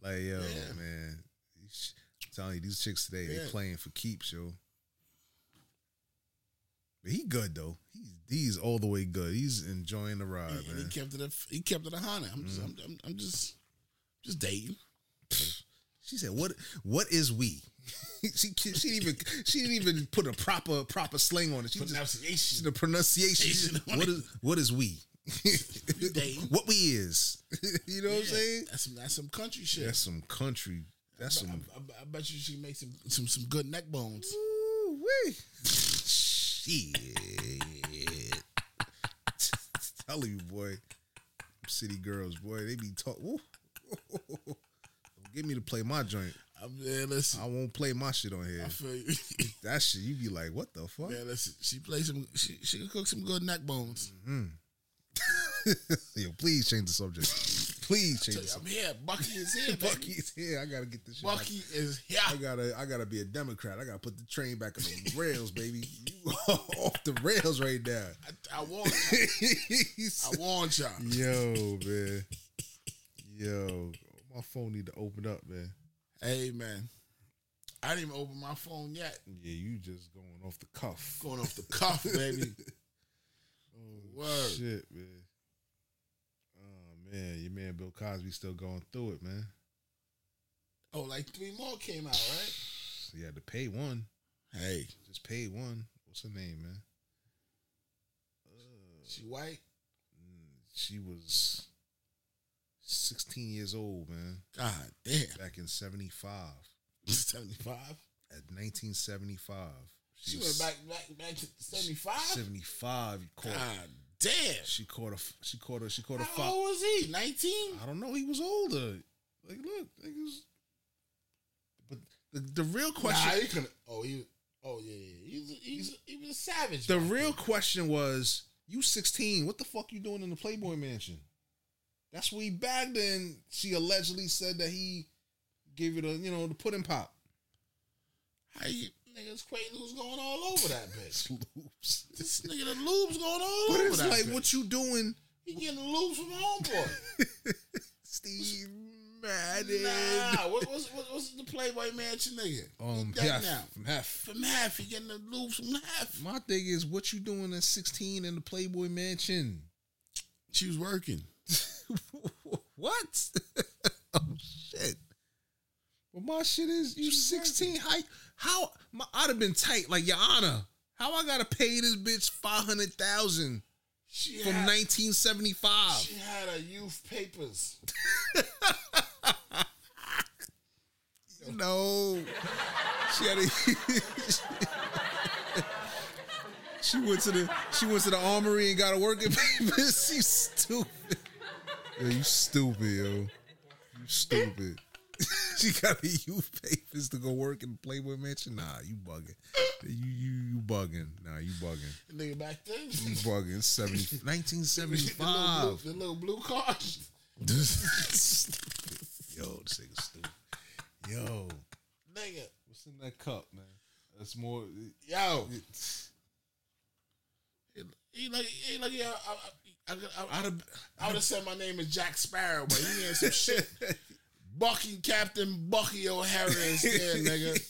Like yo, Yeah. man, These ch- I'm telling you, these chicks today they Yeah. playing for keeps, yo. But he good though. He's he's all the way good. He's enjoying the ride, and man. he Mm. kept it. A, he kept it a hundred. I'm just, I'm, I'm, I'm just, just dating. She said, "What? What is we?" she she didn't even she didn't even put a proper proper slang on it. She Pronunciation. just, the pronunciation. She Asian just, on what it. is what is we? They- what we is? you know what I'm saying? That's some that's some country shit. That's some country. That's I, some I- I bet you she make some some some good neck bones. Ooh, wee. Shit. Tell you, boy. City girls, boy, they be talk. woo. Don't get me to play my joint. I'm, yeah, listen, I won't play my shit on here. I feel you. That shit, you be like, what the fuck? yeah, listen, she play some. She she can cook some good neck bones. Yo, please change the subject. Please change the subject. I'm here. Bucky is here. Bucky, Bucky's here. I gotta get this shit. out. Bucky is here. I gotta, I gotta be a Democrat. I gotta put the train back on the rails, baby. You off the rails right now. I, I warned. I warned y'all. Yo, man. Yo, my phone need to open up, man. Hey man, I didn't even open my phone yet. Yeah, you just going off the cuff. Going off the cuff, baby. Word. Shit, man. Oh man, your man Bill Cosby still going through it, man. Oh, like three more came out, right? So you had to pay one. Hey, Just paid one. What's her name, man? she white. She was 16 years old, man. God damn. Back in 75. Seventy five. At 1975. She went back back back to seventy five. 75. You caught, God damn. She caught a f- she caught a she caught a How foul. old was he? Nineteen. I don't know. He was older. Like, look, like it was, but the, the real Nah, question, he could. Oh, he. Oh yeah, yeah. He's a, he's a, he was a savage. the real question was, you sixteen? What the fuck you doing in the Playboy Mansion? That's where he bagged her, and She allegedly said that he gave you the, you know, the pudding pop. How you niggas Quaid was going all over that bitch. Loops. this nigga the lubes going all But over it's that. like, bitch. what you doing, He getting lubes from homeboy. Steve Madden? Nah, what, what's, what, what's the Playboy Mansion nigga? Um, He dead Hef, now. from Hef. From half, he getting the loops from half. My thing is, what you doing at sixteen in the Playboy Mansion? She was working. what? oh shit. Well, my shit is you sixteen. How how my, I'd have been tight like Your Honor. How I gotta pay this bitch five hundred thousand She from had, nineteen seventy five? She had a youth papers. No, she had a. she went to the she went to the armory and got a working papers. You stupid. Yo, you stupid, yo. You stupid. she got a youth papers to go work in the Playboy Mansion. Nah, you bugging. You you you bugging. Nah, you bugging. The nigga back then. You bugging. 70, The little, 1975. blue, the little blue card. Yo, this nigga's stupid. Yo. nigga, What's in that cup, man? That's more. yo. It's, He, he like, he like, yeah, I, I, I, I'd have, I would have said my name is Jack Sparrow, but he had some shit. Bucky, Captain Bucky O'Hara is there, nigga.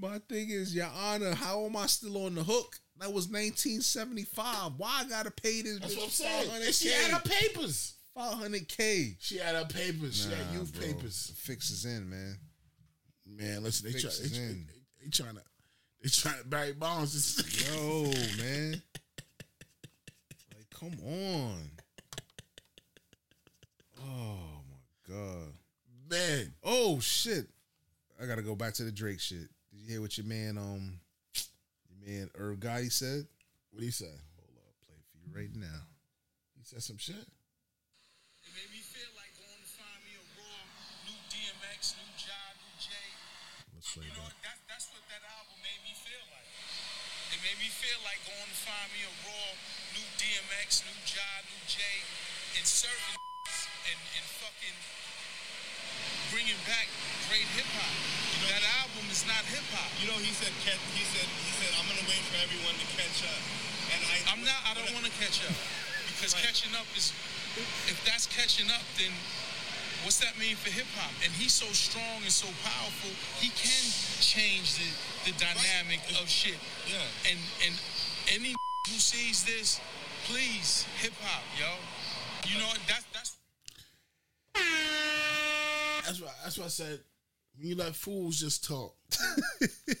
my thing is, Your Honor, how am I still on the hook? That was 1975. Why I gotta pay this That's what I'm bitch saying. And she had her 500k? papers. 500k. She had her papers. she had Nah, youth bro. papers. Fix is in, man. Man, listen, they, try, Fix they, they, in. they trying to they trying to Barry Bonds. Is, Yo, man. Like, come on. Oh my god. man, Oh shit. I gotta go back to the Drake shit. Did you hear what your man um your man Irv Gotti said? what he say? Hold up, play it for you right now. He said some shit. It made me feel like going to find me a raw new DMX, new John, new Jay. Let's play You know, that. that, that's what that album made me feel like. It made me feel like going to find me a raw new DMX, new John, new Jay, and serving and, and fucking bringing back great hip hop. that album is not hip hop. You know, he said, catch, he said, he said, I'm gonna wait for everyone to catch up. And I, I'm not. I don't want to catch up because catching up is. If that's catching up, then what's that mean for hip hop? And he's so strong and so powerful, he can change the, the dynamic of shit. Yeah. And and any who sees this, please hip hop, yo. You know what? that's that's. That's why. That's why I said when you let fools just talk. they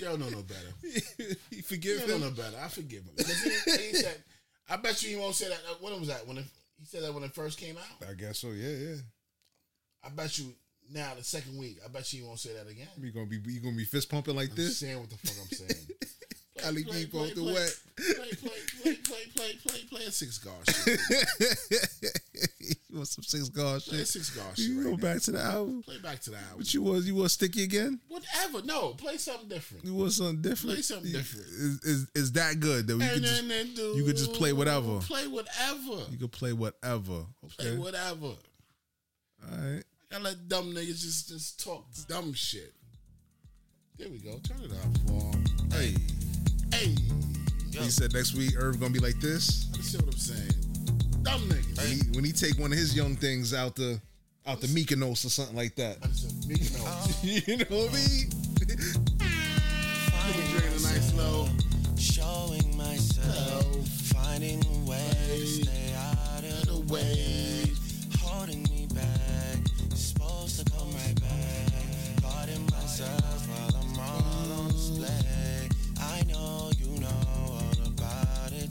don't know no better. you forgive they don't him? know no better. I forgive him. 'Cause he- he said- I bet you he won't say that. uh, When was that? When it, he said that when it first came out. I guess so. Yeah, yeah. I bet you now the second week. I bet you he won't say that again. You gonna be you gonna be fist pumping like I'm this? saying what the fuck I'm saying. Ali play, B both the play, wet. Play, play, play, play, play, play, play a six guard shit. you want some six guard shit? Play six guard shit. You right go now. back to the album. Play back to the album. What you was? You was sticky again? Whatever. No, play something different. You was something different? Play something You- different. Is, is is that good that we could And just then they do- you could just play whatever. Play whatever. you could play whatever. Play Okay. whatever. All right. I let dumb niggas just just talk dumb shit. There we go. Turn it off. Boy. Hey. Hey, He said next week Irv gonna be like this. you see what I'm saying? Dumb niggas. When he, when he take one of his young things out the out the Mykonos or something like that. It's a me, you know. you know what I mean? Could be drinking a nice low. Showing myself, finding a way to stay out of the way. Holding me back, supposed to come right back. Guarding myself while I'm all on display. I know you know all about it.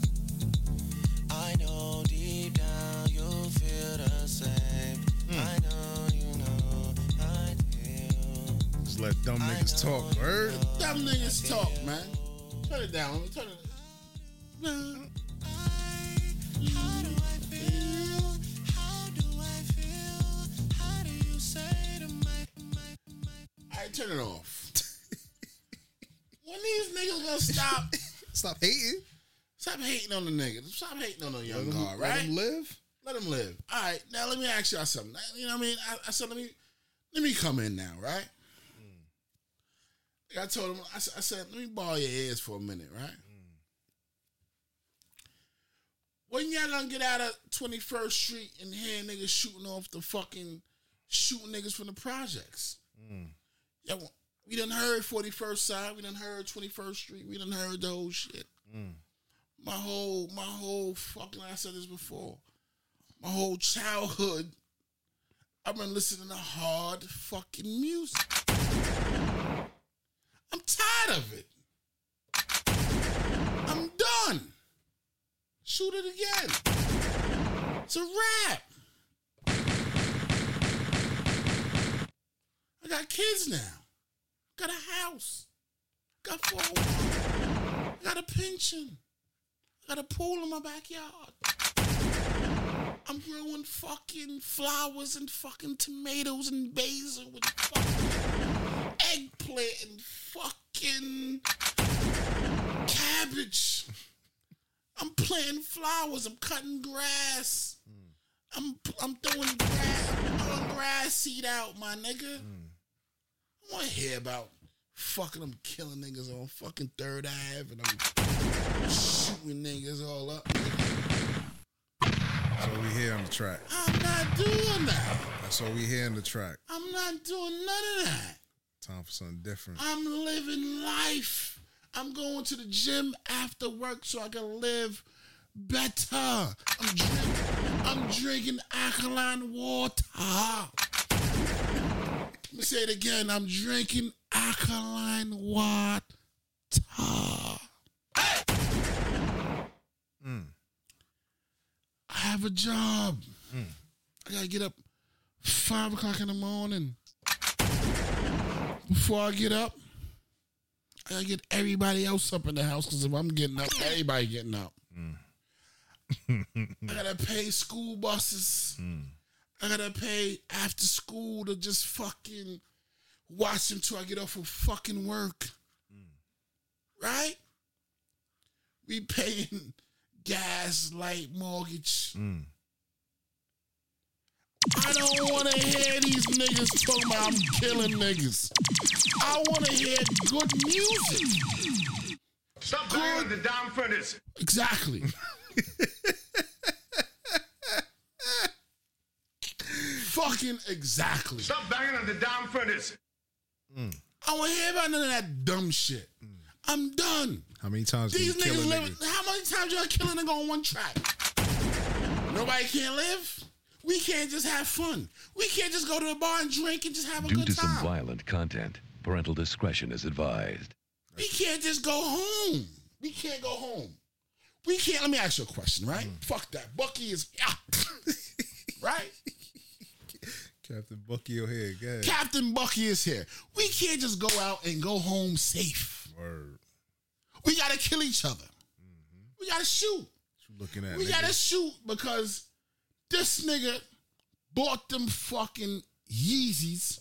I know deep down you feel the same. I know you know I feel. Just let dumb niggas talk. Word. Dumb niggas talk, man. Turn it down. Turn it. No. How do I feel? How do I feel? How do you say to my All right, turn it off. when these niggas gonna stop? Stop hating. Stop hating on the niggas. Stop hating on the young Let 'em- guard, let right? 'em live. Let him live. All right. Now let me ask y'all something. Now, You know what I mean? I, I said let me let me come in now, right? Like I told him I, s- I said let me borrow your ears for a minute, right? When y'all gonna get out of Twenty First Street and hear niggas shooting off the fucking shooting niggas from the projects? Yeah, well, we done heard Forty First Side, we done heard Twenty First Street, we done heard the whole shit. My whole my whole fucking I said this before my whole childhood, I've been listening to hard fucking music. I'm tired of it. I'm done. Shoot it again. It's a wrap. I got kids now. Got a house. Got four. Got a pension. Got a pool in my backyard. I'm growing fucking flowers and fucking tomatoes and basil and fucking eggplant and fucking cabbage. I'm planting flowers. I'm cutting grass. I'm I'm throwing grass, I'm throwing grass seed out, my nigga. I want to hear about fucking I'm killing niggas on fucking Third Ave and I'm shooting niggas all up. That's all we hear on the track. I'm not doing that. That's all we hear on the track. I'm not doing none of that. Time for something different. I'm living life. I'm going to the gym after work so I can live better. I'm drinking, I'm drinking alkaline water. Let me say it again. I'm drinking alkaline water. I have a job. I gotta get up five o'clock in the morning before I get up, I gotta get everybody else up in the house because if I'm getting up, everybody getting up. I gotta pay school buses. I gotta pay after school to just fucking watch them till I get off of fucking work. Right? We paying gas, light, mortgage. I don't want to hear these niggas talking about I'm killing niggas. I want to hear good music. Stop banging on the damn furnace. Exactly. Fucking exactly. Stop banging on the damn furnace. I want to hear about none of that dumb shit. I'm done. How many times These can you kill a niggas nigga? live. How many times y'all kill a nigga on one track? Nobody can't live. We can't just have fun. We can't just go to a bar and drink and just have a Due good to some time. violent content, parental discretion is advised. We can't just go home. We can't go home. We can't. Let me ask you a question, right? Hmm. Fuck that. Bucky is out. right? Captain Bucky O'Hare. Go ahead. Captain Bucky is here. We can't just go out and go home safe. Word. We gotta kill each other. We gotta shoot. What you looking at? we nigga? gotta shoot because this nigga bought them fucking Yeezys,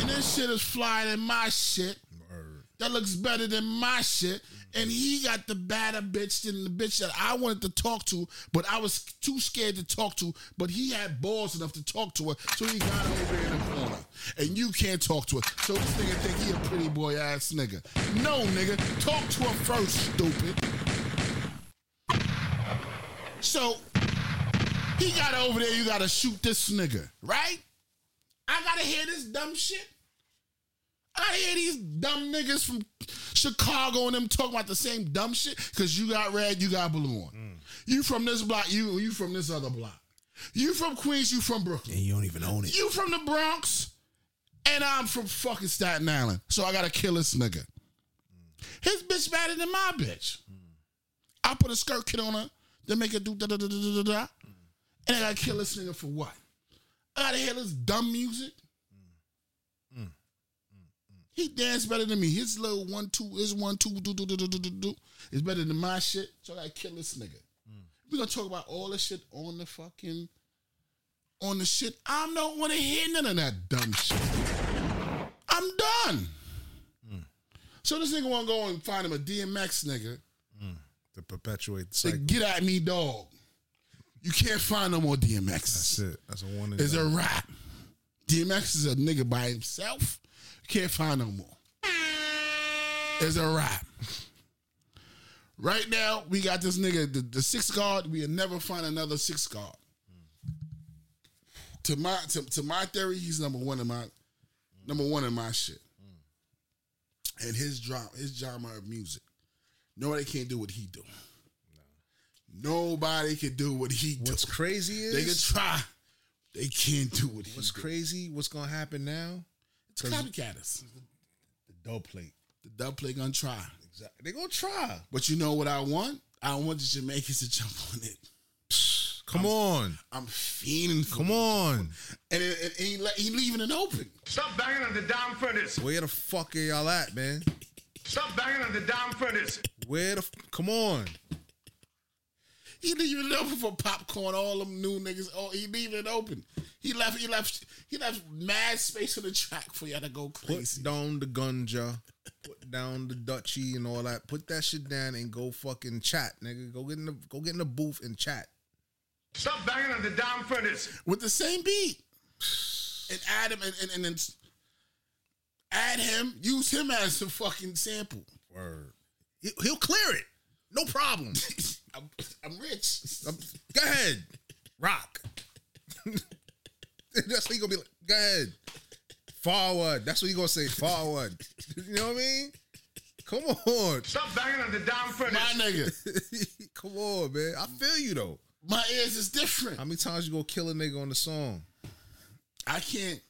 and this shit is flyer than my shit. Word. That looks better than my shit. And he got the badder bitch than the bitch that I wanted to talk to, but I was too scared to talk to. But he had balls enough to talk to her, so he got her over in the corner. And you can't talk to her. So this nigga think he a pretty boy ass nigga. No, nigga, talk to her first, stupid. So he got over there. You gotta shoot this nigga, right? I gotta hear this dumb shit. I hear these dumb niggas from Chicago and them talking about the same dumb shit because you got red, you got blue on. You from this block, you you from this other block. You from Queens, you from Brooklyn. And you don't even own it. You from the Bronx, and I'm from fucking Staten Island. So I gotta kill this nigga. His bitch better than my bitch. I put a skirt kit on her, then make her do da da da da da da da. And I gotta kill this nigga for what? I gotta hear this dumb music. He dance better than me. His little one two, his one two do do do do do do do is better than my shit. So I gotta kill this nigga. We gonna talk about all this shit on the fucking on the shit. I don't wanna hear none of that dumb shit. I'm done. So this nigga wanna go and find him a DMX nigga To perpetuate the to cycle. get at me, dog. You can't find no more DMX. That's it. That's a one and It's a done. rap. DMX is a nigga by himself. You can't find no more. It's a rap. Right now, we got this nigga, the, the six guard. We'll never find another six guard. To my to, to my theory, he's number one in my number one in my shit. And his drama, his genre of music. Nobody can do what he do. Nobody can do what he do. What's crazy is They can try. They can't do what he what's do. crazy, what's gonna happen now? It's copycat us. The dub plate. The dub play gonna try. Exactly. They gonna try. But you know what I want? I want the Jamaicans to jump on it. Come on. I'm fiending for Come it. on. And, it, and he, le- he leaving it open. Stop banging on the damn furnace. Where the fuck are y'all at, man? Stop banging on the damn furnace. Where the f- come on? He leaving it open for popcorn. All them new niggas. Oh, he leaving it open. He left. He left. He left mad space on the track for y'all to go Put crazy. down the gunja. Put down the duchy and all that. Put that shit down and go fucking chat, nigga. Go get in the go get in the booth and chat. Stop banging on the damn furnace. with the same beat. And add him and and, and then s- add him. Use him as the fucking sample. Word. He, will clear it. No problem. I'm, I'm rich. Um, go ahead. Rock. That's what he gonna be like. Go ahead. Forward. That's what he gonna say. Forward. you know what I mean? Come on. Stop banging on the damn My furnace. nigga. Come on, man. I feel you though. My ears is different. How many times you gonna kill a nigga on the song? I can't.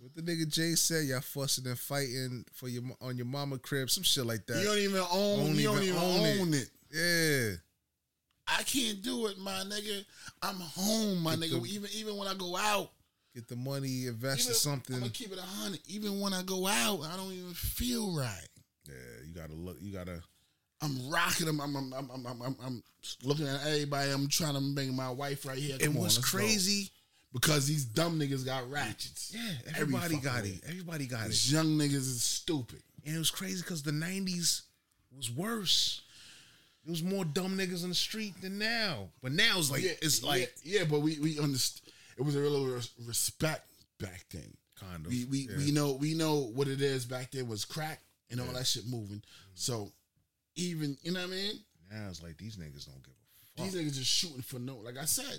What the nigga Jay said, y'all fussing and fighting for your on your mama crib, some shit like that. You don't even own. Don't you don't even even own own, it. it. yeah. I can't do it, my nigga. I'm home, my Get nigga. the- even even when I go out, Get the money, invest even, in I'm something. gonna keep it a hundred. Even when I go out, I don't even feel right. Yeah, you gotta look. You gotta. I'm rocking them. I'm I'm I'm I'm, I'm, I'm, I'm looking at everybody. I'm trying to bring my wife right here. Come And on, what's let's go. crazy? because these dumb niggas got ratchets. Yeah, Every everybody fucking got way. it. Everybody got it. These young niggas is stupid. And it was crazy because the '90s was worse. It was more dumb niggas on the street than now. But now it's like it's like yeah, yeah, but we we understand. It was a real res- respect back then. kind of. We we, yeah. we know we know what it is back then was crack and all that shit moving. So even you know what I mean. now it's like these niggas don't give a fuck. These niggas just shooting for no. Like I said,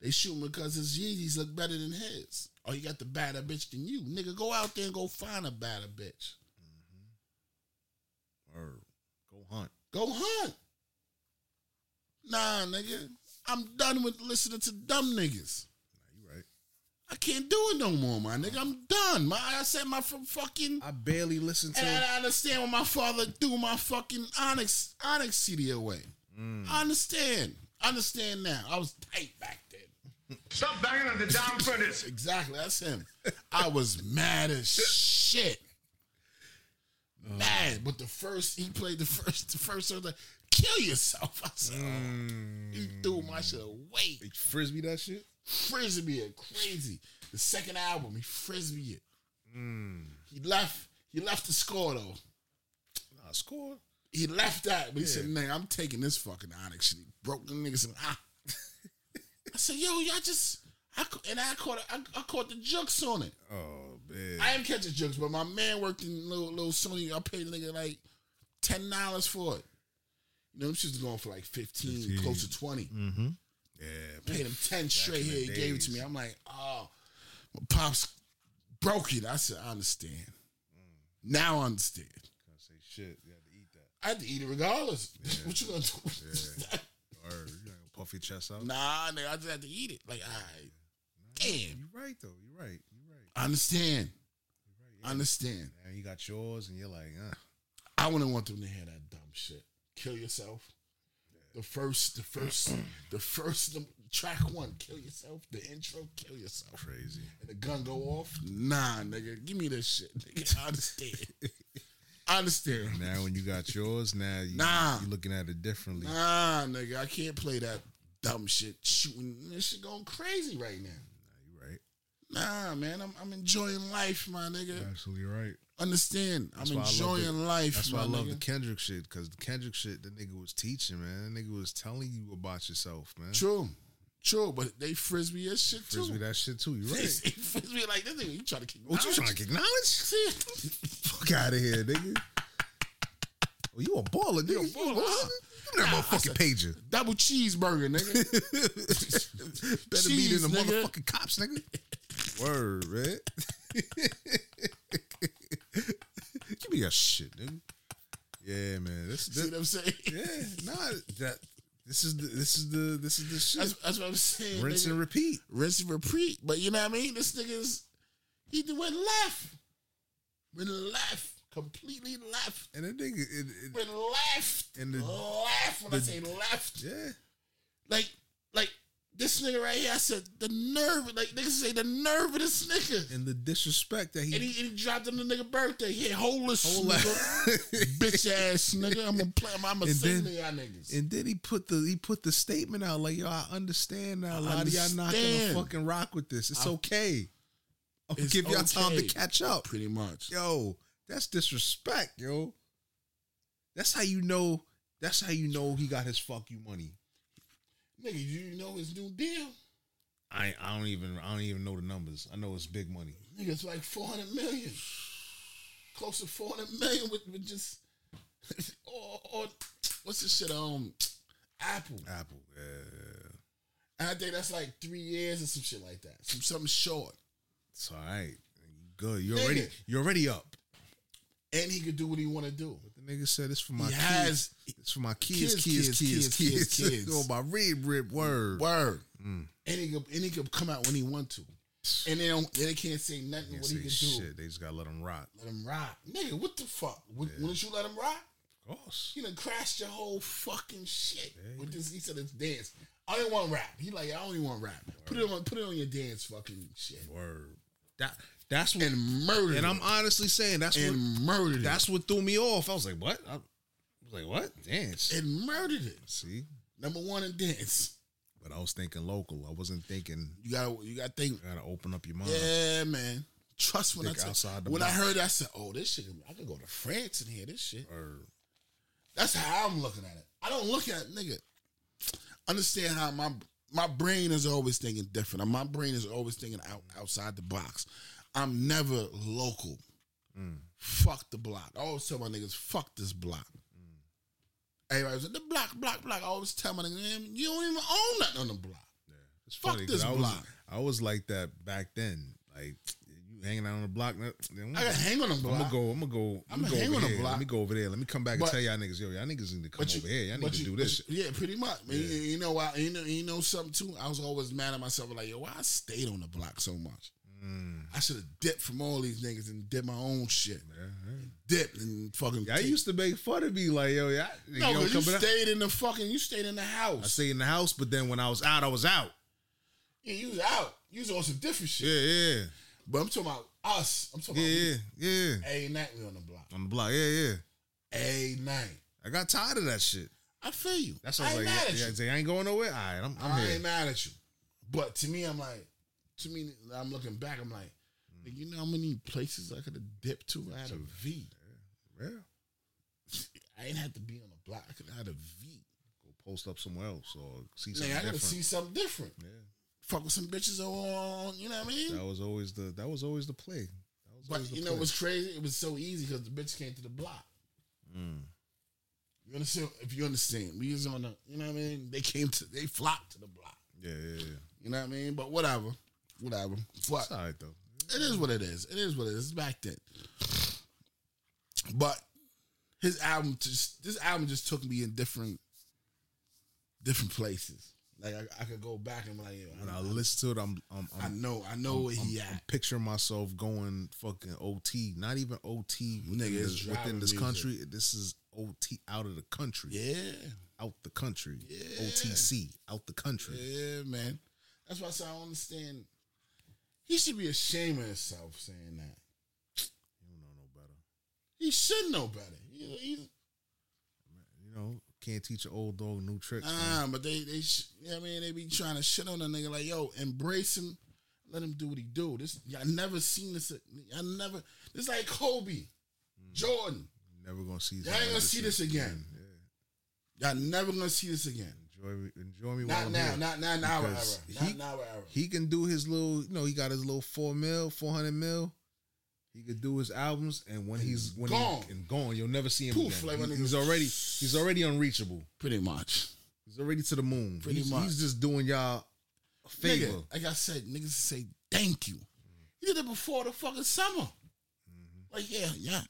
they shooting because his Yeezys look better than his. Oh, you got the badder bitch than you, nigga. Go out there and go find a badder bitch. Or go hunt. Go hunt. Nah, nigga. I'm done with listening to dumb niggas. You right. I can't do it no more, my nigga. I'm done. My I said my f- fucking. I barely listen to. And I understand when my father threw my fucking Onyx Onyx CD away. Mm. I understand. I understand now. I was tight back then. Stop banging on the damn furnace. exactly. That's him. I was mad as shit. Mad. But the first he played the first the first song like kill yourself. I said, oh. he threw my shit away. He frisbee that shit. Frisbee it crazy. The second album, he frisbee it. He left. He left the score though. Nah, score. He left that, but he Yeah. said, "Nigga, I'm taking this fucking Onyx shit." He broke the nigga some. Ah. I said, "Yo, y'all just." I, ca- and I caught I, I caught the jukes on it. Oh man. I didn't catch the jukes, but my man worked in little little Sony. I paid the nigga like ten dollars for it. You know, them shit's going for like 15, 15. close to twenty. Mm-hmm. Yeah. Paid him ten straight in the here. He gave it to days. me. I'm like, oh, my pops broke it. I said, I understand. Mm. Now I understand. Can't say shit. You had to eat that. I had to eat it regardless. what you gonna do? Yeah. Or you not gonna puff your chest out. Nah, nigga, I just had to eat it. Like, all right. Damn. You right though. You right. You right. I understand. I understand. And you got yours, and you're like, uh, I wouldn't want them to hear that dumb shit. Kill yourself. The first, the first, the first the track one, kill yourself. The intro, kill yourself. crazy. And the gun go off. Nah, nigga. Give me this shit, nigga. I understand. I understand. Now when you got yours, now you, Nah. you looking at it differently. Nah, nigga, I can't play that dumb shit. Shooting this shit going crazy right now. You right. Nah, man, I'm I'm enjoying life, my nigga. You're absolutely right. Understand? That's I'm why I love enjoying the- life. That's why I my love the nigga. Kendrick shit, because the Kendrick shit, the nigga was teaching, man. The nigga was telling you about yourself, man. True, true, but they frisbee as shit too. Frisbee that shit too. You They right. say frisbee like this nigga. You trying to kick? What you knowledge? trying to get knowledge? Fuck out of here, nigga. Oh, you a baller, nigga. You, a baller, huh? you never a fucking pager. Double cheeseburger, nigga. Better be Cheese, than the nigga. motherfucking cops, nigga. Word, man. Give me that shit, nigga. Yeah, man. This, See this what I'm saying? yeah, nah. That this is the this is the this is the shit. That's, that's what I'm saying. Rinse nigga. and repeat. rinse and repeat. But you know what I mean? This nigga's he did- went left. Went left. Completely left. And that nigga, it, it, Went left. And the- left when I say left. yeah. Like like this nigga right here, I said the nerve. Like niggas say the nerve of this nigga. And the disrespect that And he, he, and he dropped him the nigga birthday. He hold this Hold nigga. bitch ass nigga. I'm gonna play. I'm gonna And sing to then- y'all niggas. and then he put the he put the statement out like, yo, I understand now. A lot of y'all not gonna understand. fucking rock with this. It's I- okay. I'll It's give y'all time to okay. catch up. Pretty much. Yo, that's disrespect, yo. That's how you know. That's how you know he got his fuck you money. Nigga, you know his new deal. I I don't even I don't even know the numbers. I know it's big money. Nigga, it's like 400 million. Close to 400 million with, with just. or, or what's this shit? Um, Apple. Apple, yeah, And I think that's like three years or some shit like that. Some something short. it's all right. Good. You Nigga. already you already up. And he could do what he want to do. The nigga said it's for my He kids. has- it's for my kids, kids, Kids, kids, kids, kids, kids, kids, kids. oh, my rib, rib, word. Word. Mm. And he could and he could come out when he want to. And they don't. They can't say nothing. Can't what say he could do. shit. They just gotta let him rock. Let him rock, nigga. What the fuck? Would, Wouldn't you let him rock? Of course. You done crashed your whole fucking shit with this. He said it's dance. I don't want rap. He like I don't even want rap. Put it on. Put it on your dance fucking shit. Word. That that's what. And murder. And I'm honestly saying that's what and murdered that's what threw me off. I was like, what? I was like, what? Dance. it. And murdered it. See, Number one in dance. but I was thinking local. I wasn't thinking. You gotta. You gotta think. You gotta open up your mind. Yeah, man. Trust when I Think tell- outside the when I box. heard that, I said, "Oh, this shit. I could go to France and hear this shit." Word. That's how I'm looking at it. I don't look at nigga. Understand how my my brain is always thinking different. My brain is always thinking out, outside the box. I'm never local. Mm. Fuck the block. I always tell my niggas, fuck this block. Mm. Everybody was like, the block, block, block. I always tell my niggas, man, you don't even own nothing on the block. It's Fuck funny this 'cause I was, block. I was like that back then. Like you You hanging out on the block. I I can hang on the I'm block. gonna go. I'm gonna go. I'ma I'ma go hang over on the here. block. Let me go over there. Let me come back and But- tell y'all niggas. Yo, y'all niggas need to come But you- over here. Y'all need but to you- do but this shit. you- Yeah, pretty much. Man, you, you know why? You know, you know something too. I was always mad at myself. Like, yo, why I stayed on the block so much? Mm. I should have dipped from all these niggas and did my own shit. Dipped and fucking. I used to make fun of me like, yo, y'all, No, you don't because you come back. stayed in the fucking. You stayed in the I house. stayed in the house, but then when I was out, I was out. Yeah, you was out. You was on some different shit. Yeah, yeah, But I'm talking about us. I'm talking yeah, yeah, yeah. about every night we on the block. On the block, yeah, yeah. Every night. I got tired of that shit. I feel you. That's I why I ain't was like, mad yeah, at yeah, you. they ain't going nowhere. All right, I'm, I'm I here. ain't mad at you. But to me, I'm like, to me, I'm looking back, I'm like, like, you know how many places I could have dipped to? I had a V. Yeah, I ain't had to be on the block. I could have had a V. go post up somewhere else or see Like, I something gotta different. see something different. Yeah. Fuck with some bitches on, you know what I mean? That was always the that was always the play. That was always but the you know play. what's crazy? It was so easy because the bitch came to the block. Mm. You understand? If you understand, we was on the, you know what I mean? They came to, they flocked to the block. yeah, yeah, yeah. You know what I mean? But whatever, whatever. But It's all right though. It is what it is. It is what it is. Back then, but his album just this album just took me in different different places. Like I, I could go back and be like, When yo, I listen to it, I'm I'm, I, I I'm know, I know where I'm, he I'm at. picturing myself going fucking OT, not even OT Nigga, within it's this, driving within this music. country. This is OT out of the country, Yeah, out the country, Yeah. OTC out the country. yeah, man. That's why I say I don't understand. He should be ashamed of himself saying that. You don't know no better. He should know better. He, he's You know, can't teach an old dog new tricks. man. Ah, but they they sh- you know what I mean they be trying to shit on a nigga like yo, embrace him, let him do what he do. This I never seen this. I never. This like Kobe, Jordan. Never gonna see. Y'all ain't gonna see this again. Y'all never gonna see this again. Enjoy me, enjoy me. while Not I'm now. here. Not not now. Era. Because Not he- now. Era. he can do his little you know he got his little four mil four hundred mil he could do his albums and when he's when Gone. He, and gone you'll never see him Poof, again. like He- when he he's was- already he's already unreachable Pretty much. he's already to the moon Pretty he's, much. he's just doing y'all a favor Nigga, like I said, niggas say thank you. He did it before the fucking summer. Mm-hmm. Like yeah, yeah.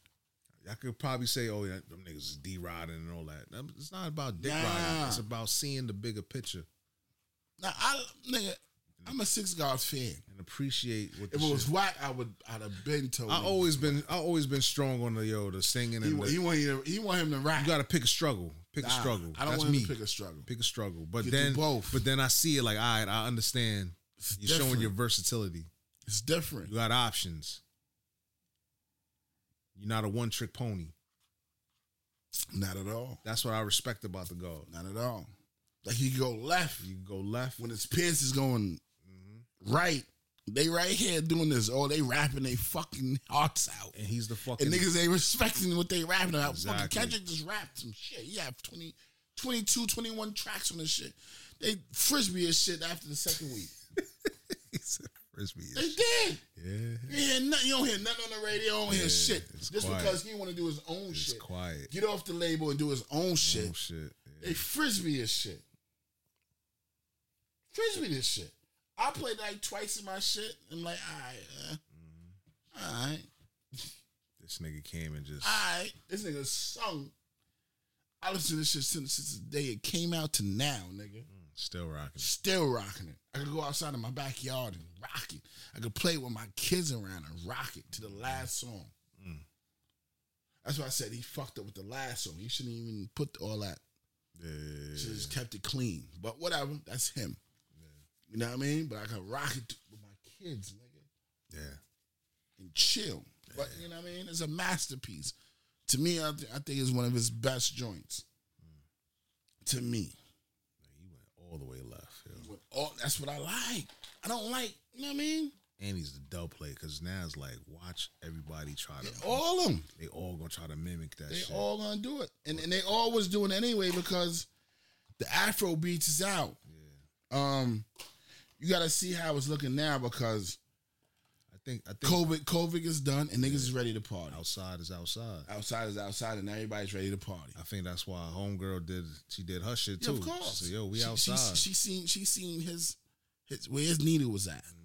I could probably say oh yeah them niggas is d-riding and all that Nah, it's not about dick Nah. riding it's about seeing the bigger picture Now I nigga, I'm a six guard fan. and appreciate what the If it was shit. whack, I would. I'd have been told. I always been I always been strong on the yo the singing He, and wa- the, he want you. To, he want him to rap. you gotta pick a struggle pick a Nah, struggle I don't That's want him me. to pick a struggle. pick a struggle. But You do then both. But then I see it like, all right, I understand. It's You're showing your different. versatility. It's You different. got options. You're not a one trick pony. Not at all. That's what I respect about the guard. Not at all. Like he go left You can go left. when his pants is going right. They right here doing this. Oh, they rapping they fucking hearts out. and he's the fucking And niggas ain't respecting what they rapping about. Fucking Exactly. Kendrick just rapped some shit. He have 20, 22, 21 tracks on this shit. They frisbee his shit after the second week. He's a frisbee. They did. Yeah. You, hear nothing, you don't hear nothing on the radio. You don't hear shit. it's Just quiet. because he want to do his own It's shit. quiet. Get off the label and do his own shit. Oh shit. Yeah. They frisbee this shit. Frisbee this shit. I played like twice in my shit. I'm like, all right, uh, all right, This nigga came and just all right. This nigga sung. I listened to this shit since, since the day it came out to now, nigga. still rocking. Still rocking it. I could go outside in my backyard and rock it. I could play with my kids around and rock it to the last song. Mm. That's why I said he fucked up with the last song. He shouldn't even put all that Yeah. Should have just kept it clean. But whatever, that's him. You know what I mean? But I can rock it with my kids, nigga, Yeah. and chill. But you know what I mean? It's a masterpiece. To me, I, th- I think it's one of his best joints. Mm. To me, He went all the way left. yo. But all, that's what I like. I don't like, you know what I mean? And he's the dub play because now it's like watch everybody try to. All of them. they all gonna try to mimic that They shit. all gonna do it, and and they always doing it anyway because the Afro beats is out. Um, you gotta see how it's looking now because I think. I think COVID COVID is done and niggas is ready to party. outside is outside. outside is outside and everybody's ready to party. I think that's why Homegirl did she did her shit too. of course. She said, yo, we She- outside. She, she seen she seen his his where his needle was at. Mm-hmm.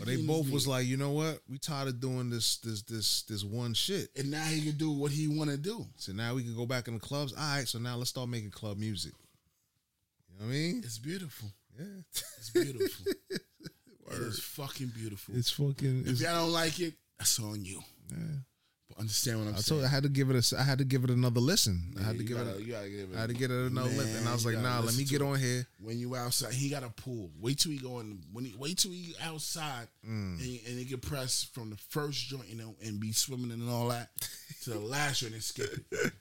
But they both was like, you know what? We tired of doing this this this this one shit. And now he can do what he want to do. So now we can go back in the clubs. All right, so now let's start making club music. You know what I mean? It's beautiful. Yeah. It's beautiful. it is fucking beautiful. It's fucking- If it's- y'all don't like it, that's on you. Yeah. But understand what I'm I saying. told you I had to give it a I had to give it another listen. I had Yeah, to you give gotta- it you gotta give it I had to get it another Man, listen. And I was you like, gotta nah, let listen me to get it. on here. When you outside, he got a pool. Wait till he go in. When he wait till he outside Mm. and, and he get pressed from the first joint you know, and be swimming and all that to the last joint and skip it.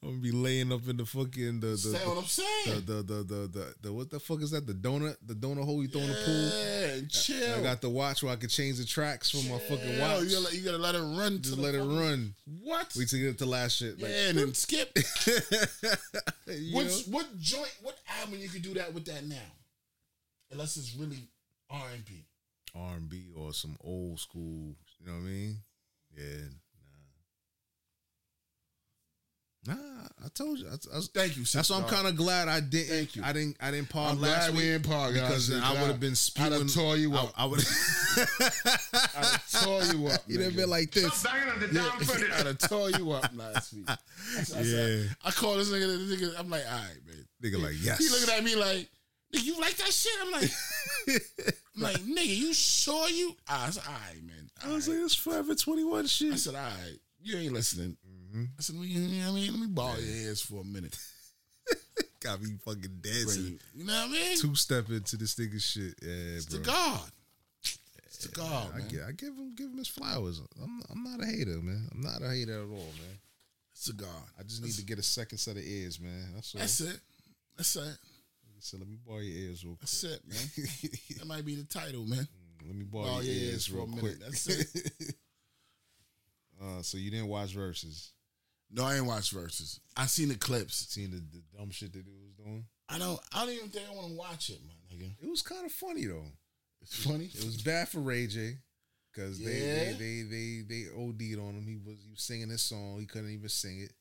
I'm gonna be laying up in the fucking the the Say what I'm saying. The, the, the, the, the, the what the fuck is that? The donut the donut hole you throw in the pool. Yeah, and chill. I got the watch where I could change the tracks from my fucking Hell, watch. Oh, You gotta, you gotta let it run. to Just the let it fucking- run. What? We took it to last shit. Like, yeah, and then skip. you What know? what joint? What album you could do that with that now? Unless it's really R and B. R and B or some old school. You know what I mean? Yeah. Nah. Nah. I told you. I, I, Thank you. that's why I'm Sister. kind of glad I didn't. Thank you. I didn't. I didn't I'm pod last glad week we didn't pod, guys, because then I because would I- have been spewing. I'd have tore you up. I, would. I tore you up. You'd have nigga. been like this. Stop banging on the Yeah, damn I'd furnace. have tore you up last week. That's- that's- Yeah. I call this nigga, this nigga. I'm like, all right, man. Nigga, like yes. He looking at me like, nigga, you like that shit? I'm like, I'm like, nigga, you sure you? I was all right, man. I was like, it's forever 21 I shit. said, all right, you ain't listening. Mm-hmm. I said, well, you know what I mean? Let me ball your ass for a minute. Got me fucking Bring dancing. You you know what I mean? Two step into this nigga shit. Yeah, It's bro. to God. It's to God, I man. give, I give him give him his flowers. I'm I'm not a hater, man. I'm not a hater at all, man. It's to God. I just need to get a second set of ears, man. That's all. That's it. That's it. So let me borrow your ears real That's it, man. quick. That might be the title, man. let me borrow Ball your your ears, ass for real a minute. quick. That's it. Uh, so you didn't watch verses. No, I ain't watched verses. I seen the clips. Seeing the, the dumb shit that it was doing. I don't. I don't even think I want to watch it, my nigga. It was kind of funny though. It's funny. It was bad for Ray J because they, Yeah. they they they they OD'd on him. He was he was singing this song. He couldn't even sing it.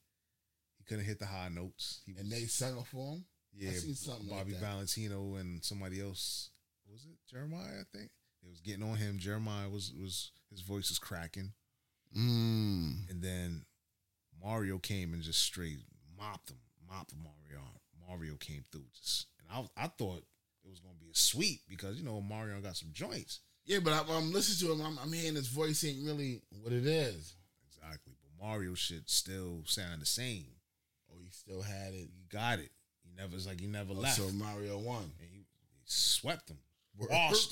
He couldn't hit the high notes. He and was- they sung it for him. Yeah, I seen something like Bobby that. Valentino and somebody else. Was it Jeremiah? I think it was getting on him. Jeremiah was was his voice was cracking, Mm. and then Mario came and just straight mopped him, mopped Mario. Mario came through just, and I I thought it was gonna be a sweep because you know Mario got some joints. Yeah, but I, when I'm listening to him. I'm, I'm hearing his voice ain't really what it is. Exactly, but Mario shit still sound the same. Oh, he still had it. He got it. He never it's like he never left. Oh, So Mario won. and he, he swept him, washed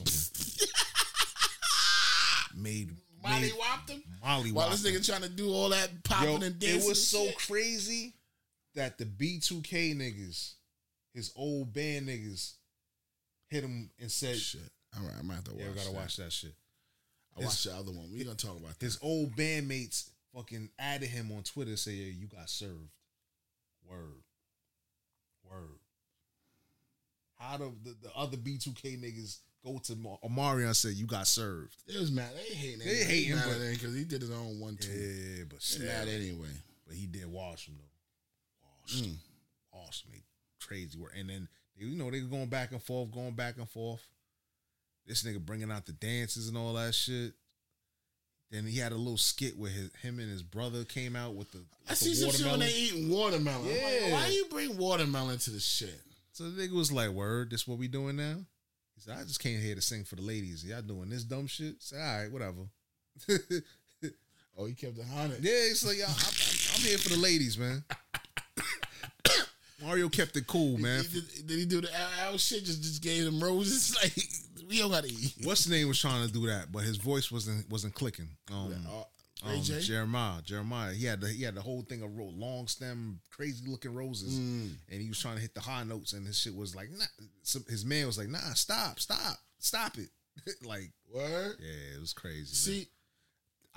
him, made Molly made- whopped him. Molly While this whopped him. nigga trying to do all that popping Yo, and dancing. it was and so shit. crazy that the B2K niggas, his old band niggas, hit him and said, shit. All right, I'm gonna have to watch. "Yeah, we gotta that. watch that shit." I watched the other one. We gonna talk about this. His old bandmates fucking added him on Twitter, say, "Yeah, you got served." Word, word. How do the, the other B2K niggas go to Mar- Omarion and say, "You got served"? It was mad. They hating. They hating, but- because he did his own one two. Yeah, but It's still, mad anyway. but he did wash him though. Washed, Mm. washed me crazy work. And then you know they were going back and forth, going back and forth. This nigga bringing out the dances and all that shit. Then he had a little skit where his, him and his brother came out with the, with I the see some shit when watermelon. they eating watermelon. I'm like, Yeah. why you bring watermelon to the shit? So the nigga was like, "Word, this what we doing now?" He said, "I just came here to sing for the ladies. Y'all doing this dumb shit?" I said, "All right, whatever." Oh, he kept it haunted. Yeah, it's like y'all, I'm, I'm- I'm here for the ladies, man. Mario kept it cool, man. Did, did- did he do the Al, Al shit? Just just gave them roses. Like we don't gotta eat. What's the name was trying to do that, but his voice wasn't wasn't clicking. Um, Uh, Ray um, J. Jeremiah, Jeremiah, he had the, he had the whole thing of ro- long stem, crazy looking roses, Mm. and he was trying to hit the high notes, and his shit was like, nah. Some, his man was like, nah, stop, stop, stop it. like, Word. yeah, it was crazy. man. See,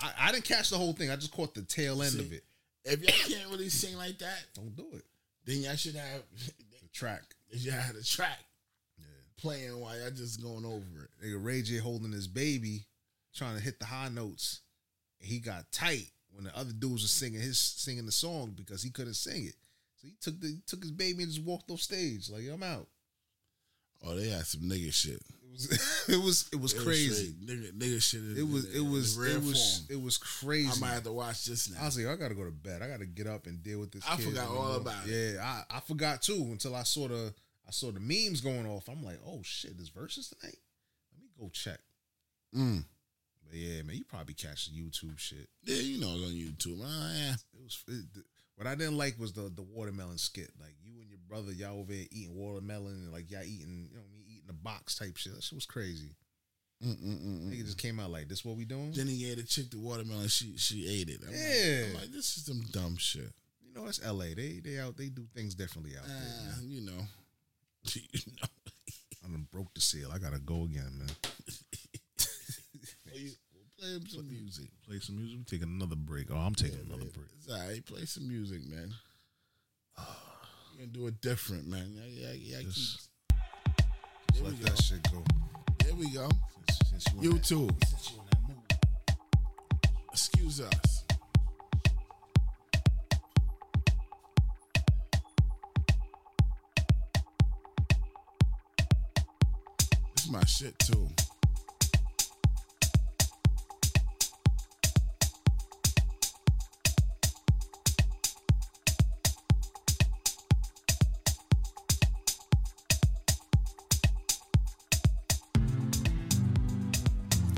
I, I didn't catch the whole thing. I just caught the tail end See. of it. if y'all can't really sing like that, Don't do it. then y'all should have The track. y'all had a track playing while y'all just going over it. nigga Ray J holding his baby, trying to hit the high notes. And he got tight when the other dudes were singing his singing the song because he couldn't sing it. So he took the he took his baby and just walked off stage like I'm out. Oh, they had some nigga shit. It was it was it was It was crazy. straight. Nigga- nigga shit in- It was in- it in was rare it was form. it was crazy. I might have to watch this now. I was like, I gotta go to bed. I gotta get up and deal with this. I kid forgot in the all morning. about yeah, I, I forgot too until I saw the I saw the memes going off. I'm like, oh shit, this versus tonight. Let me go check. Mm. But yeah, man, you probably catch the YouTube shit. Yeah, you know it's on YouTube. Ah, yeah. It was it- th- what I didn't like was the the watermelon skit. Like you and your brother, y'all over there eating watermelon and like y'all eating, you know, what I mean, eating a box type shit. That shit was crazy. Mm, Nigga just came out like, this what we doing? Then he gave the chick the watermelon. She she ate it. I'm Yeah. Like, I'm like, this is some dumb shit. You know, it's L.A. They they out they do things differently out Ah, there. man. you know. you know. I done broke the seal. I gotta go again, man. Well, you- well, play him some music. Play some music. We take another break. Oh, I'm taking another break. It's all right. Play some music, man. You can do it different, man. Yeah, yeah, yeah. I Just- keep- There we Let go. that shit go. There we go. Since you in that- YouTube. since you in that mood. Excuse us. This is my shit too.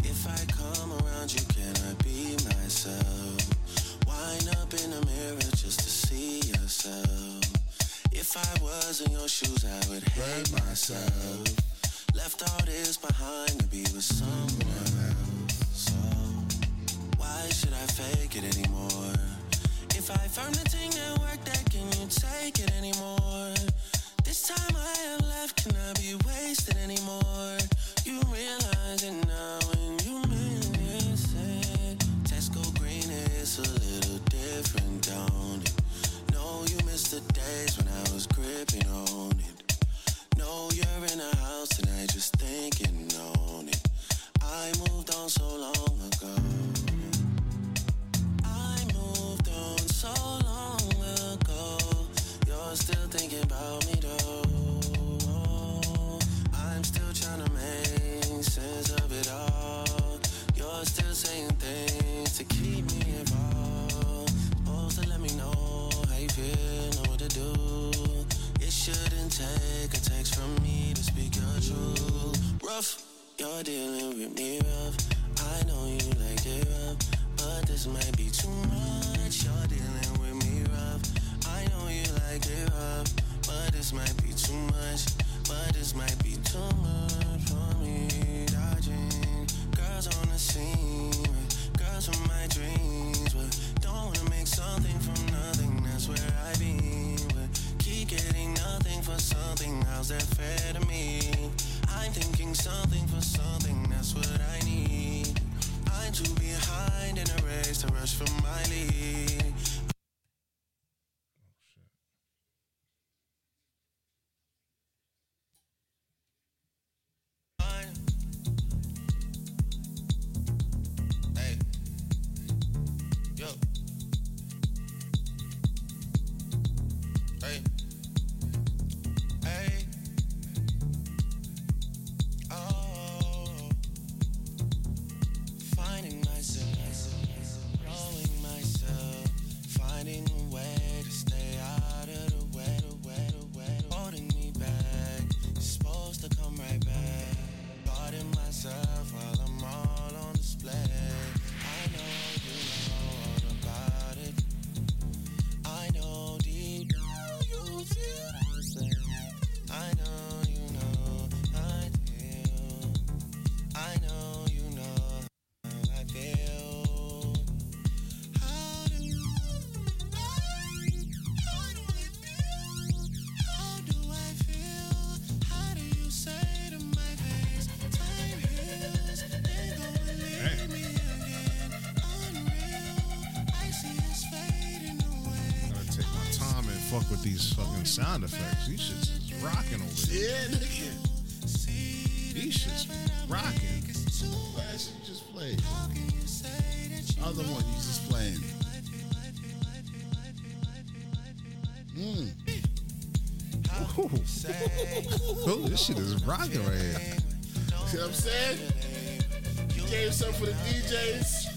If I come around you, can I be myself? Wind up in the mirror just to see yourself. If I was in your shoes, I would hate myself. Left all this behind to be with someone else. So why should I fake it anymore? If I found the thing that worked, that can you take it anymore? This time I am left, can I be wasted anymore? You realize it now and you miss it. Tesco green is a little different, don't it? No, you miss the days when I was gripping on it. No, you're in the house tonight just thinking on it. I moved on so long ago. I moved on so long ago. You're still thinking about me though. I'm still trying to make sense of it all. You're still saying things to keep me involved. Supposed to let me know how you feel, know what to do. It shouldn't take a text from me to speak your truth. Rough, you're dealing with me rough. I know you like it rough, but this might be too much. You're dealing with me rough. I know you like it rough, but this might be too much. But this might be too much for me. Dodging girls on the scene, girls from my dreams, but don't wanna make something from nothing. That's where I be. But keep getting nothing for something. How's that fair to me? I'm thinking something for something. That's what I need. I'm too behind in a race to rush for my lead. Oh, Hey. Yo. Hey. Hey. Oh, finding myself, knowing myself, finding a way to stay out of the way, the way, the way, holding me back. It's supposed to come right back. Thought in myself while I'm all on display. I know you know all about it. I know deep down you feel the same. I know you know I feel. I know you know how I feel. How do you How do I feel? How do I feel? How do you say to my face? Time heals. They go and leave me again. Unreal. I see it's fading away. Gotta take my time and fuck with these fucking sound effects. These shits is rocking over here. Yeah, nigga. These shits be rocking. Last you just played. Other one you just playing. Mm. Ooh, this shit is rocking right here. See what I'm saying? Gave some for the DJs.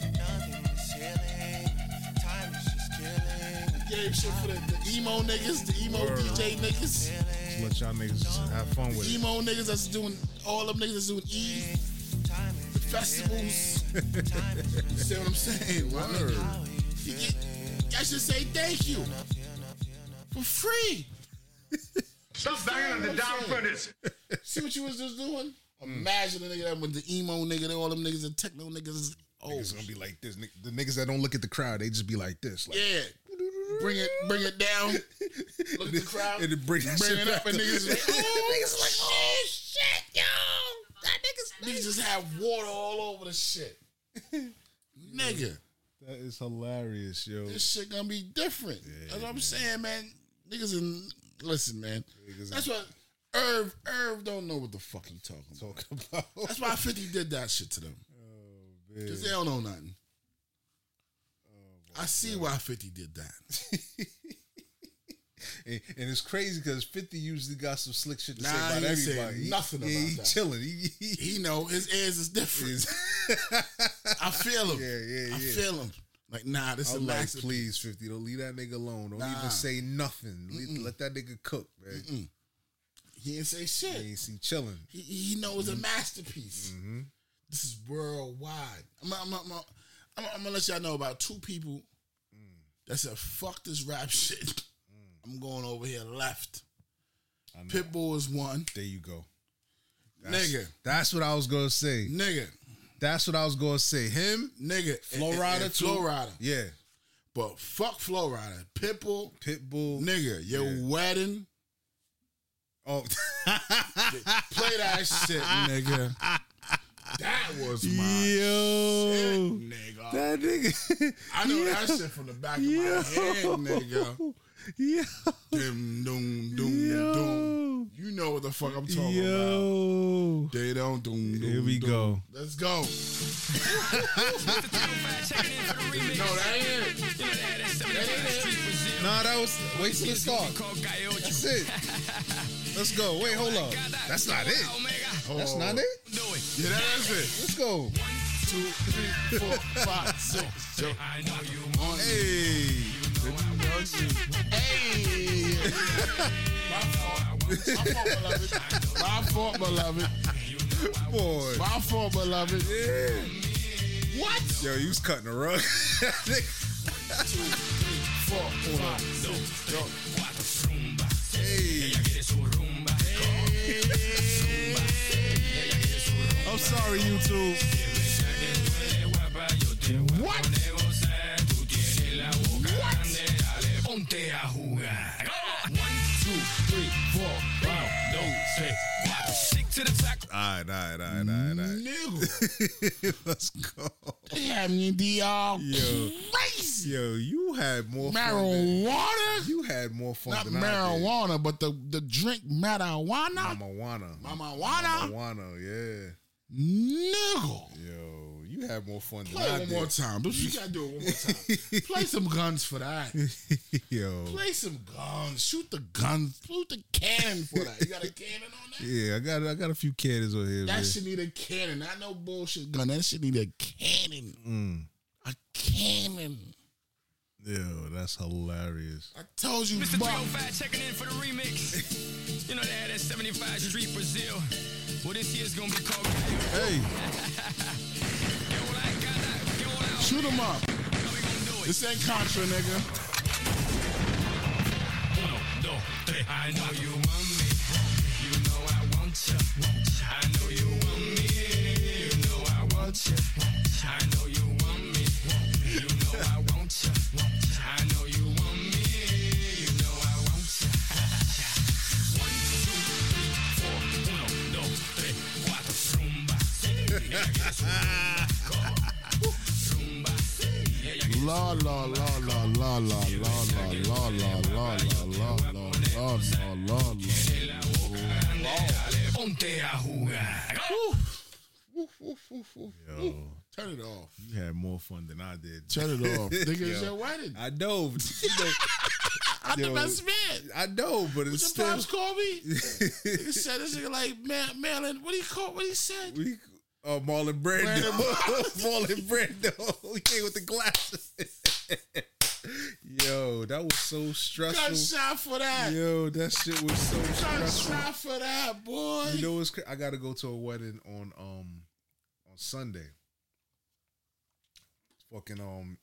Gave shit for the, the emo niggas, the emo Word. DJ niggas, Just let y'all niggas just have fun with the it. emo niggas that's doing all them niggas that's doing E, the festivals. you see what I'm saying? My nigga, you get- I should say thank you for free. Stop banging on the damn furnace. See what you was just doing? Imagine the nigga that with the emo nigga, all them niggas, the techno niggas. Oh, It's gonna be like this. Ni- The niggas that don't look at the crowd, they just be like this. Like, yeah. Bring it, bring it down. Look at the crowd. and then bring, that bring shit it up, back and niggas, like, oh, Niggas like, oh, shit, yo, that niggas, niggas just have water all over the shit, nigga. that is hilarious, yo. This shit gonna be different. That's what I'm saying, man. Niggas in, listen, man. Niggas That's what Irv, Irv don't know what the fuck he talking about. Talk about. That's why Fifty did that shit to them. Oh, Cause they don't know nothing. I see why Fifty did that. And, and it's crazy because 50 usually got some slick shit to Nah, say he about ain't saying everybody. He- nothing yeah, about he that. chilling. He, he, He know his ears is different. I feel him. Yeah, yeah, I yeah. feel him. Like nah, this is I'm like, massive. please, 50, don't leave that nigga alone. Don't Nah. even say nothing. Le- let that nigga cook, man. He ain't say shit. He ain't see chilling. He, he knows a masterpiece. This is worldwide. I'm, I'm, I'm, I'm, I'm, I'm gonna let y'all know about two people that said, "Fuck this rap shit." I'm going over here left. Pitbull is one There you go. nigga, That's what I was gonna say. nigga, That's what I was gonna say. Him, nigga. Florida, and, and too? Florida. yeah. But fuck Florida. Pitbull, Pitbull. nigga, your wedding. Oh, Play that shit, nigga. That was my yo, shit, nigga. that nigga. I know that shit from the back of my head, nigga. Yo, Dim, dum, dum, Yo. dum. You know what the fuck I'm talking about. yo. They don't doom, doom, Here we doom. go. Let's go. no, that ain't it. Nah, that was wait till the start. That's it. Let's go. Wait, hold up. That's not it. That's Oh. not it. Yeah, that is it. Let's go. Two, three, four, five, six. Yo, I know you want hey. Hey, Hey. My fault. My fault, beloved. My fault, beloved. boy. My fault, beloved. Yeah. What? Yo, you was cutting the rug. Four, five, six. Yo. hey. I'm sorry, YouTube. What? Ponte a jugar. Stick to the tack. All right, all right, all right, all right. All Nigga. right. Let's go. They had me in DR Yo. crazy. Yo, you had more fun. Than, Marijuana? you had more fun Not than marijuana. marijuana, but the, the drink I marijuana. did. Marijuana. Marijuana? Marijuana, Nigga. yeah. Yo, you had more fun than Play it I one did. more time. But you gotta do it one more time. Play some guns for that. Yo. Play some guns. Shoot the guns. Shoot the cannon for that. You got a cannon on that? Yeah, I got I got a few caddies over here. man. That shit need a cannon. Not no bullshit gun. That shit need a cannon. A cannon. Yo, that's hilarious. I told you, Mr. bro. 305 checking in for the remix. you know they had that 75 Street Brazil. Well, this year's gonna be called. Hey, Get what I got, get what I Shoot him up. know we gonna do it. This ain't Contra, nigga. Uno, dos, tres. I know you want me. You know I want you. I know you want me. You know I want you. I know you want me. You know I want you. I know you want me. You know I want you. One, two, three, four. Uno, dos, tres, cuatro. Zumba. Yeah, yeah, zumba. Yeah, yeah, La la la la la la la la la la la la la la la la la. Ponte a jugar. yo, Turn it off. you had more fun than I did. Turn it off. Nigga, it's Yo. your wedding. I dove. You know, I Yo, think I spent. I know, but What it's still. your pops called me? he said this nigga like Man- Maryland. What he call? What he said? We, uh, Marlon Brando. Marlon Brando. he came with the glasses. Yo, that was so stressful. Gunshot for that. Yo, that shit was so stressful. Gunshot for that, boy. You know what's? Cra- I gotta go to a wedding on um on Sunday. Fucking um,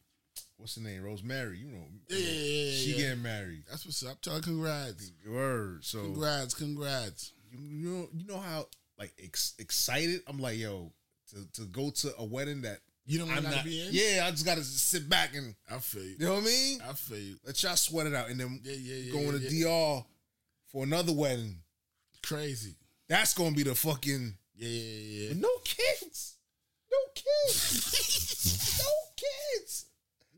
what's the name? Rosemary. You know, Yeah, yeah, yeah, yeah, she yeah. getting married. That's what's up. Tell her congrats. Word. So Congrats, congrats. You, you know, you know how like ex- excited I'm like, yo, to, to go to a wedding that You don't I'm want to be in? Yeah, I just gotta sit back and I feel you. you know what I mean. I feel you. Let y'all sweat it out, and then Yeah, yeah, yeah. going yeah, to yeah. DR for another wedding. Crazy. That's gonna be the fucking Yeah, yeah, yeah. no kids, no kids, no kids.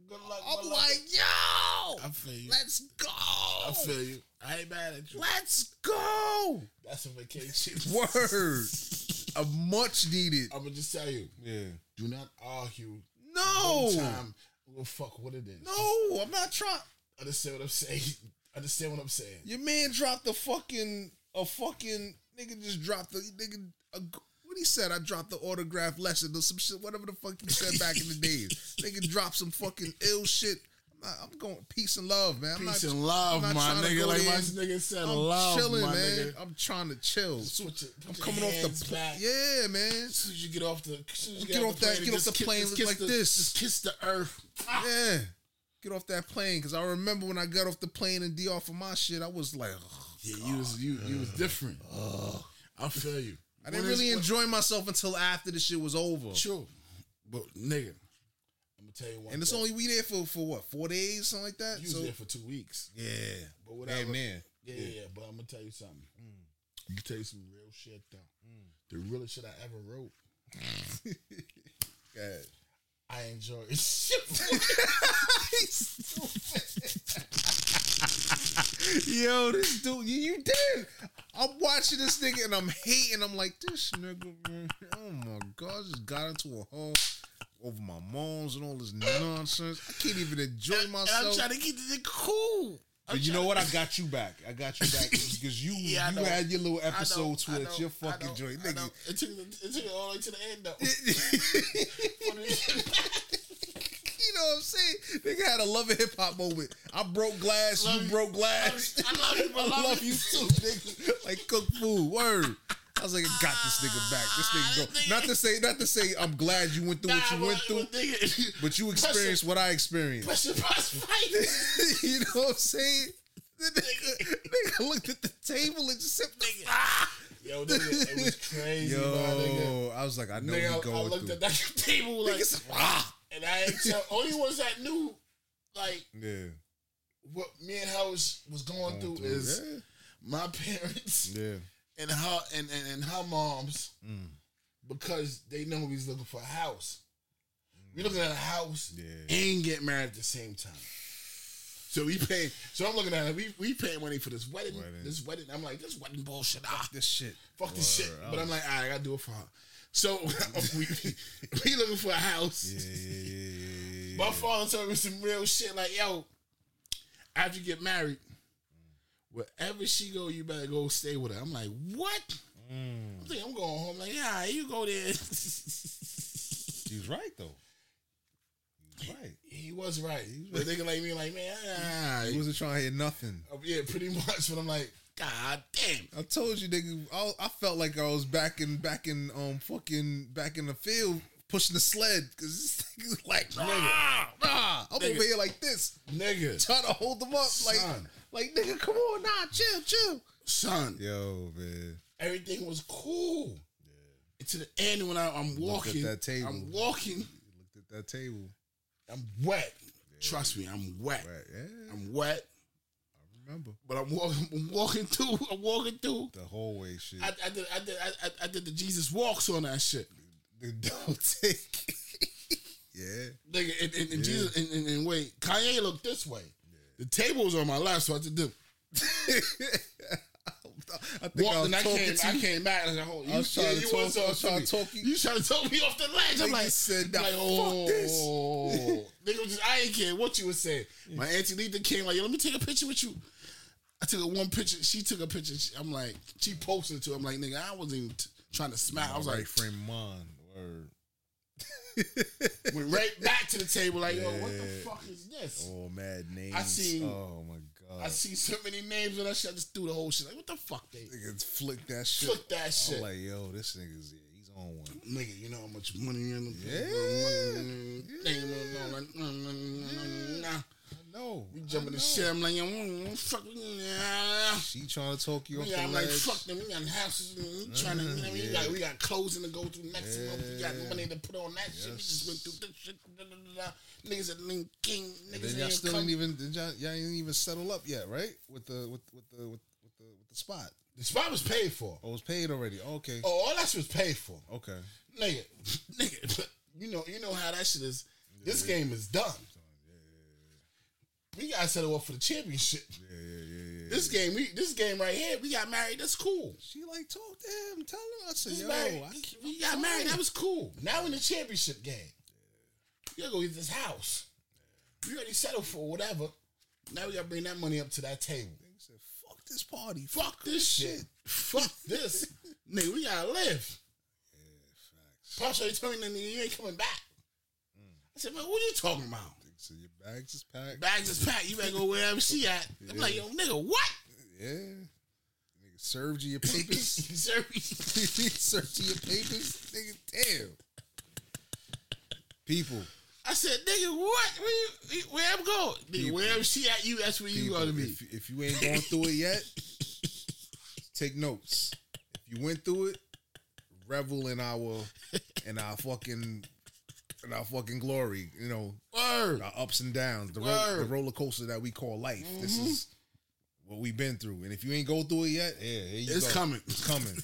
Good luck. I'm like, yo, I feel you. let's go. I feel you. I ain't mad at you. Let's go. That's a vacation. Word. a much needed. I'm gonna just tell you. Yeah. Do not argue. No. One time, we'll fuck what it is. No, I'm not trying. Understand what I'm saying? Understand what I'm saying? Your man dropped a fucking a fucking nigga just dropped the nigga. A, what he said? I dropped the autograph lesson or some shit. Whatever the fuck you said back in the days. nigga dropped some fucking ill shit. I'm, not, I'm going peace and love, man. I'm Peace not, and love, I'm not my trying to nigga. go Like my there. nigga said, I'm love, chilling, my man. nigga. I'm trying to chill. Switch it. I'm Put your coming off hands the back. pl- yeah, man. As soon as you get off the, as soon as you Get off that- plane, get off just the kiss- plane just kiss like the- this. Just kiss the earth. Yeah. Get off that plane, cause I remember when I got off the plane and D off of my shit, I was like, ugh. Ah, Yeah, you was you you was different. I feel you. I didn't When it's- really when- enjoy myself until after the shit was over. Sure, but nigga, I'm gonna tell you one. And it's thing. only we there for for what four days, something like that. you so was there for two weeks. yeah, But whatever. Damn near. Yeah, Mm. yeah, yeah, but I'm gonna tell you something. I'm gonna tell you some real shit though. The realest shit I ever wrote. God. I enjoyed. Shit. Yo, this dude, you, you did. I'm watching this nigga and I'm hating. I'm like, this nigga, man, oh my god, just got into a hole over my moms and all this nonsense. I can't even enjoy And I'm myself. trying to keep this cool. I'm But you trying- know what? I got you back. I got you back because you Yeah, I you know. had your little I know, episodes I where know, it's your I fucking know, joint, I know. nigga. It took it took it all the way to the end though. You know what I'm saying? Nigga had a love and hip hop moment. I broke glass, Love you you. broke glass. I love you, but I love you too, nigga. Like cook food, word. I was like, I got this nigga back. This nigga go. Not to say, not to say, I'm glad you went through what you went through, but you experienced what I experienced. Pressure press fight. you know what I'm saying? The nigga, nigga looked at the table and just said, Yo, nigga, it was crazy, my nigga. "Yo," I was like, I know Nigga, you I, I going looked through. at that table like, Nigga said, ah. and I ain't tell. Only ones that knew, like, Yeah, what me and her was, was going, through, through, is yeah. my parents yeah. and her and, and, and her mom's Mm. because they know he's looking for a house. we looking at a house Yeah. and get married at the same time. So we pay. So I'm looking at it. We we paying money for this wedding. Wedding. This wedding. I'm like this wedding bullshit. Ah, This shit. fuck this shit. Word. I But I'm was- like, all right, I gotta do it for her. So we we looking for a house. Yeah, yeah, yeah, yeah, yeah, yeah. My father told me some real shit like, yo, after you get married, wherever she go, you better go stay with her. I'm like, what? Mm. I'm thinking I'm going home. Like, yeah, you go there. He was right though. He was right. he was right. But thinking like me, like, man, ah, He wasn't trying to hear nothing. yeah, pretty much. But I'm like, god damn. I told you, nigga. I, I felt like I was back in, back in, um, fucking, back in the field pushing the sled because this nigga was like, nah, nah. I'm Nigga. over here like this, Nigga, trying to hold them up, like, Son. like nigga, come on, nah, chill, chill. son, Yo, man. everything was cool. And to the end when I, I'm Looked at walking, that table. I'm walking, Looked at that table. I'm wet. Trust me, I'm wet. Right. Yeah, I'm wet. remember But I'm walking, I'm walking through. I'm walking through. the hallway shit. I, I did, I did, I, I- I did the Jesus walks on that shit, The don't take. yeah. nigga. And, and, and Yeah. Jesus, and, and, and wait, Kanye looked this way. The table was on my left, so I did do. I think I Walked was and I talking came, to I you. came back and I, oh, you, I was yeah, trying to you talk- was I was trying me. to talk you. You trying to talk me off the ledge? I'm Nigga like, said, nah, I'm like, fuck oh, this. nigga, just I ain't care what you was saying. My auntie Lita came like, yo, let me take a picture with you. I took a one picture. She took a picture. She, I'm like, she posted it to. Him. I'm like, nigga, I wasn't even t- trying to smile. I was like, frame mine. Word. went right back to the table. Like, yo, what the Yeah. fuck is this? Oh, mad names. seen- Oh my god. I see so many names on that shit. I just threw the whole shit. Like, what the fuck, they? Niggas flick that shit. Flick that shit. I'm like, yo, this nigga's yeah, he's on one. Nigga, you know how much money in the Mm, yeah. No, We mm, jumping the shit. I'm like, mm, fuck, yeah. She trying to talk you off We got, the I'm like, ledge. Mm-hmm. fuck them. We got houses. We trying to, you know, what I mean? we yeah. got we got closing to go through next Yeah. month. We got money to put on that shit. We just went through this shit. Da, da, da, da. Niggas at Link King. And Niggas then y'all ain't still come. ain't even then y'all, y'all ain't even settle up yet, right? With the with with the with, with the with the spot. The spot was paid for. Oh, it was paid already. Okay. Oh, all that shit was paid for. Okay. nigga, nigga, you know, you know how that shit is. This game is done. We gotta settle up for the championship. Yeah, yeah, yeah, yeah. This game, we this game right here, we got married. That's cool. She like talk to him, tell him. I said, This yo, married- I can't- we got married. That was cool. Now we in the championship game. You gotta go get this house. You already settled for whatever. Now we gotta bring that money up to that table. fuck this party. Fuck this shit. Fuck this. nigga, we gotta live. Yeah, facts. Pasha, you told me, nigga, you ain't coming back. Mm. I said, man, what are you talking about? So your bags is packed. Bags is packed. You better go wherever she at. I'm like, yo, nigga, what? Yeah. Nigga served you your papers. Sir, served you your papers. Nigga, damn. People. I said, nigga, what? Where you, where I'm going? Nigga, People. wherever she at, you. That's where you people, going to be. if, if you ain't going through it yet, take notes. If you went through it, revel in our in our fucking in our fucking glory. You know, Word. our ups and downs, the, ro- Word. Mm-hmm. the roller coaster that we call life. This is what we've been through, and if you ain't go through it yet, yeah, here you It's go. coming. It's coming.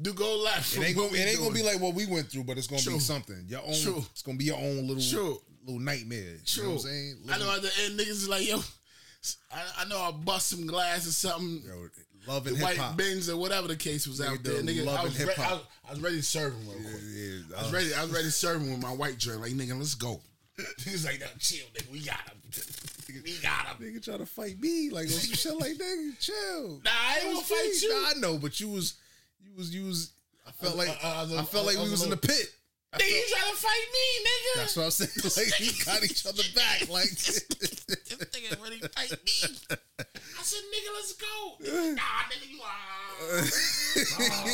Do go left. It from ain't what gonna, we it ain't gonna be doing. like what we went through, but it's gonna True. be something. Your own. True. It's gonna be your own little True. little nightmare. True. You know what I'm saying? I know at the end, niggas is like, yo, I, I know I bust some glass or something. Yo, love the and white hip hop. bins or whatever the case was Nigga out there. done Nigga, I loving was, re- hip-hop. I, was, I was ready to serve him real quick. Yeah, uh, I was ready. I was ready to serve him with my white joint. Like nigga, let's go. He's like, no, chill, nigga. We got him. We got him. Nigga try to fight me like on some shit like nigga, chill. Nah, I ain't was gonna fight free. you. Nah, I know, but you was you was you was. I felt like I- I- I I, was- felt I- like I we was was in the alone. pit. Nigga, you trying to fight me, nigga? That's what I'm saying. Like we got each other back. Like this nigga really fight me. I said, nigga, let's go. nah, nigga, you are.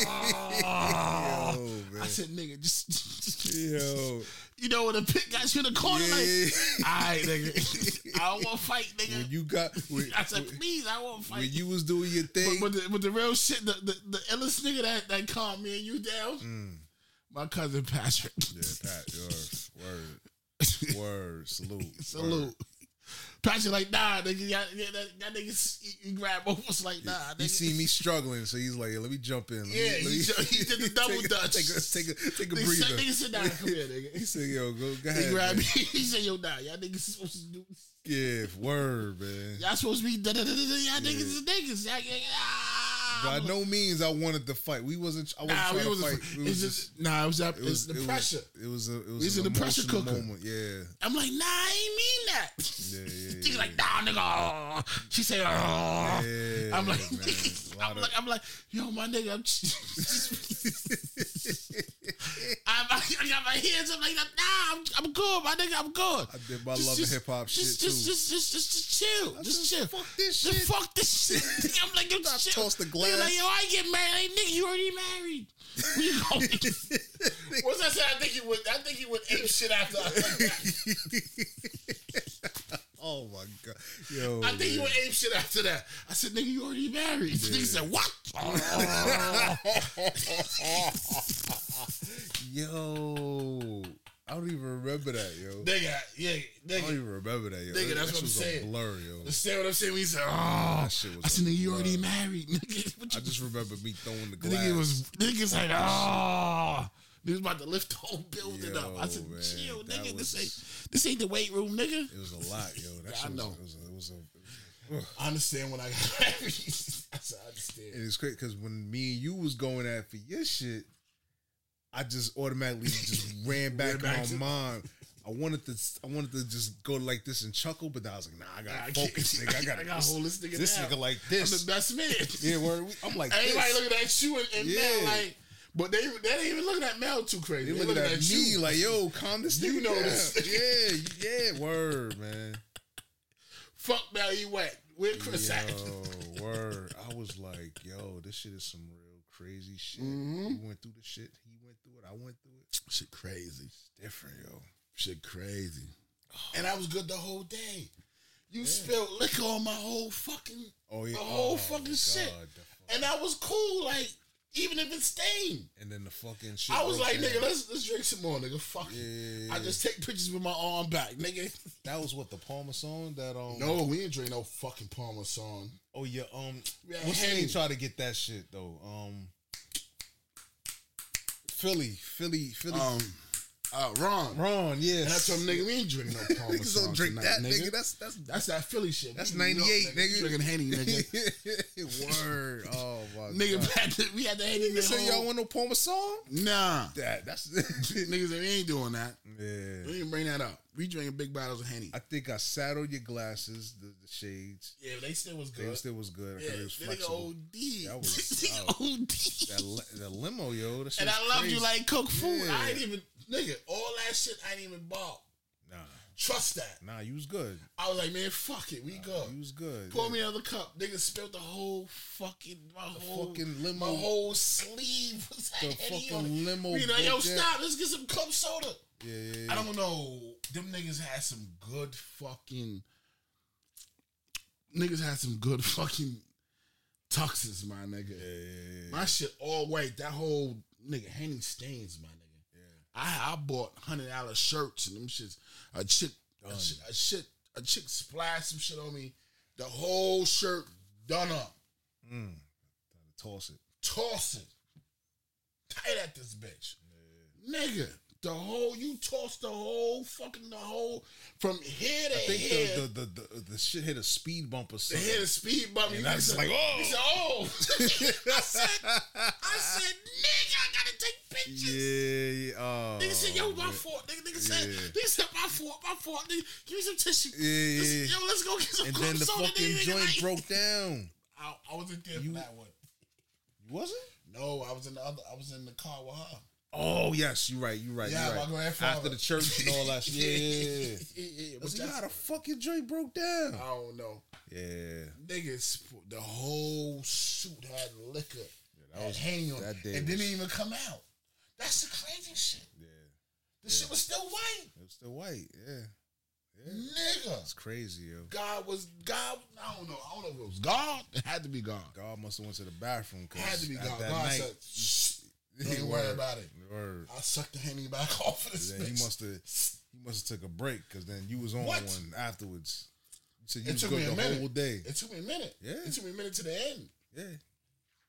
yo, I man. said, nigga, just, just- Yo, you know when the pit got you in the corner, like, yeah. all right, nigga, I don't want to fight, when nigga. you got when, I said, please, I won't fight. when you was doing your thing, But, but, the, but the real shit, the, the, the illest nigga that, that calmed me and you down, my cousin Patrick. Mm. yeah, Pat, word, word, word, salute, Salute. Patrick like, nah, nigga, y'all- yeah, that, that nigga, he, he grabbed both of us like, nah, nigga. He see me struggling, so he's like, "Let me jump in." Let me- Yeah, let he me- ju- he did the double take a, dutch. Take a take a take a Nigga said- breather. Nigga said, nah, come here, nigga. He said, "Yo, go, go He ahead." grabbed man. me. He said, "Yo, nah, y'all niggas is supposed to do. Yeah, word, man. Y'all supposed to be da da da da. da. Y'all niggas is niggas. Y'all, y'all, By ah. no means I wanted to fight. We wasn't. I wasn't nah, trying we was, to fight. it's It was just, just. nah, it was that. It was it's it the was- pressure. It was a. It was. was an in the pressure emotional cooker. Moment. Yeah. I'm like, nah, I ain't mean that. Yeah, yeah, She's like, nah, nigga. oh. She said, oh. Yeah, I'm like, man. A lot I'm of- like, I'm like, yo, my nigga, I'm. I'm, I got my hands. up like, nah, I'm, I'm good, my nigga, I'm good. I did my love and hip hop shit just, too. Just, just, just, just, just chill, just said, chill. "Fuck this Just shit." fuck this shit. I'm like, yo, I just chill. tossed the Nigga glass. Like, yo, I get married. Like, nigga, you already married. Where you going? Once I said, I think he went. I think he went ape shit after. I said that. oh my god, yo. I think you man. were ape shit after that. I said, nigga, you already married. This Nigga said, what? Oh. Yo, I don't even remember that, yo. nigga, yeah, I don't nigga. even remember that, yo. Nigga, That- that's that what I'm shit's a saying. Blur, yo. Understand what I'm saying? He said, oh. shit was I said, a nigga, you blur. already married. Nigga, what I you, just remember me throwing the glass. nigga was, nigga's like, oh. He was about to lift the whole building Yo, up. I said, man, chill, that nigga. was- This ain't this ain't the weight room, nigga. It was a lot, yo. That I shit was, know. It was a. It was a I understand when I got angry. I said, I understand. And it's great because when me and you was going at for your shit, I just automatically just ran back in back my to- mind. I wanted to, I wanted to just go like this and chuckle, but I was like, nah, I gotta focus, nigga. I gotta, I gotta hold this nigga This down. nigga like I'm the this. best man. Yeah, word, we- I'm like Everybody this. looking at you and, and Mel Yeah. like, but they they ain't even looking at Mel too crazy. They looking at me you. like, yo, calm this You nigga know down. this. Yeah, yeah, word, man. Fuck Mel, he whack. Where Chris at? Yo, word. I was like, yo, this shit is some real crazy shit. Mm-hmm. You went through the shit. He went through it. I went through it. Shit crazy. Different, yo. Shit crazy. And I was good the whole day. You spilled liquor on my whole fucking Oh yeah. my whole Oh, fucking God, shit. the fuck- And I was cool, like, even if it's stained. And then the fucking shit. I was broke like, down. nigga, let's let's drink some more, nigga. Fuck it. Yeah. I just take pictures with my arm back, nigga. That was what the Parmesan that um. No, we didn't drink no fucking Parmesan. Oh yeah. Um. We had What's the name? Henny. Try to get that shit though. Um. Philly, Philly, Philly. Um, uh, Ron. Ron, yeah. And I told him, nigga, we ain't drinking no Parmesan. Niggas don't drink tonight, that, nigga. That's that's That's that Philly shit. that's We New York, ninety eight, We nigga. Drinking Henny, nigga. nigga. Word. Oh my. nigga, God. back to- we had the Henny. You at say y'all home. want no Parmesan? Nah. That that's Niggas, we ain't doing that. yeah. We ain't bring that up. We drinking big bottles of Henny. I think I saddled your glasses, the, the shades. Yeah, they still was They still was good. 'cause it was Yeah, nigga flexible. OD. That was- Nigga OD. That, li- that limo, yo. That shit And I was loved crazy. you like cook food. I ain't Yeah. even, nigga, all that shit I ain't even bought. Nah, Trust that. nah, you was good. I was like, man, fuck it, we go. You was good. Oh. Pour me another cup. Nigga spilled the whole fucking my whole fucking limo- my whole sleeve was The had Henny fucking on it. limo We like, yo, broke down. stop. Let's get some club soda. Yeah, yeah, yeah. I don't know. Them niggas had some good fucking. Niggas had some good fucking tuxes, my nigga. My shit all white. That whole nigga Henny stains, my nigga. I I bought hundred dollar shirts and them shits. A chick, a chick, a shit, a chick splashed some shit on me. The whole shirt done up, Toss it. toss it, tight at this bitch, nigga. The whole you tossed the whole fucking the whole from here to I think here. the, the, the, the, the shit hit a speed bump or They something. hit a speed bump. And He I was said- like, "Oh." He said, oh. I said, I said, nigga, I gotta take pictures. yeah, yeah. Oh, Nigga said, yo, my man. fault. Nigga, nigga said, Yeah. nigga said, my fault, my fault. Nigga, give me some tissue. Yeah, Let's- yeah. Yo, let's go get some And club then the soda, fucking nigga, joint nigga. broke down. I, I wasn't there You- for that one. You wasn't? No, I was in the other. I was in the car with her. Oh yes, you right, you right, Yeah, you my right. grandfather. After the church and all that shit. Yeah, yeah, yeah. yeah, yeah. I But said, you that's- how the fucking joint broke down? I don't know. Yeah. Niggas, the whole suit had liquor. that was- had Henny on that it. day It was- didn't even come out. That's the crazy shit. Yeah. The shit was still white. It was still white, yeah. It's Nigga. crazy, yo. God was God. I don't know. I don't know if it was God. It had to be God. God must have went to the bathroom. 'cause It had to be at God. that God night- said, Shh, don't worry Word. about it. Word. I sucked the henny back off of this Then bitch. you must have you must have took a break because then you was on What? one afterwards. So you It was took good me a the minute. whole day. It took me a minute. Yeah. It took me a minute to the end. yeah.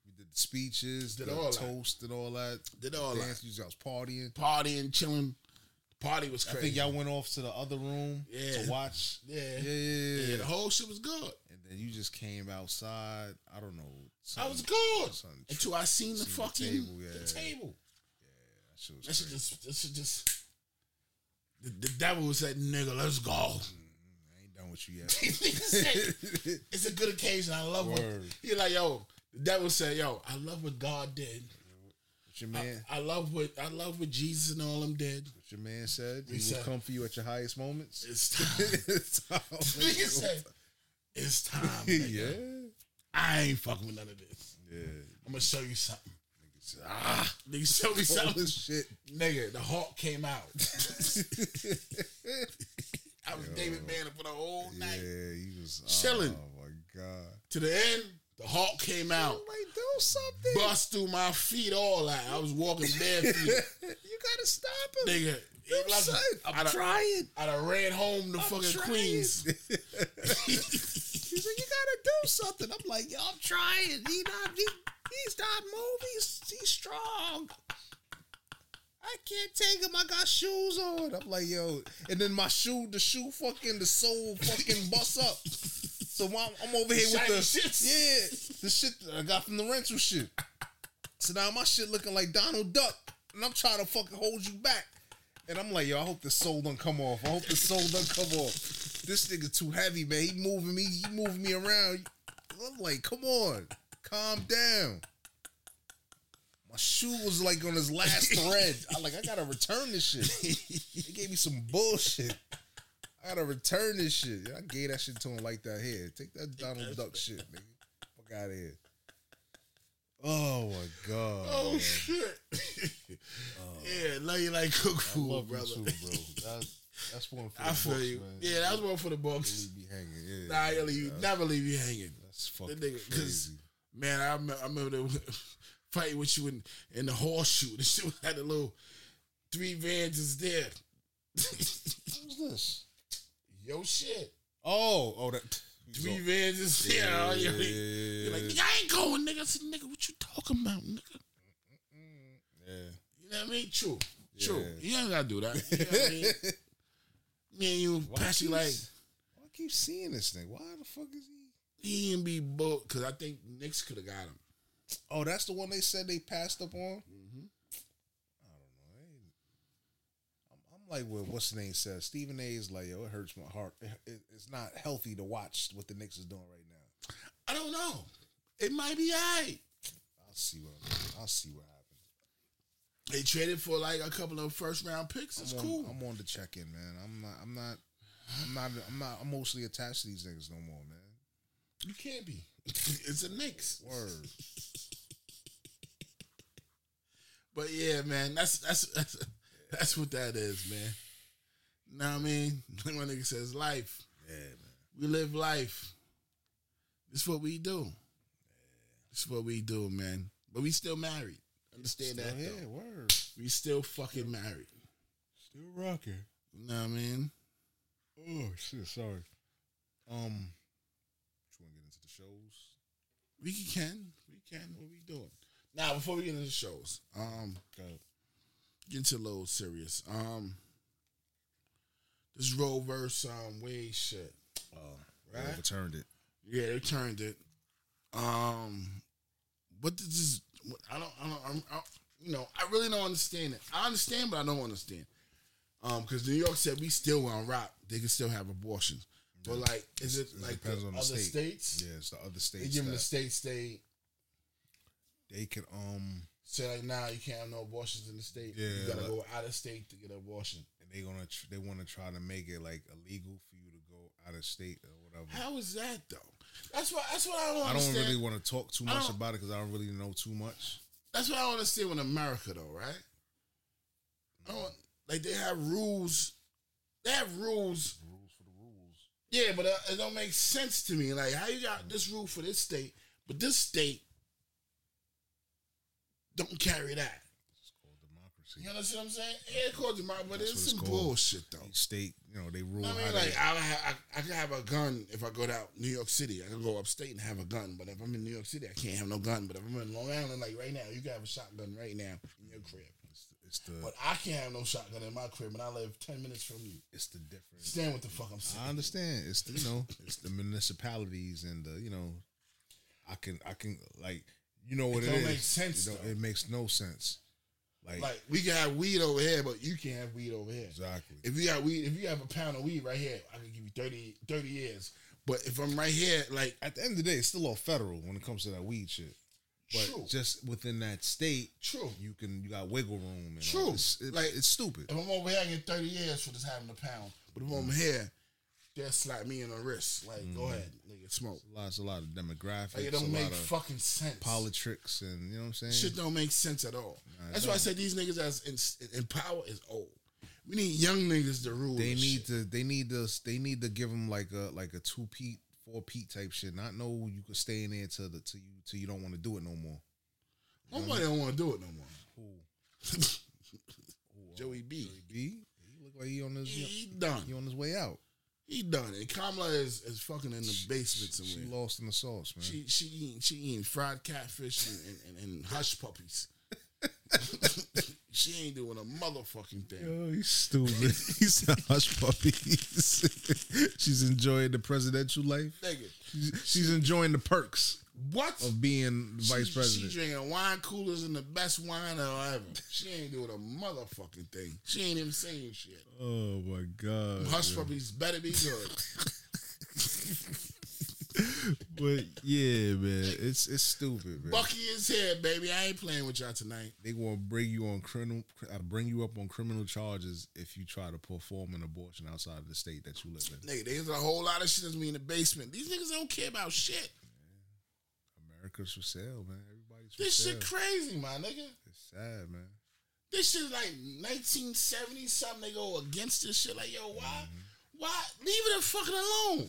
You did the speeches, Did the all that. toast, did all that. Did all dance, You was partying. Partying, chilling. Party was I crazy. think y'all went off to the other room Yeah. to watch. Yeah. Yeah, yeah, yeah. Yeah, the whole shit was good. and then you just came outside. I don't know. I something- was good something tr- until I seen the seen the fucking table, yeah. the table. that shit was That shit crazy. just, that shit just. The, the devil said, "Nigga, let's go." I ain't done with you He yet. said, it's a good occasion. I love what Word. he like. Yo, the devil said, "Yo, I love what God did. What your I, man, I love what I love what Jesus and all them did. what your man said, He he will said- come for you at your highest moments. It's time." It's all- Nigga said, "It's time." nigga. yeah, I ain't fucking with none of this. yeah. I'm gonna show you something. Ah, nigga, show me something. Holy shit. Nigga, the hawk came out. I was David Banner for the whole Yeah, night. he was Chilling. Oh my god. To the end, the hawk came out. Like, do something. Bust through my feet, all that. I was walking barefoot. you gotta stop him. nigga. It like- I'd a- trying. I'd have ran home to fucking trying. Queens. He's like, you gotta do something. I'm like, yo, I'm trying. He not he, he's not moving. He's, he's strong. I I can't take them. I got shoes on. I'm like, yo, and then my shoe, the shoe, fucking the sole, fucking bust up. So I'm, I'm over here with Shiny the shits. yeah, the shit that I got from the rental shit. So now my shit looking like Donald Duck, and I'm trying to fucking hold you back. And I'm like, yo, I hope the soul don't come off. I hope the soul don't come off. This nigga too heavy, man. He moving me, he moving me around. I'm like, come on, calm down. My shoe was like on his last thread. I like, I gotta return this shit. They gave me some bullshit. I gotta return this shit. I gave that shit to him like that. Here, take that Donald Duck shit, nigga. Fuck out of here. Oh my god. Oh, man. shit. yeah, love you like cook food, Uh, love you brother. too, bro. That's that's one for the I feel books, you. man. Yeah, that's one for the books. Leave me hanging. Yeah, Nah, I leave you, That's- never leave you hanging. That's fucking That nigga, 'cause, crazy. man, I remember, I remember the, fighting with you in, in the horseshoe. The shit had the little three vans is there. Who's this? Yo, shit. Oh, oh, that Three vans is there. Yeah, Oh, yeah, yo, yeah, You're like, yeah. nigga, I ain't going, nigga. I said, nigga, what you talking about, nigga? Yeah. You know what I mean? True. True. Yeah. You ain't gotta do that. You know what I mean? Me and you Why passion keep- like Why I keep seeing this thing? Why the fuck is he? he didn't be booked because I think Knicks could have got him. Oh, that's the one they said they passed up on. I don't know. I ain't- I'm, I'm like what what's the name says. Stephen A. is like, yo, it hurts my heart. It- it- it's not healthy to watch what the Knicks is doing right now. I don't know. It might be alright. I'll see what I'm, I'll see what happens. They traded for like a couple of first round picks. It's I'm on, cool. I'm on the check in, man. I'm not. I'm not. I'm not. I'm not emotionally attached to these niggas no more, man. You can't be. it's a Knicks. Word. But yeah, man, that's that's that's, that's what that is, man. Know what I mean? My nigga says life. Yeah, man. We live life. It's what we do. It's what we do, man. But we still married. Understand Still that? here, though. word. We still fucking married. Still rocking. You know what I mean? Oh shit, sorry. Um, you want to get into the shows? We can. We can. What we doing? Now, before we get into the shows, um, get into a little serious. Um, this Roe versus um, Wade shit. Oh, Right? overturned it. Yeah, they turned it. Um, what did this? What, I don't. I don't. I'm, I, you know, I really don't understand it. I understand, but I don't understand. Um, because New York said we still on rock. They can still have abortions, but like, is it It like the depends on the other state. states? Yeah, it's the other They states. give them the that state state. they can um, So like now you can't have no abortions in the state. Yeah, you gotta like- go out of state to get an abortion. and they gonna tr- they want to try to make it like illegal for you to go out of state or whatever. How is that though? That's what that's what I don't I don't understand. really want to talk too I much don't- about it because I don't really know too much. that's what I don't understand with America though, right? I don't like they have rules. They have rules. Rules for the rules. Yeah, but uh, it don't make sense to me. Like how you got this rule for this state, but this state don't carry that. It's called democracy. You understand what I'm saying? Yeah, it's called democracy, but That's it's what some it's called. bullshit though. Each state, you know, they rule. I how mean, they- like I, I, I can have a gun if I go to New York City. I can go upstate and have a gun, but if I'm in New York City, I can't have no gun. But if I'm in Long Island, like right now, you can have a shotgun right now in your crib. it's the But I can't have no shotgun in my crib, and I live ten minutes from you. it's the difference. Stand what the fuck I'm saying. I understand. It's the, you know, it's the municipalities and the you know, I can I can like you know what It it don't is. make sense, It, don't- though. it makes no sense. Like, Like we can have weed over here, but you can't have weed over here. exactly. If you got weed, if you have a pound of weed right here, I can give you 30, 30 years. But if I'm right here, like At the end of the day, it's still all federal when it comes to that weed shit. But True. just within that state, True. you can you got wiggle room. And True. all. It's, it- Like- it's stupid. If I'm over here, I get 30 years for just having a pound. But if Mm. I'm here, they'll slap me in the wrist. Like, go ahead, nigga, smoke. Lots a lot of demographics. Like, it Mm. a don't make lot of fucking sense. politics, and you know what I'm saying. Shit don't make sense at all. it That's why I don't. said these niggas that's in, in power is old. We need young niggas to rule. They this need shit. to. They need to. They need to give them like a like a two peat, four peat type shit. Not know you could stay in there till the till you till you don't want to do it no more. Nobody don't want to do it no more. Who? Joey B. B? He look like he on his He, he he, done. on his way out. He done. And Kamala is, is fucking in the basement She somewhere. lost in the sauce, man. She she eating, she eating fried catfish and, and, and, and hush puppies. She ain't doing a motherfucking thing. Yo, oh, he's stupid. he's a hush puppy. She's enjoying the presidential life. Nigga. She's, she's enjoying the perks. What? Of being vice She- president. She drinking wine coolers and the best wine ever. She ain't doing a motherfucking thing. She ain't even saying shit. oh my god. Hush yo. puppies better be good. But yeah, man, it's it's stupid, man. Bucky is here, baby. I ain't playing with y'all tonight. They gonna bring you on criminal, uh, bring you up on criminal charges if you try to perform an abortion outside of the state that you live in. Nigga, there's a whole lot of shit that's me in the basement. These niggas don't care about shit. America's for sale, man. Everybody's for This sale. shit crazy, my nigga. It's sad, man. This shit like 1970 something. They go against this shit. Like, yo, why? Mm-hmm. Why? Leave it the fucking alone.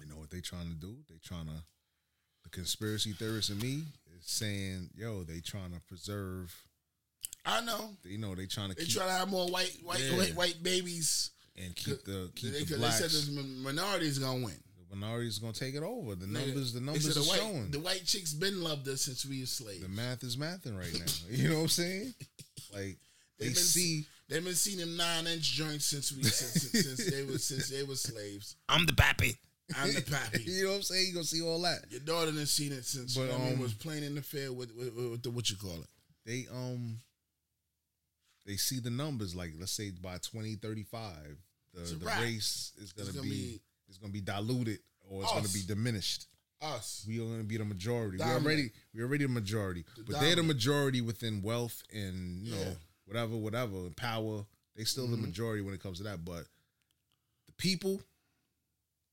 You know what they trying to do? They trying to the conspiracy theorist in me is saying, yo, they trying to preserve. I know. You know, they trying to They keep try to have more white, white, Yeah. white, white babies. and keep the keep the they, they said blacks. this min- minority is gonna win. The minority's gonna take it over. The Nigga, numbers, the they numbers said are the white, showing. The white chicks been loved us since we was slaves. the math is mathing right now. You know what I'm saying? Like they been see. They've been seeing them nine inch joints since we since, since, since they were since they were slaves. I'm the pappy. I'm the pappy. you know what I'm saying? You gonna see all that. Your daughter done seen it since But, but, um, um, was playing in the fair with, with, with the what you call it. They um, they see the numbers. Like let's say by 2035, the, It's a the wrap. race is gonna, It's gonna be, be- it's gonna be diluted or it's gonna Us. be diminished. Us. We are gonna be the majority. Dominant. We already we already the majority, The but they're the dominant. majority within wealth and you know Yeah. Mm-hmm. whatever whatever and power. They still the majority when it comes to that, but the people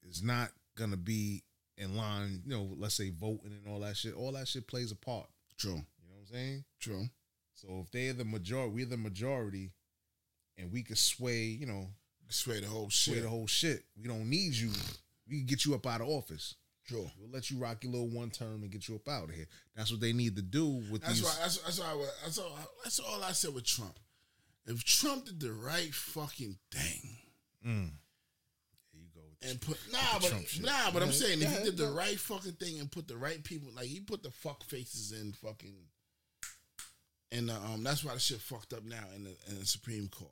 is not gonna be in line. You know, let's say voting and all that shit. All that shit plays a part. True. You know what I'm saying? True. So if they're the majority, we're the majority, and we could sway. You know, Sway the whole sway shit. the whole shit. We don't need you. We can get you up out of office. True. We'll let you rock your little one term and get you up out of here. That's what they need to do with That's these. why. That's, that's why. I, was- that's all. That's all I said with Trump. If Trump did the right fucking thing Mm. There you go. and put nah, the but Trump shit. nah, but I'm Yeah, saying if yeah, he did the no. right fucking thing and put the right people, like he put the fuck faces in fucking, and uh, um, that's why the shit fucked up now in the, in the Supreme Court.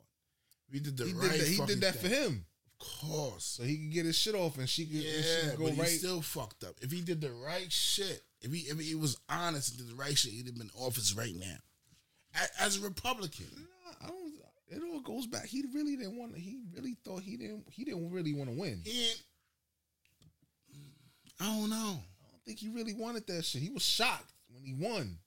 We did the He right. did that, he did fucking that for thing. him, Of course. so he could get his shit off, and she could, and she Yeah, could but go right. he's still fucked up. If he did the right shit, if he if he was honest and did the right shit, he'd have been in office right now. A- As a Republican, I don't. It all goes back. He really didn't want. to He really thought he didn't. He didn't really want to win. he ain't. I don't know. I don't think he really wanted that shit. He was shocked when he won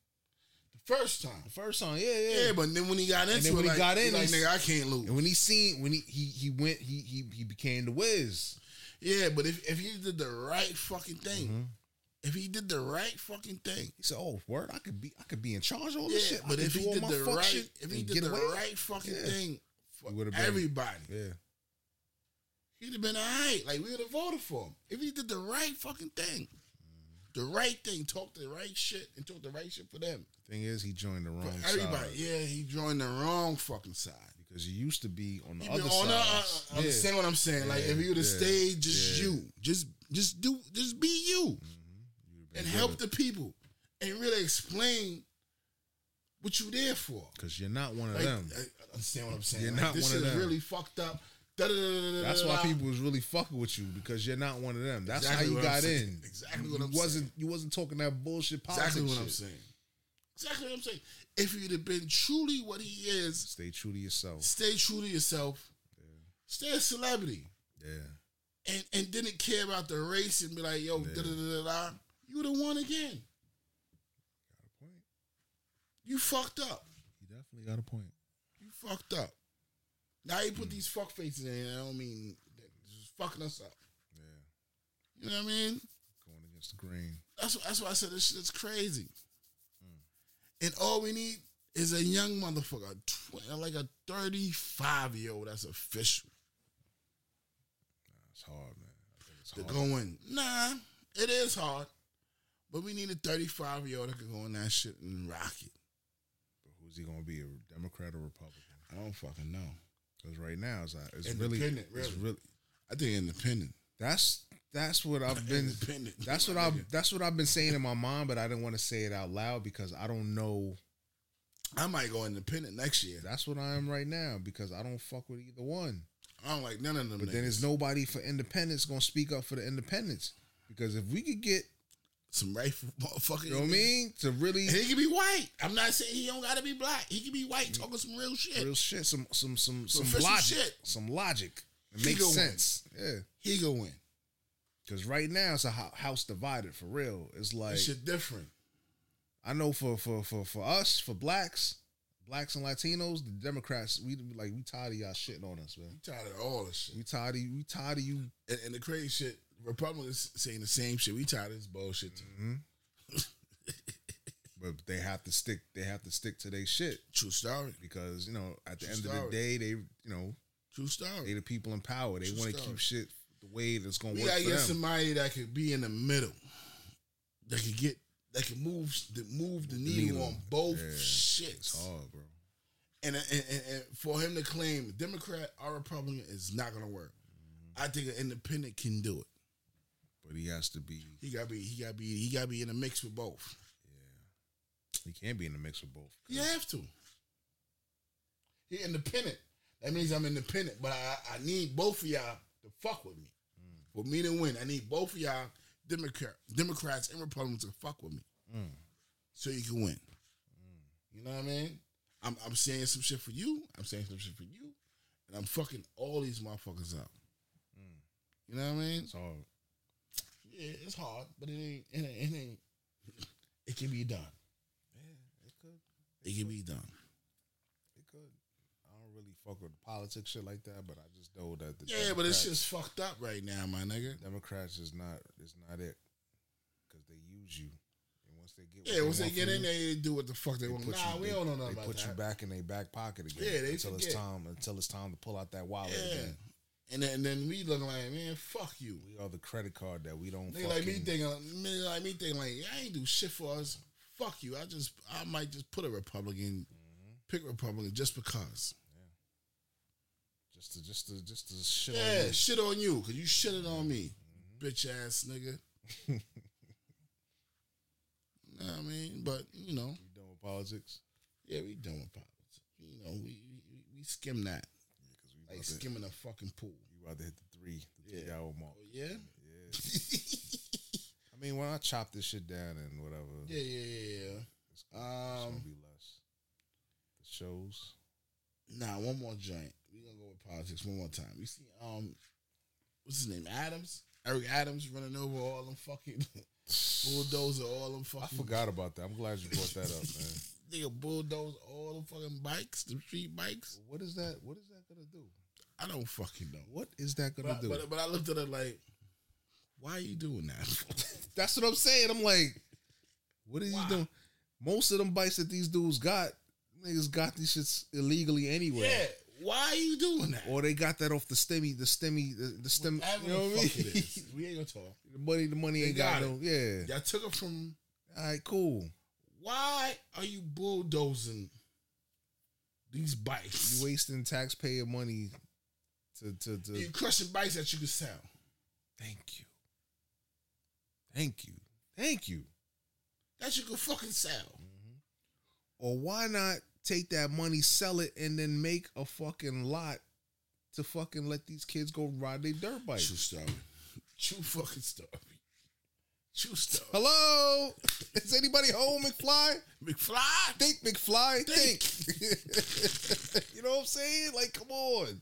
The first time, the first time. Yeah, yeah. yeah, but then when he got into and then when it, he like, got in, like he- nigga, I can't lose. And when he seen when he he he went he he he became the whiz. Yeah, but if, if he did the right fucking thing, Mm-hmm. if he did the right fucking thing, He said, "Oh, word! I could be I could be in charge of all yeah. this Oh, shit. I But could if do he all did my the fuck right, shit if he and did get the away." right fucking Yeah. thing for He would've been- everybody, Yeah, he'd have been all right. Like we would have voted for him if he did the right fucking thing, the right thing, talk the right shit, and talk the right shit for them, thing is, he joined the for wrong everybody. side Yeah, he joined the wrong fucking side. because he used to be on the He other been on side. the- uh, uh, I'm Yeah. saying what I'm saying. like if Yeah, you would have yeah, stayed, just yeah. you, just just do, just be you, Mm-hmm. and help the people, and really explain what you there for. Because you're not one of Like, uh, I, them. I understand what I'm saying. You're Like, not this one of shit is them. really fucked up. Da-da-da-da-da-da-da. That's why people was really fucking with you because you're not one of them. That's uh, Exactly how you what I'm got saying. in. Exactly what you I'm wasn't you wasn't talking that bullshit politics. Exactly what I'm shit. saying. Exactly what I'm saying. If you'd have been truly what he is, Stay true to yourself. stay true to yourself. Stay a celebrity, Yeah. and and didn't care about the race and be like, yo, da da da da da. You would have won again. point. You fucked up. You definitely got a point. You fucked up. Now you Hmm. put these fuck faces in. and I don't mean that- just fucking us up. Yeah. You know what I mean? Going against the grain. That's that's why I said this shit's crazy. Mm. And all we need is a young motherfucker, a tw- like a thirty-five year old that's official It's hard, man. I think it's to hard. go in. Nah, it is hard, but we need a thirty-five year old that can go in that shit and rock it. Who's he gonna be? A Democrat or Republican? I don't fucking know. Because right now it's not, it's really, Independent, it's really. really I think independent. that's that's what I've been Independent. that's what I that's what I've been saying in my mind, but I didn't want to say it out loud because I don't know I might go independent next year. That's what I am right now because I don't fuck with either one. I don't like none of them. But then niggas. there's nobody for independence gonna speak up for the independence because if we could get some rightful motherfucker, you know what I mean, to really And he can be white. I'm not saying he don't gotta be black. He can be white talking some real shit. real shit, some some some Some some, official logic, shit. some logic, it He makes gonna sense. Yeah, He gonna win. because right now it's a hou- house divided for real. It's like That shit different. I know for for for for us for blacks, blacks and Latinos, the Democrats, we like we tired of y'all shitting on us, man. I'm tired of all this shit. We tired of you. We tired of you. And, and the crazy shit, Republicans saying the same shit. We tired of this bullshit. too. But they have to stick. They have to stick to their shit True story. because you know at the True end of story. the day, they you know True they story. the people in power. They True want to story. keep shit the way that's gonna We work gotta for get them. somebody that could be in the middle. That could get that could move that move the needle, Needle. on both Yeah. shits. it's hard, bro. and, and, and, and for him to claim Democrat or Republican is not gonna work. I think an independent can do it. But he has to be. He gotta be he gotta be he gotta be in a mix with both. He can't be in the mix with both. You have to. He independent. That means I'm independent, but I, I need both of y'all to fuck with me. For me to win, I need both of y'all Democrat, Democrats and Republicans to fuck with me. So you can win. You know what I mean? I'm, I'm saying some shit for you. I'm saying some shit for you. And I'm fucking all these motherfuckers up. Mm. You know what I mean? It's hard. Yeah, it's hard, but it ain't. It ain't. It, ain't, it can be done. Yeah, it could. It can be done. It could. I don't really fuck with politics shit like that, but I just know that the Yeah, but it's Democrats- just fucked up right now, my nigga. Democrats is not is not it because they use you, and once they get what Yeah, once they want get from in you, there, they do what the fuck they, they want. put Nah, you, we they, don't know nothing they about put that. you back in their back pocket again. Yeah, they until forget. it's time until it's time to pull out that wallet yeah, again. and then, and then we looking like, man, fuck you. We are the credit card that we don't. Nigga like me fucking- thinking, nigga like me thinking, like I ain't do shit for us. Fuck you. I just, I might just put a Republican, Mm-hmm. pick Republican just because. just to just to just to shit on Yeah, you. Mm-hmm. shit on you, cause you shitted on me, bitch ass nigga. know what I mean, but you know, You done with politics? yeah, we done with politics. You know, we we, we skim that Because like skimming a fucking pool. we rather hit the three the three Yeah. hour mark. Oh, yeah, I mean, when I chop this shit down and whatever, yeah, yeah, yeah. yeah. it's gonna Um, be less. The shows. nah, one more joint. We gonna go with politics one more time. You see, um, what's his name? Adams, Eric Adams, running over all them fucking bulldozer, all them I fucking forgot about that. I'm glad you brought that up, man. nigga bulldoze, all them fucking bikes, the street bikes. What is that? What is that gonna do? I don't fucking know. What is that But gonna I, do? but, but I looked at it like, why are you doing that? That's what I'm saying. I'm like, what are Why? you doing? Most of them bikes that these dudes got, niggas got these shits illegally anyway. yeah, why are you doing that? Or they got that off the stimmy, the stimmy, the, the stim. Whatever You know the what I mean? fuck it is, we ain't gonna talk. the money, the money They ain't got, got no. Yeah. Y'all took it from All right, cool. why are you bulldozing these bikes? You You, wasting taxpayer money to to to. crushing bikes that you can sell. Thank you. Thank you. Thank you. That you can fucking sell. Or why not take that money, sell it, and then make a fucking lot to fucking let these kids go ride their dirt bike? True story. True fucking story. True story. Hello? Is anybody home, McFly? McFly. Think, McFly, think. you know what I'm saying? Like, come on.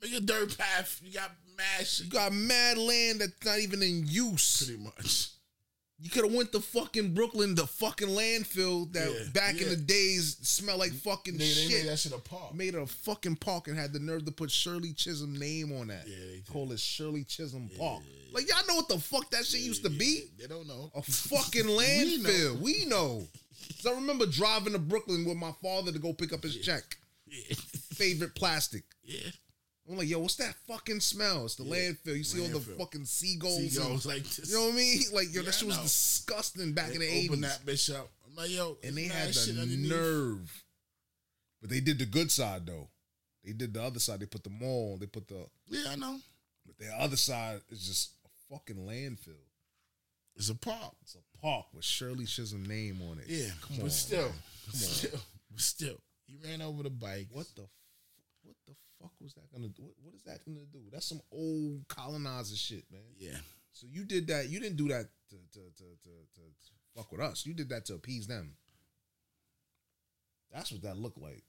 Make a dirt path. You got mad shit. You got mad land that's not even in use. pretty much. You could have went to fucking Brooklyn, the fucking landfill that Yeah, back in yeah. the days smelled like fucking Nigga, they shit. made that shit a park. made it a fucking park and had the nerve to put Shirley Chisholm name on that. Yeah, they did. Call it Shirley Chisholm Park. Like y'all know what the fuck that shit used to be? They don't know. A fucking landfill. We know. So I remember driving to Brooklyn with my father to go pick up his check. Yeah. Favorite plastic. yeah. I'm like, yo, what's that fucking smell? It's the landfill. You see all the Landfill. fucking seagulls. and- Seagulls like this. you know what I mean? Like, yo, Yeah, that shit I was know. disgusting back in the They Open eighties. that bitch up. I'm like, yo. And they mad had shit the underneath. nerve. But they did the good side though. They did the other side. They put the mall. They put the Yeah, I know. But the other side is just a fucking landfill. It's a park. It's a park with Shirley Chisholm name on it. Yeah, come but on. still, man. still, But still, he ran over the bike. What the, f- what the fuck was that gonna do? What, what is that gonna do? That's some old colonizer shit, man. Yeah. So you did that. You didn't do that to to to to, to, to fuck with us. You did that to appease them. That's what that looked like.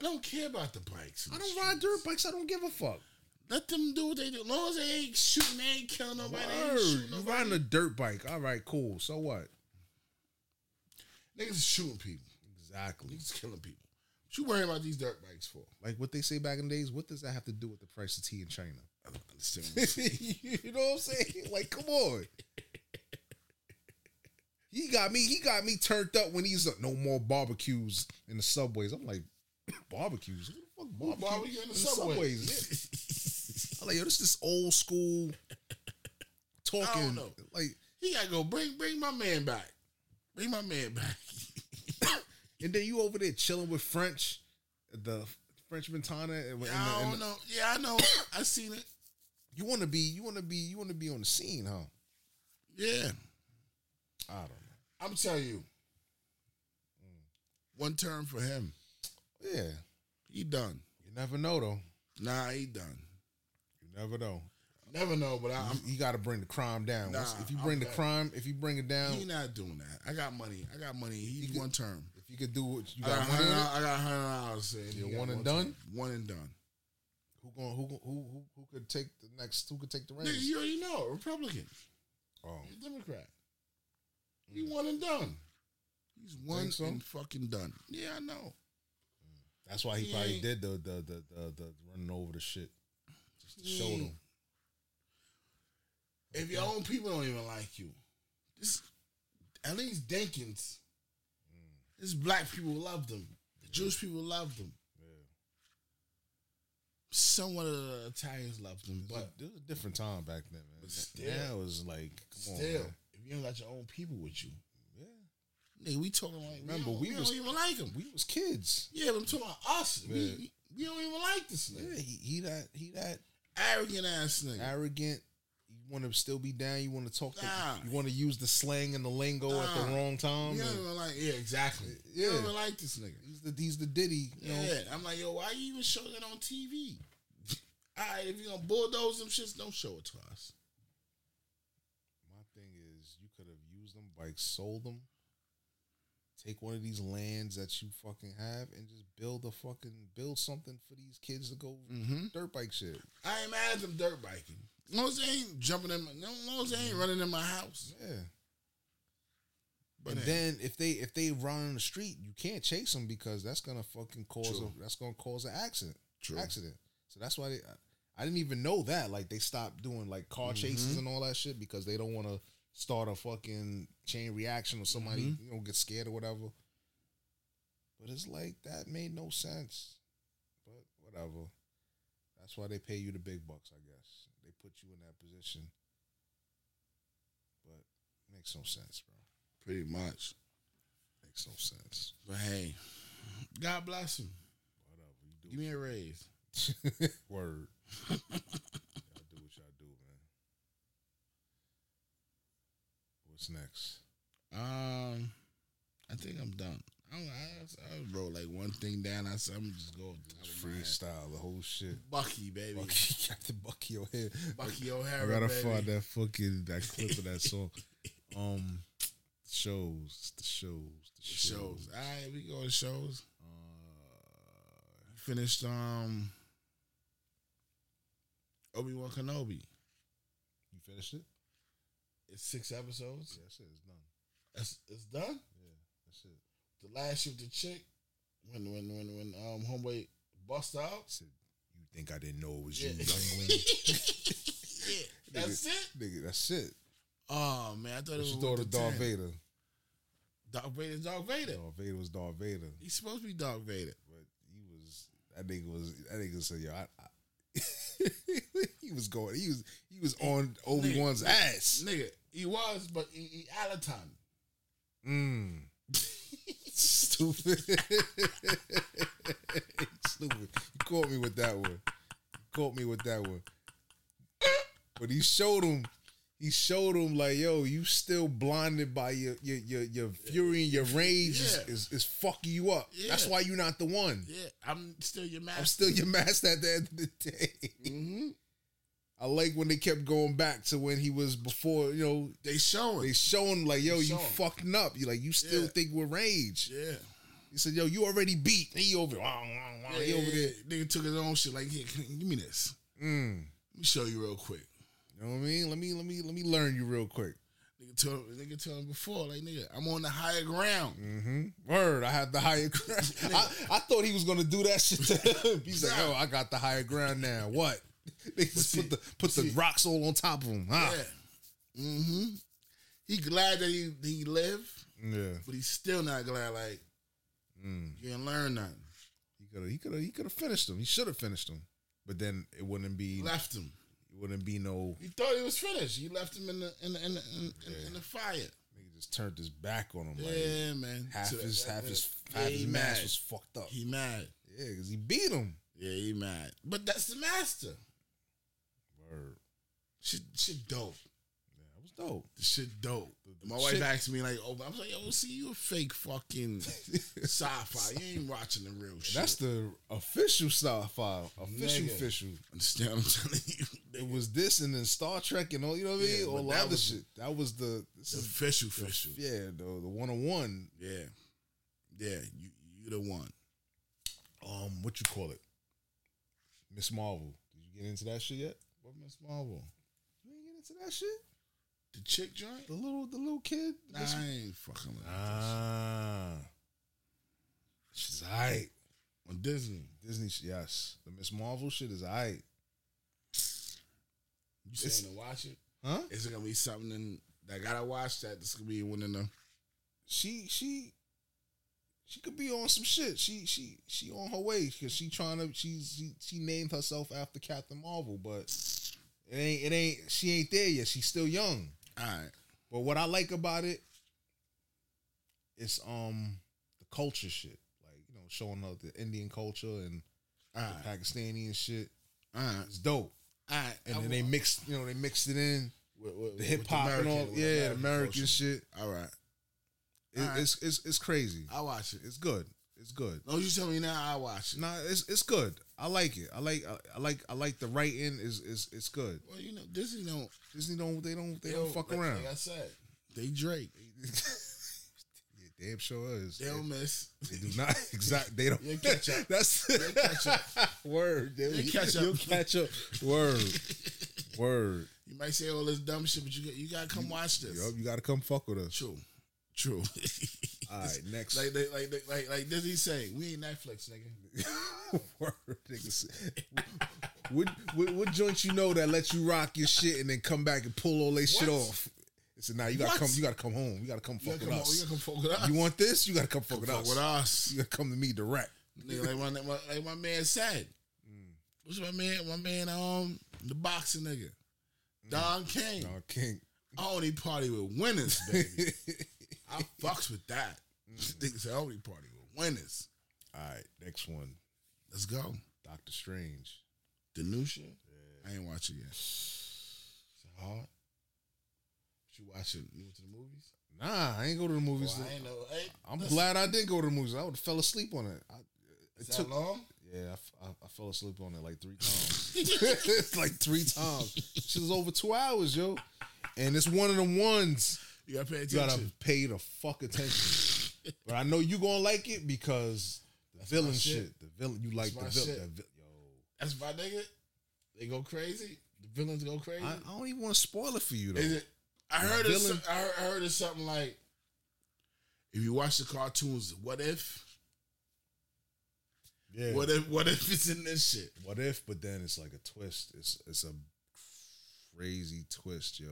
I don't care about the bikes. I don't ride dirt bikes. I don't give a fuck. Let them do what they do. As long as they ain't shooting, they ain't killing nobody. They ain't Word. shooting You nobody. riding a dirt bike? All right, cool. So what? Niggas is shooting people. Exactly. Niggas killing people. What you worrying about these dirt bikes for? Like what they say back in the days. What does that have to do with the price of tea in China? I don't understand. what you're saying. you know what I'm saying? Like, come on. He got me. He got me turned up when he's like, no more barbecues in the subways. I'm like, barbecues. What the fuck, barbecue, barbecue in the subway? Yeah. I'm like, yo, this is old school talking. I don't know. Like, he gotta go. Bring bring my man back. Bring my man back. and then you over there chilling with French, the French Montana. And, and, I and- don't know. Yeah, I know. I seen it. You want to be. You want to be. You want to be on the scene, huh? Yeah. I don't know. I'm telling you. Mm. One term for him. Yeah, He done. you never know though. Nah, he done. You never know. Never know, but I, You- you got to bring the crime down. Nah, Once- if you I'm bring the back. crime, if you bring it I'm down, he not doing that. I got money. I got money. He, one term. if you could do what you I got got, hundred. money on it, Uh, I got hundred dollars. and he You're got one and term. done? One and done. who going who gon- who who who could take the next? Who could take the Nigga, reins? you already know. Republican. Oh, He's a Democrat. He one and done. He's one Mm. so? and fucking done. Yeah, I know. that's why he He probably ain't- did the the the the, the running over the shit. Just to show them. If your own people don't even like you, this at least Dinkins, Mm. this black people love them. The Jewish people love them. Somewhat of the Italians love them, but But it was a different time back then, man. But still- now it was like, come on, still, man. if you don't got your own people with you, Yeah. nigga, we talking like Remember, we we, don't, was- we don't even like him. we was kids. Yeah, but I'm talking about us. Yeah. We, we don't even like this Yeah, nigga. he, he that he that Arrogant ass nigga. arrogant. You want to still be down. You want to talk. the- Nah. you want to use the slang and the lingo at the Nah. wrong time. You don't and- even like, yeah, exactly. You Yeah. don't even like this nigga. He's the he's the Diddy. You Yeah, know? I'm like, yo, why you even show that on TV? All right, if you gonna bulldoze them shits, don't show it to us. My thing is, you could have used them bikes, sold them, take one of these lands that you fucking have, and just build a fucking build something for these kids to go Mm-hmm. dirt bike shit. I ain't mad at them dirt biking. As long as they ain't jumping in, my, as long as they ain't running in my house. Yeah. But and hey. then if they if they run on the street, you can't chase them because that's gonna fucking cause True. a, that's gonna cause an accident. True. Accident. So that's why they. I, I didn't even know that. Like they stopped doing like car Mm-hmm. chases and all that shit because they don't want to start a fucking chain reaction or somebody Mm-hmm. you know get scared or whatever. But it's like that made no sense. But whatever. That's why they pay you the big bucks, I guess. They put you in that position. But makes no sense, bro. Pretty much. Makes no sense. But hey, God bless him. Give me a raise. Word. y'all do what y'all do, man. What's next? Um, I think I'm done. I, don't, I, I wrote like one thing down. I said I'm just going Freestyle, the whole shit. Bucky, baby. Bucky, Bucky, got the Bucky over here. I O'Hara. gotta baby. find that fucking that clip of that song. Um, shows, the shows, the shows. shows. All right, we go to shows. Uh, Finished um Obi Wan Kenobi. You finished it? It's six episodes. Yeah, that's it. It's done. It's, it's done. Yeah, that's it. The last ship the chick when when when when um homeboy bust out. Said, you think I didn't know it was Yeah. you, youngling? Yeah, that's it. Nigga, that's it. Oh man, I thought What it was you thought with of the Darth 10. Vader? Darth Vader's Darth Vader. Darth Vader was Darth Vader. He's supposed to be Darth Vader. But he was that nigga was that nigga said, yo, I, I he was going he was he was on Obi Wan's ass. Nigga, he was, but he, he Alaton. Mm. Stupid. Stupid. You caught me with that one. You caught me with that one. But he showed him he showed him like, yo, you still blinded by your your your, your fury and your rage is, Yeah. is, is fucking you up. That's Yeah. why you're not the one. Yeah, I'm still your master. I'm still your master at the end of the day. Mm-hmm. I like when they kept going back to when he was before. You know, they show They show him like, yo, They you show him. fucking up. You like, you still Yeah. think we're rage. Yeah. He said, yo, you already beat. He over. Wah, wah, wah, Yeah, Oh, he yeah, over there. yeah. Nigga took his own shit. Like, here, can- give me this. Mm. Let me show you real quick. You know what I mean? Let me let me let me learn you real quick. Nigga told nigga told him before, like nigga, I'm on the higher ground. Mm-hmm. Word, I had the higher ground. I, I thought he was gonna do that shit to him. He's like, yo, I got the higher ground now. What? They just put the put the rock soul on top of him. Huh? Yeah. Mm-hmm. He glad that he he lived, Yeah. but he's still not glad. Like Mm. you didn't learn nothing. He could have he could have he could have finished him. He should have finished him. But then it wouldn't be Left him. It wouldn't be no He thought he was finished. You left him in the in the, in the, in, in, in the fire. nigga just turned his back on him. like, Yeah, man. Half So his that- half his yeah, half he his mask mad. was fucked up. He mad. Yeah, because he beat him. Yeah, he mad. But that's the master. Word. Shit, shit dope. That was dope. The shit dope. My shit- wife asked me like, "Oh, I was like, yo, see, you a fake fucking sci-fi. You ain't watching the real shit." That's the official sci-fi, official, Nigga. official. Understand what I'm telling you? It was this, and then Star Trek, and all you know what I mean, Yeah, all but that that other was- shit. That was the this The is- official, official. yeah, the the one on one. Yeah, yeah. You, you the one. Um, what you call it? Miss Marvel. Did you get into that shit yet? What Miss Marvel? You ain't get into that shit. The chick joint? The little the little kid. Nah, Miss- I ain't fucking with that. ah, she's alright. on Disney. Disney, sh- yes. The Miss Marvel shit is alright. You saying to watch it? Huh? Is it gonna be something in- that I gotta watch? That this gonna be one of them. she she she could be on some shit. She she she on her way because she trying to. She's she, she named herself after Captain Marvel, but it ain't it ain't. She ain't there yet. She's still young. All right. But what I like about it, it's um the culture shit, like you know, showing her the Indian culture and Alright. the Pakistani and shit. All right. It's dope. All right. And then they mixed, you know, they mixed it in with, the hip hop and all. Yeah, the American shit. All right. It, It's it's it's crazy. I watch it. It's good. It's good. No, you tell me now. I watch it. Nah, it's it's good. I like it. I like I, I like I like the writing is is it's good. Well, you know Disney don't. Disney don't they don't they They don't fuck like, around. Like I said, they Drake. yeah, damn sure is. They don't miss. They do not exact. They don't They catch up. That's They catch up. word. They, They catch up. You'll catch up. Word. Word. You might say all this dumb shit, but you got, you gotta come watch this. Yup, you gotta come fuck with us. True, true. All right, next. like they, like they, like like Disney say, we ain't Netflix, nigga. Word, niggas. what, what, what joint you know that lets you rock your shit and then come back and pull all that shit What? off? It's now you gotta What? come. You gotta come home. You gotta come You fuck with gotta come, on, us. you gotta come fuck with us. You want this? You gotta come fuck Come with fuck us. with us. You gotta come to me direct. Nigga, like my, my like my man said. Mm. What's my man? My man, um, the boxing nigga, Mm. Don King. Nah, King. I only party with winners, baby. I fucks with that. Nigga say I only party with winners. All right, next one. Let's go. Doctor Strange. The new shit. I ain't watch it yet. It's hard. But you watch it? You went to the movies? Nah, I ain't go to the movies. Well, Oh, I ain't know. Hey, I'm listen, glad I didn't go to the movies. I would have fell asleep on it. I, Is it that took long? Yeah, I f- I, I fell asleep on it like three times. like three times. She was over two hours, yo. And it's one of the ones You gotta pay you gotta attention. pay the fuck attention. but I know you gonna like it because the villain my shit. shit. The villain, you like my the villain. shit. the vi- That's my nigga. They go crazy. The villains go crazy. yo, I, I don't even want to spoil it for you though. Is it? I The heard, it's villain- I heard. I heard it's something like, if you watch the cartoons, what if? yeah. What if? What if it's in this shit? What if? But then it's like a twist. It's it's a crazy twist, yo.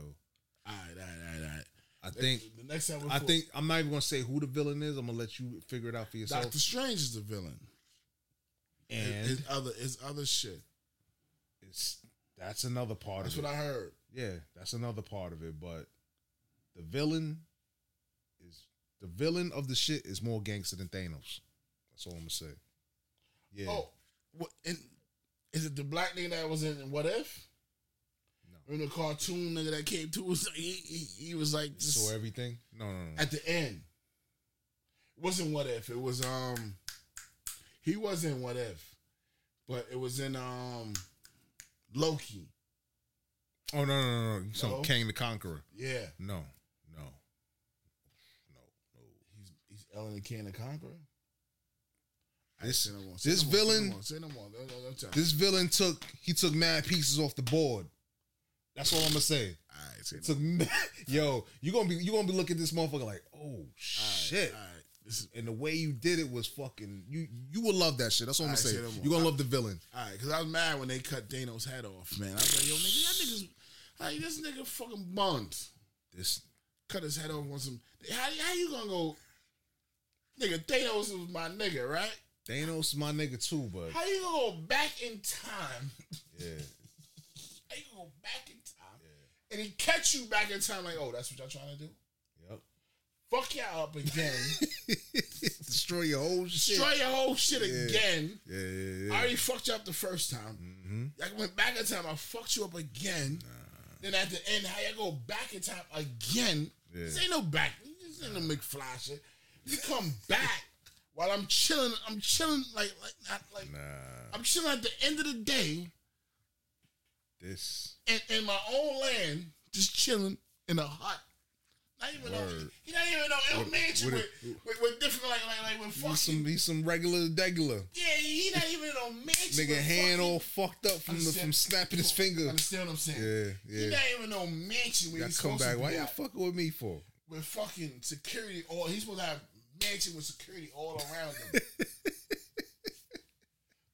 All right, all right, all right. All right. I think the next time. we I pull- think I'm not even gonna say who the villain is. I'm gonna let you figure it out for yourself. Doctor Strange is the villain. and his other his other shit. it's that's another part That's of what it. I heard. yeah, that's another part of it. But the villain is the villain of the shit is more gangster than Thanos. That's all I'm gonna say. Yeah, Oh, what? And is it the black nigga that was in What If? no, Remember the cartoon nigga that came to us? He, he, he was like, this- So everything? No, no, no. at the end. It wasn't what if. It was um he wasn't what if. But it was in um Loki. Oh no, no, no, no. So No? Kang the Conqueror. Yeah. No, no. He's Ellen and King the Conqueror. This Say no more, say this no more, say no villain, more, Say no more. Don't- don't- don't tell me. this villain took he took mad pieces off the board. That's all I'm gonna say. Alright, say no Took ma- yo, you gonna be you gonna be looking at this motherfucker like, oh shit. and the way you did it was fucking you. You will love that shit. That's all I'm Alright, gonna say. say no more. You're gonna love the villain. All right, because I was mad when they cut Dano's head off, man. I was like, yo, nigga, that nigga's like this nigga fucking buns. This Cut his head off on some. How, how you gonna go? Nigga, Thanos was my nigga, right? Thanos, my nigga too, but How you gonna go back in time? yeah, How you gonna go back in time? And he catch you back in time, like, oh, that's what y'all trying to do? yep. Fuck y'all up again. Destroy your whole shit. Destroy your whole shit Yeah. again. Yeah, yeah, I yeah. already fucked you up the first time. Mhm. Y'all went back in time. I fucked you up again. Then at the end, how y'all go back in time again? Yeah. This ain't no back. This ain't no McFly shit. You come back while I'm chilling. I'm chilling like like not like I'm chilling at the end of the day This in, in my own land, just chilling in a hut. Not even know Word. he not even know ill What- mansion what with, it- with, with different like like like with he's fucking some he's some regular degular. yeah he not even in a mansion. Nigga with hand fucking- all fucked up from the Understand- from snapping his finger. Understand what I'm saying? Yeah, He yeah. not even no mansion where Y'all he's come supposed back. to Why be y'all at fucking with me for? with fucking security all he's supposed to have mansion with security all around him. Do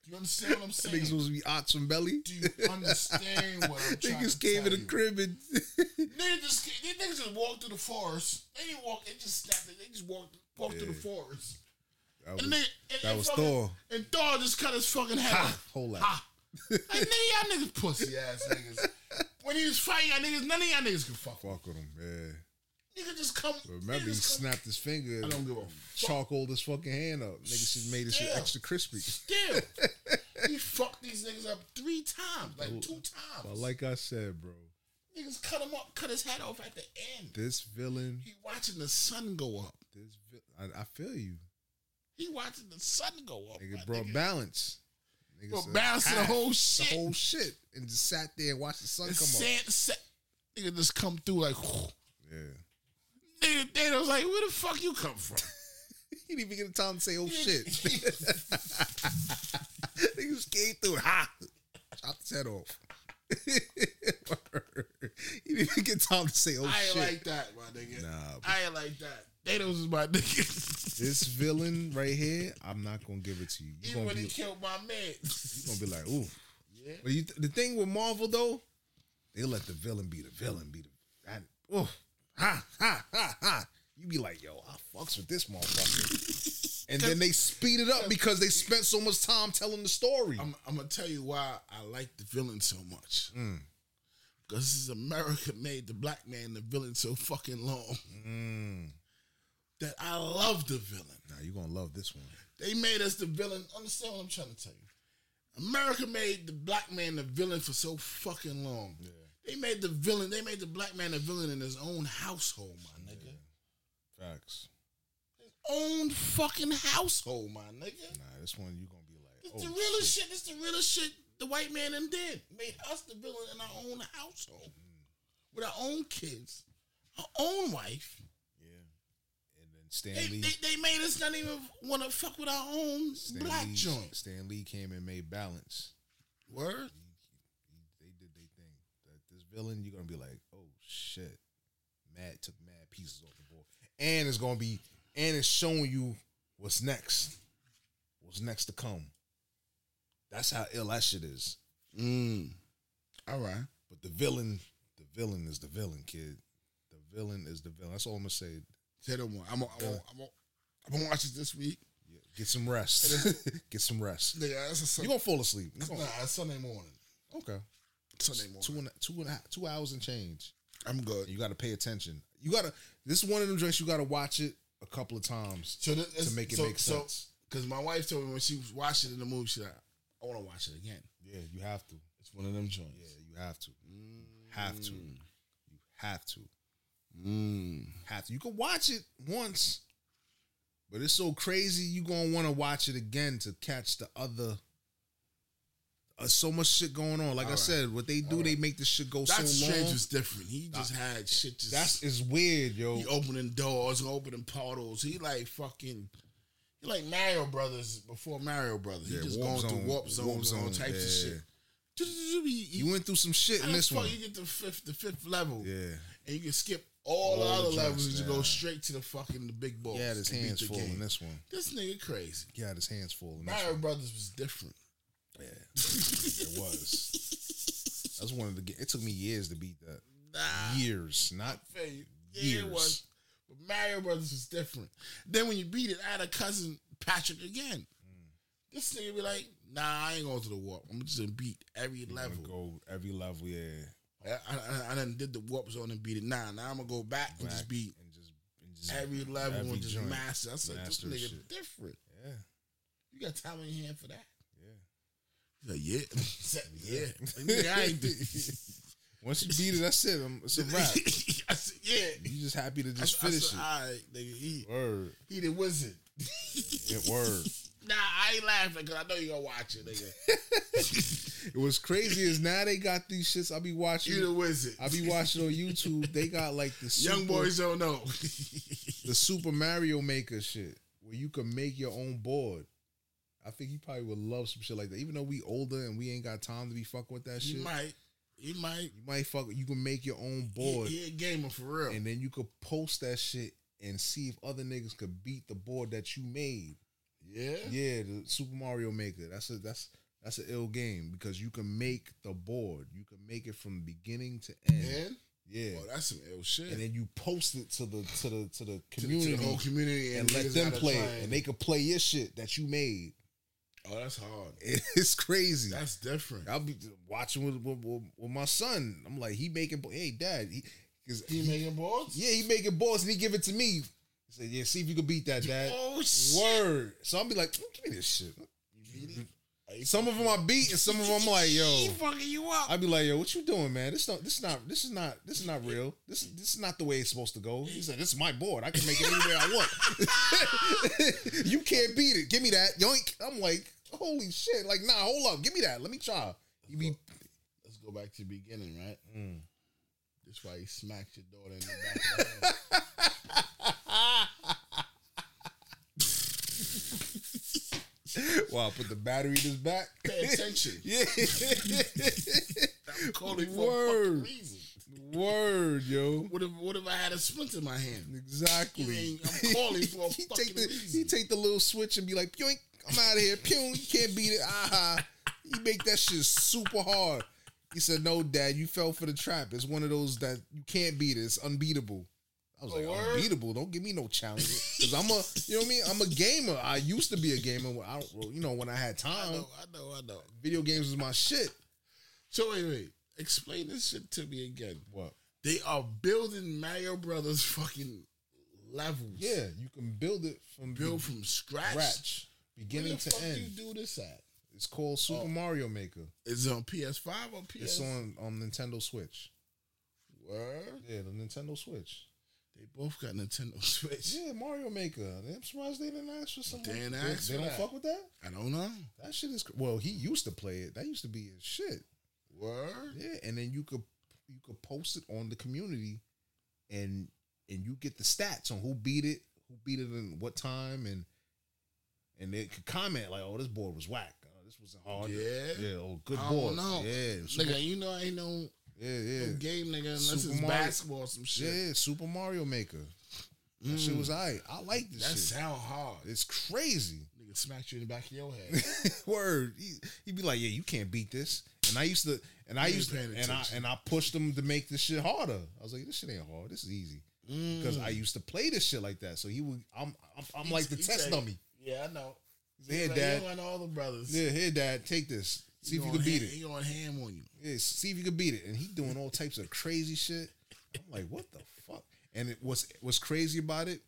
you understand what I'm That niggas saying? supposed to be ox and belly. Do you understand what I'm trying Niggas to came in tell the you? crib and Niggas just these niggas just walked through the forest. They didn't walk. They just snapped. it. They just walked walked through the Yeah. forest. that And was, nigga- and- that and was fucking- Thor. And Thor just cut his fucking head Ha! off. Ah, Whole lot. Ha! like nigga, y'all niggas pussy ass niggas. When he was fighting y'all niggas, none of y'all niggas could fuck. Fuck with him, yeah. Nigga just come. Remember, nigga he just come- snapped his finger. I don't give a charcoaled his fucking hand up. Niggas just made this shit Still. extra crispy. Still, he fucked these niggas up three times, like two times. But like I said, bro, niggas cut him up, cut his head off at the end. this villain, He watching the sun go up. this vil- I, I feel you. He watching the sun go up. Nigga my brought nigga. balance. Nigga Brought said, balance to the "Ah, whole The shit." whole shit, and just sat there and watched the sun The come sand, sa- nigga just come through like. up. Yeah, Nigga, Thanos like, where the fuck you come from? he didn't even get the time to say, "Oh shit." Niggas came through, ha, chopped his head off. he didn't even get time to say, "Oh I ain't shit." like that, my nigga. Nah, I ain't like that. Thanos is my nigga. this villain right here, I'm not gonna give it to you. You're Even gonna when be, he killed my man. you gonna be like, ooh. Yeah. But you, the thing with Marvel though, they let the villain be the villain, be the that, oh, ha ha ha ha. You be like, yo, I fucks with this motherfucker. and then they speed it up because they spent so much time telling the story. I'm, I'm gonna tell you why I like the villain so much. Because this is America made the black man the villain so fucking long Mm. that I love the villain. Now you're gonna love this one. They made us the villain. Understand what I'm trying to tell you? America made the black man the villain for so fucking long. They made the villain. They made the black man the villain in his own household, my nigga. Facts. Own fucking household, my nigga. Nah, this one you're gonna be like, It's the oh, realest shit. It's the realest shit the white man and did. Made us the villain in our own household. With our own kids, our own wife. and then They, Stan Lee. they, they made us not even want to fuck with our own Stan black Lee- joint. Stan Lee came and made balance. Word? They did their thing. That this villain, you're gonna be like, oh shit. Matt took mad pieces off the board. And it's gonna be and it's showing you what's next. What's next to come. That's how ill that shit is. Mm. All right. But the villain, the villain is the villain, kid. The villain is the villain. That's all I'm gonna say. Say no more. I'm gonna I'm gonna- I'm gonna- I'm gonna watch it this week. Get some rest. Get some rest. Nigga, that's a You're Sunday. gonna fall asleep. You're nah, gonna- it's Sunday morning. okay. Sunday morning. Two and a- two and a half- two hours and change. I'm good. You got to pay attention. You got to. This is one of them drinks. You got to watch it a couple of times So this, to make it so, make sense. Because my wife told me when she was watching it in the movie, she like, I want to watch it again. yeah, you have to. It's one of them joints. Mm. Yeah, you have to. Have to. You have to. Mm. Have to. You can watch it once, but it's so crazy. You gonna want to watch it again to catch the other. Uh, so much shit going on. Like I All right. said, what they do, All they right. make the shit go That's so long. Strange is different. He just Nah. had shit just That's it's weird, yo. He opening doors, opening portals. He like fucking. He like Mario Brothers before Mario Brothers. He Yeah, just warp going zone, through warp zones, warp and all zone, types yeah. of shit. You went through some shit How in the this fuck one. You get to fifth, the fifth level, Yeah. and you can skip all, the All the other tracks, levels and just yeah. go straight to the fucking the big boss. He had his and beat hands the full game. in this one. This nigga crazy. He had his hands full in this Mario one. Brothers was different. Yeah, it was. That's one of the. ga- It took me years to beat that. Nah. Years, not Fair. Yeah, years. it was. But Mario Brothers was different. Then when you beat it, I had a cousin, Patrick, again. Mm. This nigga be like, nah, I ain't going to the warp. I'm just gonna beat every You level. gotta Go every level, yeah. I, I, I done did the warp zone and beat it. Nah, now I'm gonna go back and just Back beat and just, every level every and just joint. master. I said, Master this nigga shit. different. Yeah. You got time on your hand for that? Yeah. yeah. yeah. Nigga, I ain't do- Once you beat it, that's it. I'm, it's a wrap. I said, yeah. You just happy to just I, I finish said, all right, nigga, he, it. Word. he the wizard. It word. Nah, I ain't laughing because I know you gonna watch it, nigga. It was crazy is now they got these shits. I be watching. You the wizard. I be watching on YouTube. They got like the Young super- boys don't know. the Super Mario Maker shit, where you can make your own board. I think you probably would love some shit like that. Even though we older and we ain't got time to be fucking with that you shit, might, you might. you might fuck. You can make your own Boy, board, he, he a gamer for real. and then you could post that shit and see if other niggas could beat the board that you made. yeah, Yeah, the Super Mario Maker. That's a that's that's an ill game because you can make the board. You can make it from beginning to end. Man? Yeah. Oh, that's some ill shit. and then you post it to the to the to the To the- to the community, whole community and and let niggas them gotta play try it, and- and they could play your shit that you made. oh, that's hard. It's crazy. That's different. I'll be watching with, with, with, with my son. I'm like, he making, bo- hey dad, he, cause He making boards? yeah, he making balls and he give it to me. He said, yeah, see if you can beat that, dad. Oh, shit. Word. So I'll be like, give me this shit. Are you Some of them I beat, and some of them I'm like, yo, He fucking you up. I'd be like, yo, what you doing, man? This don't, this not, this is not, this is not real. This, this is not the way it's supposed to go. He said, this is my board. I can make it any way I want. you can't beat it. Give me that. Yoink. I'm like, holy shit. Like, nah, hold up. Give me that. Let me try. He be, Let's go back to the beginning, right? Mm. That's why he smacked your daughter in the back of the head. wow, I put the battery in his back. Pay attention. yeah. I'm calling for a fucking Word. reason. Word, yo. What if what if I had a splint in my hand? You Exactly. ain't- I'm calling for a he fucking take the reason. he take the little switch and be like, "Yoink, I'm out of here. Pew, you can't beat it. Aha." He make that shit super hard. He said, "No, Dad, you fell for the trap. It's one of those that you can't beat. It. It's unbeatable." I was like, word? "Unbeatable? Don't give me no challenge, because I'm a, you know what I mean? I'm a gamer. I used to be a gamer. When I, well, you know, when I had I time, know, I know, I know. video games was my shit. So wait, wait. Explain this shit to me again. What? They are building Mario Brothers fucking levels. Yeah, you can build it from Build from scratch. scratch, Where beginning the to fuck end. you do Oh. this at? It's called Super Mario Maker. Is it on PS5 or PS? It's on on Nintendo Switch. Word? Yeah, the Nintendo Switch. They both got Nintendo Switch. Yeah, Mario Maker. I'm surprised they didn't ask for something. didn't They- ask They, for don't that. fuck with that. I don't know. That shit is cr- well. He used to play it. That used to be his shit. Word? Yeah, and then you could you could post it on the community, and and you get the stats on who beat it, who beat it in what time, and and they could comment like, "Oh, this board was whack. Oh, this was hard. Yeah. yeah. Oh, good I board. don't know. Yeah, super, Nigga, you know I ain't no, yeah, yeah. no game nigga unless Super it's Mario. basketball or some shit. Yeah, Mm. Super Mario Maker. That shit was alright. I like this That shit. sound hard. it's crazy. Nigga smacked you in the back of your head. Word. He, he'd be like, "Yeah, you can't beat this." And I used to, and I You ain't used to, paying and I attention. and I pushed him to make this shit harder. I was like, "This shit ain't hard. This is easy." Because I used to play this shit like that. So he would. I'm I'm, I'm like the He test said- dummy. Yeah, I know. Yeah, He's Dad. You and all the brothers. Yeah, here, Dad, take this. See if you can beat it. He on ham on you. Yeah, see if you can beat it. And he doing all types of crazy shit. I'm like, what the fuck? And it was what's crazy about it.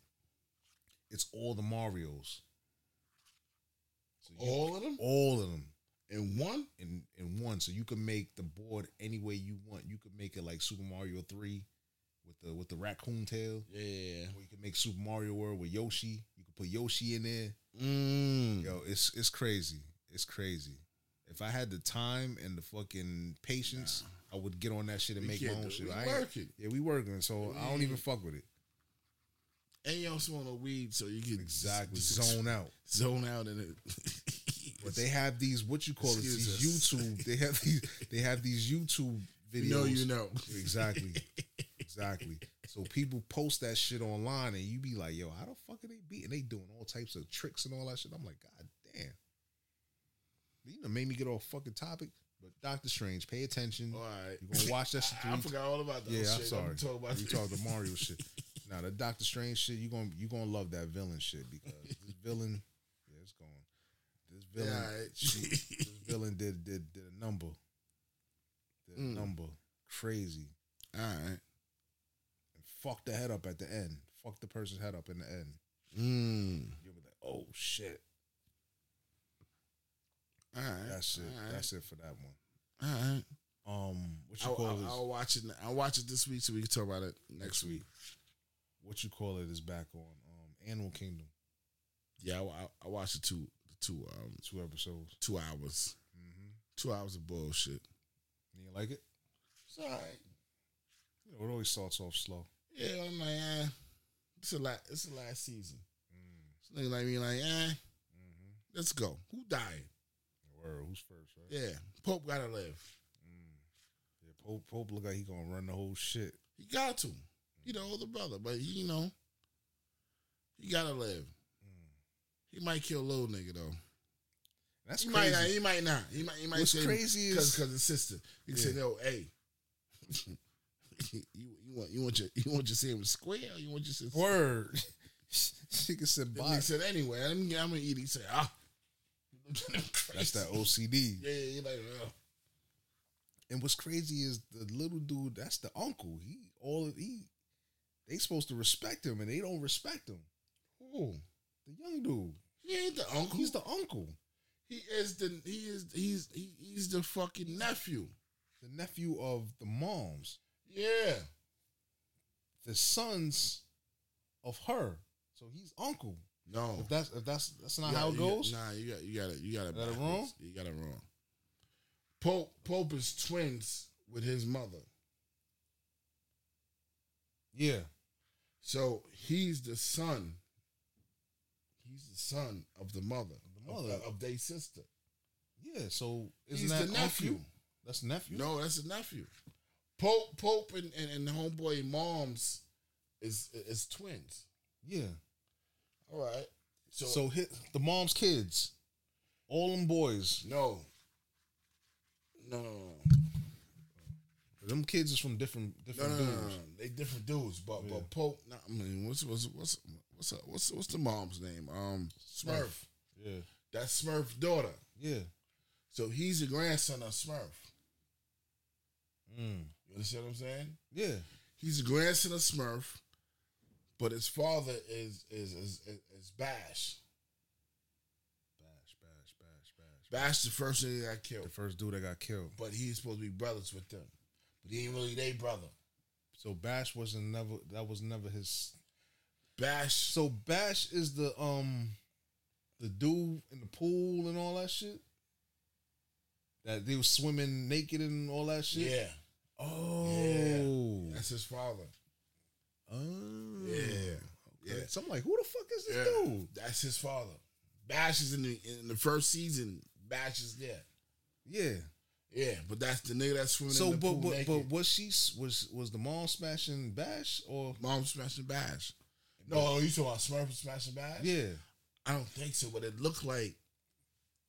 It's all the Mario's, All of them? all of them. In one? In in one. So you can make the board any way you want. You could make it like Super Mario 3 with the with the raccoon tail. Yeah. Or you can make Super Mario World with Yoshi. You can put Yoshi in there. Mm. Yo, it's it's crazy. It's crazy. If I had the time and the fucking patience, I would get on that shit and We make my can't own do it. shit. We I ain't- working. Yeah, we working. So I don't We- even fuck with it. And you don't smoke no weed, so you can Exactly. Zone out. Zone out in it. But they have these what you call it Excuse these YouTube. They have these they have these YouTube videos. You know you know. exactly, exactly. So people post that shit online, and you be like, "Yo, how the fuck are they beating? They doing all types of tricks and all that shit." I'm like, "God damn!" You know, made me get off fucking topic. But Doctor Strange, pay attention. All right. You gonna watch that shit? I, I three- forgot all about Oh, that Yeah, shit. I'm sorry. I'm talking about you this. talking the Mario shit. Now the Doctor Strange shit, you gonna you gonna love that villain shit because this villain, yeah, it's going. This villain, Yeah, alright. she- this villain did did did a number. Did a Mm. number, crazy. All right. And fucked the head up at the end. Fucked the person's head up in the end. Mm. You'll be like, oh shit. All right. That's it. All right. That's it for that one. All right. Um, what you I'll, call I'll, this? I'll watch it. I'll watch it this week, so we can talk about it next week. What you call it is back on um Animal Kingdom. Yeah, I, I, I watched the two, the two, um, Two episodes. two hours, Mm-hmm. two hours of bullshit. You like it? Sorry. You know, it always starts off slow. Yeah, I'm like, eh, it's a lot. It's the last season. Mm. So they like me, like, eh, Mm-hmm. let's go. Who dying? Word, who's first, right? Yeah, Pope gotta live. Yeah, Pope Pope look like he gonna run the whole shit. He got to. He the older brother, but he, you know, he gotta live. Mm. He might kill little nigga though. That's He crazy. might not. He might not. He might. He might. What's say, crazy is- because his sister. He said, Yeah. "Yo, hey, you, you want you want your you want your sandwich square? Or you want your sister?" Word. she can said Then he bye. said, "Anyway, I'm, I'm gonna eat." it." He said, "Ah, That's that OCD. yeah." He like, "Ugh." And what's crazy is the little dude. That's the uncle. He all of he. They supposed to respect him, and they don't respect him. "Who? The young dude. He ain't the uncle. He's the uncle. he is the he is he's he, he's the fucking nephew." The nephew of the moms. Yeah, The sons of her. So he's uncle. no, If that's if that's that's not You how got- it goes. You got, Oh. nah, you got you got it. You got it. Got it backwards. wrong? You got it wrong. Pope Pope is twins with his mother. Yeah. So he's the son. He's the son of the mother, The mother. of, of their sister. Yeah. So isn't He's that the uncle? nephew. That's nephew. No, that's his nephew. Pope Pope and and, and homeboy moms is is twins. Yeah. All right. So, So hit the mom's kids, all them boys. no. No, no, no, Them kids is from different no, different no, no, no, dudes. no, no. They different dudes, but Yeah. but Pope. Nah, I mean, what's what's what's what's her- what's what's the mom's name? Um, Smurf. Yeah, That's Smurf's daughter. yeah. So he's the grandson of Smurf. Mm. You understand what I'm saying? Yeah. He's the grandson of Smurf, but his father is is is, is, is Bash. Bash, bash, bash, bash. Bash the first nigga that got The killed, first dude that got killed. but he's supposed to be brothers with them, but he ain't really their brother. So Bash was never. That was never his. Bash. So Bash is the um, the dude in the pool and all that shit. That they was swimming naked and all that shit. yeah, Oh. that's his father. Oh. Yeah, Okay. yeah. So I'm like, who the fuck is this Yeah. dude? That's his father. Bash is in the in the first season. Bash is there. Yeah. Yeah, but that's the nigga that's swimming So, in the but pool but, naked. but was she s- was was the mom smashing Bash or Mom smashing Bash. No, you talking about Smurf and smashing Bash? yeah? I don't think so, but it looked like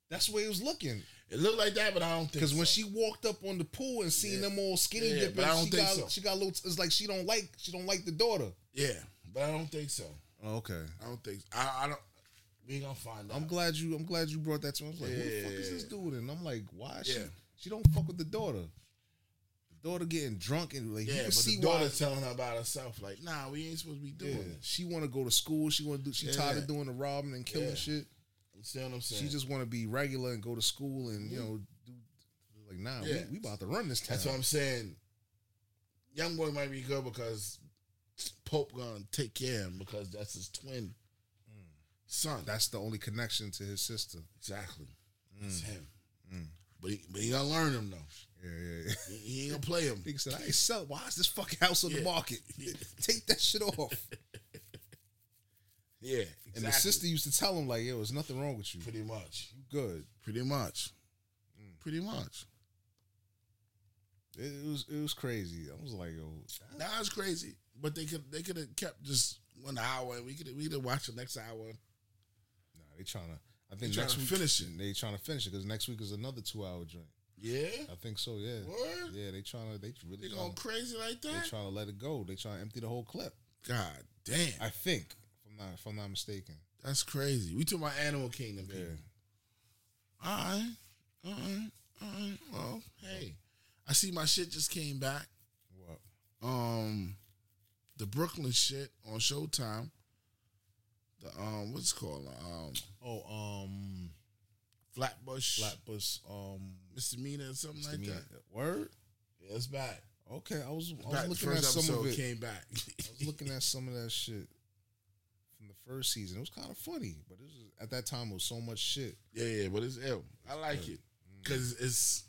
That's the way it was looking. it looked like that, but I don't think Because when so. she walked up on the pool and seen Yeah. them all skinny Yeah, yeah, dipping, but I don't she think got so. she got a little. It's like she don't like she don't like the daughter. yeah, but I don't think so. Okay, I don't think so. I, I don't. We gonna find out. I'm glad you I'm glad you brought that to. me. I was like, who the fuck is Yeah. this dude? And I'm like, why she Yeah. she don't fuck with the daughter? The daughter getting drunk and like you Yeah, can but see the daughter why. telling her about herself, like, nah, we ain't supposed to be doing Yeah, this. she want to go to school. She want to do. She Yeah. tired of doing the robbing and killing Yeah. shit. I'm See what I'm saying? She just want to be regular and go to school and you know do like nah. Yeah. We, we about to run this town. That's what I'm saying. Young boy might be good because Pope gonna take care of him because that's his twin son. That's the only connection to his sister. Exactly. Mm. It's him. But he, but he gonna learn him though. Yeah, yeah, yeah. He, he ain't gonna play him. Nigga said, I ain't selling. Why is this fucking house on Yeah. the market? Take that shit off. Yeah, exactly. And the sister used to tell him like, yo, there's nothing wrong with you. pretty much, Mm. Good. pretty much, pretty much. It, it was it was crazy. I was like, yo, Now it's crazy, but they could they could have kept just one hour, and we could we could watch the next hour. nah, they trying to. I think They next tryna week finish it. They trying to finish it because next week is another two hour joint. Yeah, I think so. Yeah. What? Yeah, they trying to. They really they trying going to. crazy like They that. trying to let it go. They trying to empty the whole clip. God damn, I think, if I'm not if I'm not mistaken. that's crazy. We took my Animal Kingdom. People. Yeah. All right, all right, all right. Well, hey, I see my shit just came back. What? Um, the Brooklyn shit on Showtime. The um, what's it called um, Oh, um, Flatbush Flatbush. Um, misdemeanor or something like misdemeanor. that. Word. Yeah, it's back. Okay, I was I Back. was The looking at first some of episode it. came back. I was looking at some of that shit from the first season. It was kind of funny, but it was at that time it was so much shit. yeah, yeah, but it's ill. I like it because it's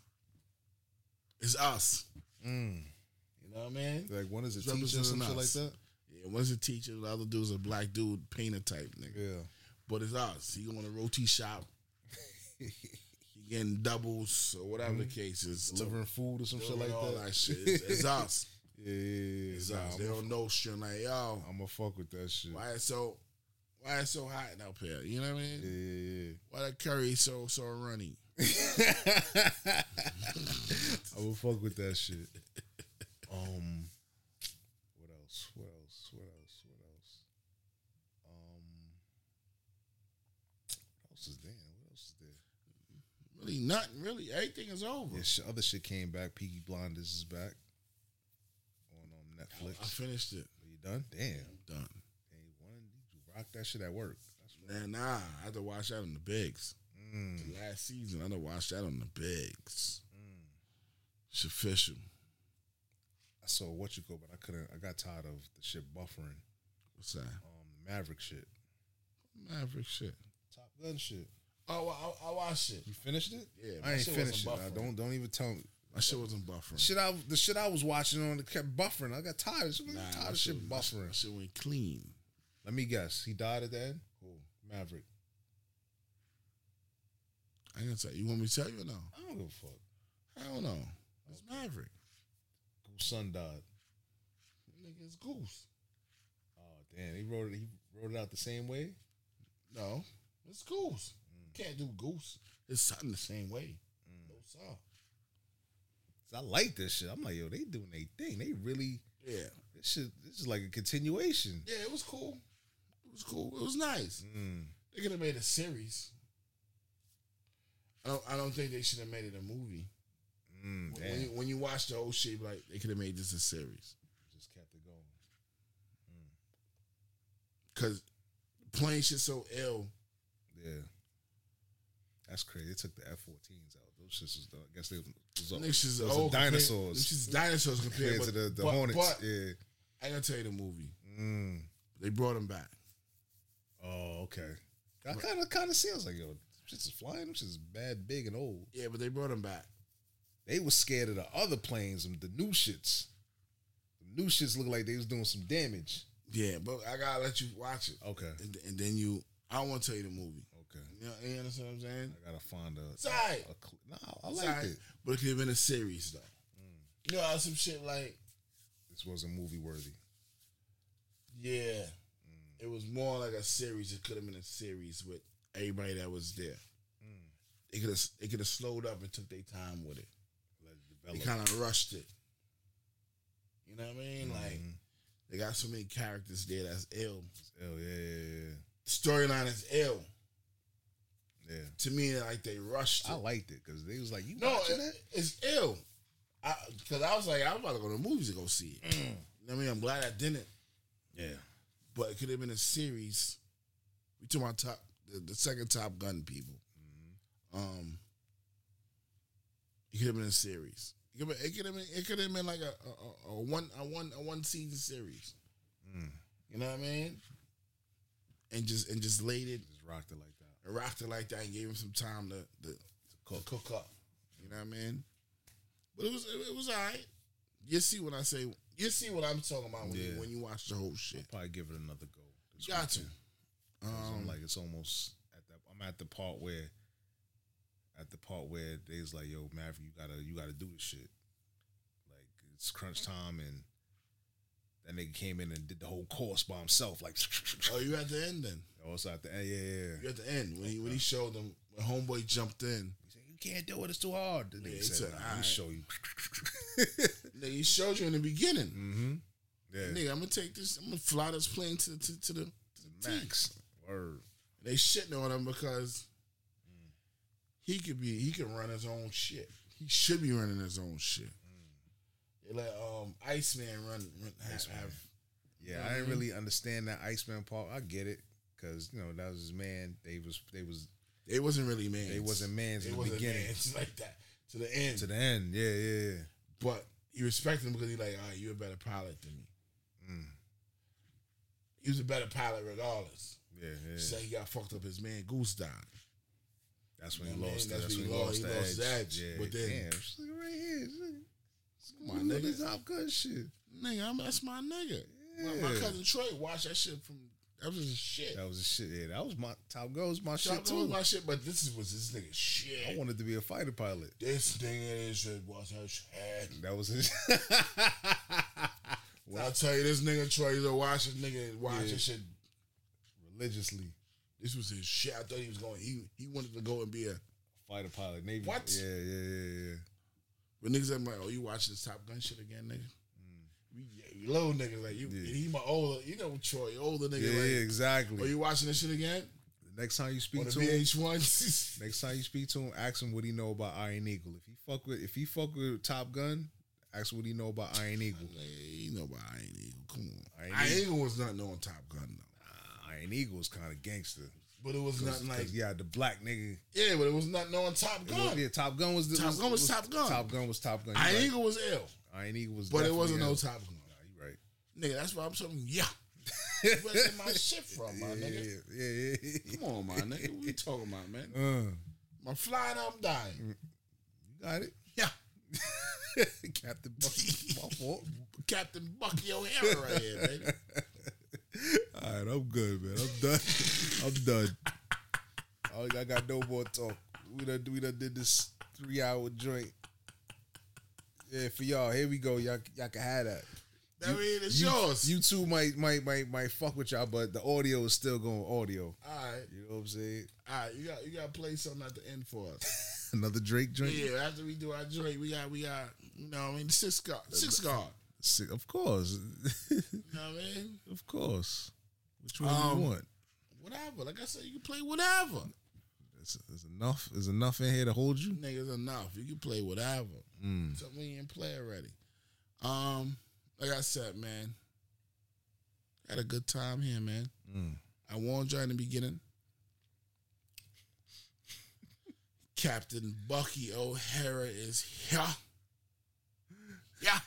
it's us. Mm. You know what I mean? Like one is a It's teacher or some shit representing like us. that. Yeah, one's a teacher, the other dude's a black dude painter type nigga. Yeah. But it's us. He going to roti shop. he getting doubles or whatever the case is. Delivering food or some Mm-hmm. shit like all that. that, shit. It's, it's us. Yeah, yeah, It's yeah. Nah, us. I'm They a- don't know shit like yo. I'm gonna fuck with that shit. Why it's so why it's so hot out here? You know what I mean? Yeah, yeah, yeah. Why that curry so so runny? I will fuck with that shit. Um, what else? What else? What else? What else? Um, what else is there? What else is there? Really nothing. Really, everything is over. Yeah, sh- other shit came back. Peaky Blinders is back on um, Netflix. I finished it. Are you done? Damn. Hey, Done. one, you rock that shit at work. That's right. Nah, nah. I had to watch that on the bigs. The last season, I had to watch that on the bigs. It's official. I saw what you go, but I couldn't. I got tired of the shit buffering. What's that? Um, the Maverick shit, Maverick shit. Top Gun shit. Oh, well, I, I watched it. You finished it? Yeah, my I ain't shit finished it. wasn't I buffering. don't don't even tell me. My shit wasn't buffering. Shit, I the shit I was watching on it kept buffering. I got tired. Shit, Nah, I'm my tired of shit was- my buffering. shit went clean. Let me guess. He died at the end. Cool. Maverick. I can tell you. You want me to tell you or no? I don't give a fuck. I don't know. It's Maverick. Goose son died. Nigga, it's Goose. Oh damn. He wrote it. He wrote it out the same way. No, Mm. it's Goose. Can't do Goose. His son the same way. No son. 'Cause I like this shit. I'm like, yo, they doing their thing. They really. Yeah. This shit. This is like a continuation. Yeah, it was cool. It was cool. It was nice. Mm. They could have made a series. I don't. I don't think they should have made it a movie. Mm, When- damn. When you, when you watch the whole shit, like they could have made this a series Just kept it going. because playing shit so ill. Yeah. That's crazy. They took the F-14s out. Those shits was. I guess they was. Them shits those are are old compared- dinosaurs. them shits dinosaurs compared, compared to but- the, the but- Hornets. but yeah. I gotta tell you the movie. Mm. They brought him back. Oh, okay. I kind of kind of sounds like yo, shit's flying. Which is bad, big, and old. Yeah, but they brought him back. They was scared of the other planes, and the new shits. The new shits look like they was doing some damage. Yeah, but I gotta let you watch it, Okay, and, and then you. I don't want to tell you the movie. okay. You, know, you understand what I'm saying? I gotta find a. It's alright. a cl- nah, I liked Sorry, it. But it could have been a series though. You know, how some shit like This wasn't movie worthy. yeah, it was more like a series. It could have been a series with everybody that was there. It could have it could have slowed up and took their time with it. Let it They develop. kind of rushed it. You know what I Mm-hmm. mean? Like they got so many characters there that's ill. oh yeah, yeah, Storyline is ill yeah, yeah. to me. Like they rushed I it. liked it because they was like, "You No, watching it, that?" it's ill. Because I, was like, I'm about to go to the movies to go see Mm. it. You know what I mean, I'm glad I didn't. Yeah, but it could have been a series. We took my top the, the second Top Gun people. Um, it could have been a series. It could have been, it could have been, it could have been like a, a, a, a one a one a one season series. You know what I mean? And just and just laid it, just rocked it like that, and rocked it like that, and gave him some time to, to, to cook, cook up. You know what I mean? But it was it, was all right. You see what I say? You see what I'm talking about when, you, when you watch the whole shit. probably give it another go. this Got to. weekend. 'Cause I'm Um, like it's almost at that. I'm at the part where, at the part where they's like, "Yo, Maverick, you gotta, you gotta do this shit." Like it's crunch time, and that nigga came in and did the whole course by himself. Like, oh, you at the end then? Oh, it's at the end. Yeah, yeah. yeah. You at the end when he when he showed them when homeboy jumped in. You can't do it. It's too hard. The nigga he said, said, "Nah, "All let me right." show you." Nigga, he showed you in the beginning. Mm-hmm. Yeah. Nigga, I'm gonna take this. I'm gonna fly this plane to to, to the to the max. Word. They shitting on him because he could be he can run his own shit. He should be running his own shit. They let um Iceman run. run Iceman. Have, Yeah, know I what didn't mean? really understand that Iceman part. I get it because you know that was his man. They was they was They wasn't really man. they wasn't mans They in the wasn't beginning. mans like that to the end. To the end, yeah, yeah. yeah. But you respect him because he's like, all right, you're a better pilot than me. Mm. He was a better pilot regardless. Yeah, yeah. Say he got fucked up. His man Goose died. That's You when he know what I lost. mean? That's when he lost the edge. Yeah, But then, damn. right here. Look My at this nigga, Top Gun shit. nigga, I'm, that's my nigga. My, my Yeah. cousin Troy watched that shit from. That was his shit. That was a shit. Yeah, that was my Top Gun was my Top shit Gun too. was my shit, but this is- was this nigga shit. I wanted to be a fighter pilot. This nigga is shit was her shit. That was his. I'll tell you, this nigga Troy, he's a watch this nigga watch Yeah. this shit religiously. This was his shit. I thought he was going. He he wanted to go and be a fighter pilot. Navy. What? Yeah, yeah, yeah, yeah. But niggas, I'm like, oh, you watching this Top Gun shit again, nigga? Mm. We- yeah, You little niggas like you. He my older. You know Troy, older nigga. Yeah, like, yeah, exactly. Are you watching this shit again? The next time you speak On the to VH1. him, next time you speak to him, ask him what he know about Iron Eagle. If he fuck with, if he fuck with Top Gun, ask what he know about Iron Eagle. you know about Iron Eagle. Come on, Iron, I Eagle. aingle was not knowing Top Gun though. Iron Eagle was kind of gangster, But it was nothing like- yeah, the black nigga. Yeah, but it was not knowing Top It was- Gun. yeah, Top Gun was the Top Gun was Top Gun. Top Gun was Top Gun. You're Iron right. Eagle was ill, Iron Eagle was, but it definitely wasn't no ill. Top Gun. Nah, you right. Nigga, that's where I'm talking. Yeah, where I get my shit from, my Yeah, nigga. yeah, yeah. Come on, my nigga. What we talking about, man? Uh, Mm. I'm flying, I'm dying. you got it. Yeah. Captain Bucky, my fault. Captain Bucky O'Hara right here, baby. All right, I'm good, man. I'm done. I'm done. I, I got no more talk. We done, we done did this three hour joint. Yeah, for y'all. Here we go. Y'all, y'all can have that. I mean, it's you, yours. You two might, might, might, might fuck with y'all, but the audio is still going audio. All right. You know what I'm saying? All right, you got you gotta play something at the end for us. Another Drake joint. yeah, after we do our drink, we got we got you know what I mean six guard six guard. Si- Of course, You know what I mean? of course. Which one do Um, you want? Whatever. Like I said, you can play whatever. Is, is enough? Is enough in here to hold you? Niggas enough. You can play whatever. Mm. Something we didn't play already. Um, like I said, man. Had a good time here, man. Mm. I warned you in the beginning. Captain Bucky O'Hara is here. Yeah.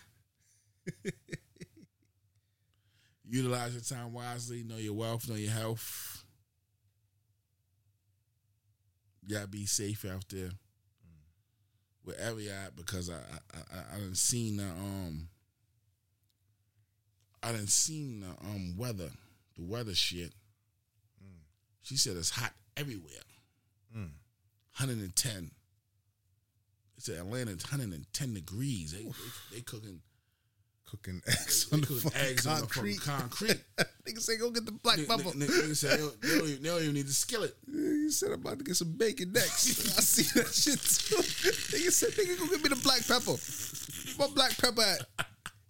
Utilize your time wisely. Know your wealth. Know your health. You gotta be safe out there, wherever you're at, because I I I, I didn't seen the um I didn't seen the um weather, the weather shit. She said it's hot everywhere. Mm. 110. It's Atlanta, it's 110 degrees. They, they, they cooking Cooking eggs on they the cooking fucking eggs on the fucking concrete. concrete. Nigga say go get the black Nigga- bubble. nigga- nigga said they don't- they don't even- they don't even need the skillet. You said I'm about to get some bacon next. I see that shit too. Nigga said, nigga, go get me the black pepper. Where my black pepper at?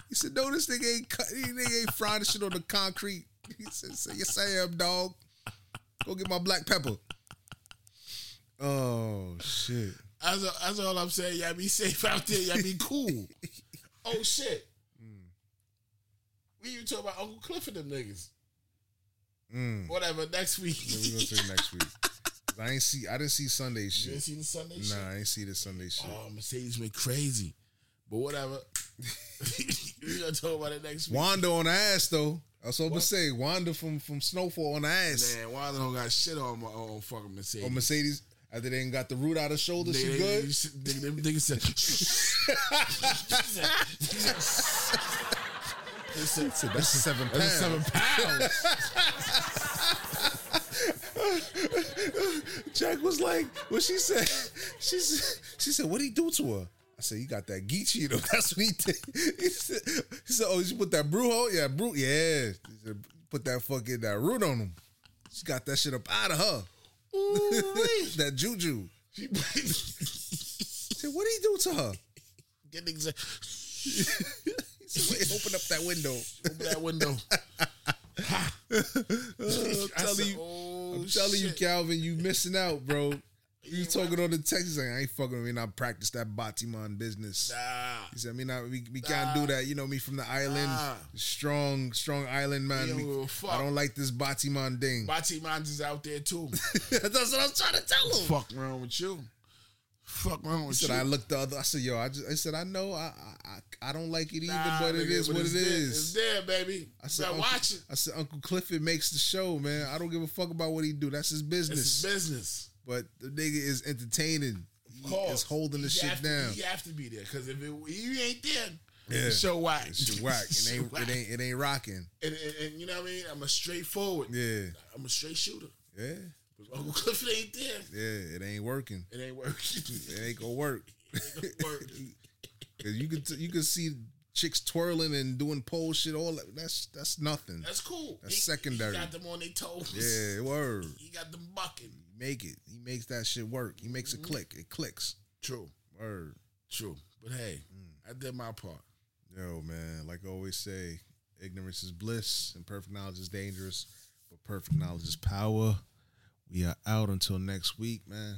He said, no, this nigga ain't cut, he nigga ain't frying the shit on the concrete. He said, say, yes, I am, dog. Go get my black pepper. Oh shit. That's, all- that's all I'm saying. Y'all be safe out there. Y'all be cool. oh shit. We even talk about Uncle Cliff and them niggas. Mm. Whatever. Next week. Yeah, we gonna say next week. 'Cause I ain't see. I didn't see Sunday shit. didn't see the Sunday nah, shit? I ain't see the Sunday shit. Oh, Mercedes went crazy. But whatever. we gonna talk about it next week. Wanda on the ass though. That's what I'm gonna say. Wanda from from Snowfall on the ass. Man, Wanda don't got shit on my own fucking Mercedes. Or Mercedes after they ain't got the root out of shoulder. They- she they- good. they- they- them niggas said, Said, that's seven pounds. That's seven Jack was like, "What she said? She said, she said, what he do to her?" I said, "You got that Geechee though. That's what he did." He said, he said "Oh, you put that brew hole? Yeah, brew. Yeah, He said, put that fucking that root on him. She got that shit up out of her. that juju. She said, what he do to her?" That nigga said, He said, "Wait, open up that window. open that window. I'm I telling said, you, "Oh, I'm telling you, shit." Calvin, you missing out, bro. You talking on the text like I ain't fucking with me. and I practice that Batiman business. Nah. He said, "Me not, we, we Nah. can't do that." You know me from the island, Nah. strong, strong island man. don't We- give a fuck. I don't like this Batiman thing. Bati Mons is out there too. That's what I'm trying to tell him. Fuck wrong with you? Fuck wrong He with said, you? "I looked the other." I said, "Yo, I just," I said, "I know, I, I, I I don't like it either, Nah, but it nigga, is but what it's it there. is." It's there, baby. I said, Now Uncle, watch it. I said, Uncle Clifford makes the show, man. I don't give a fuck about what he do. That's his business. It's business. But the nigga is entertaining. He is holding the You shit have to- down. You have to be there because if it, you ain't there, Yeah. the show whack. It's whack. It ain't, it ain't. It ain't rocking. And, and, and you know what I mean? I'm a straightforward. Yeah. I'm a straight shooter. Yeah. But Uncle Clifford ain't there. Yeah. It ain't working. It ain't working. It ain't gonna work. It don't work. 'Cause you could. you could see chicks twirling and doing pole shit. All that. That's that's nothing. That's cool. That's He- secondary. He got them on their toes. yeah. Word. He got them bucking. Make it. He makes that shit work. He makes it click. It clicks. True. Word. True. But hey, I did my part. Yo, man, like I always say, ignorance is bliss and perfect knowledge is dangerous, but perfect knowledge is power. We are out until next week, man.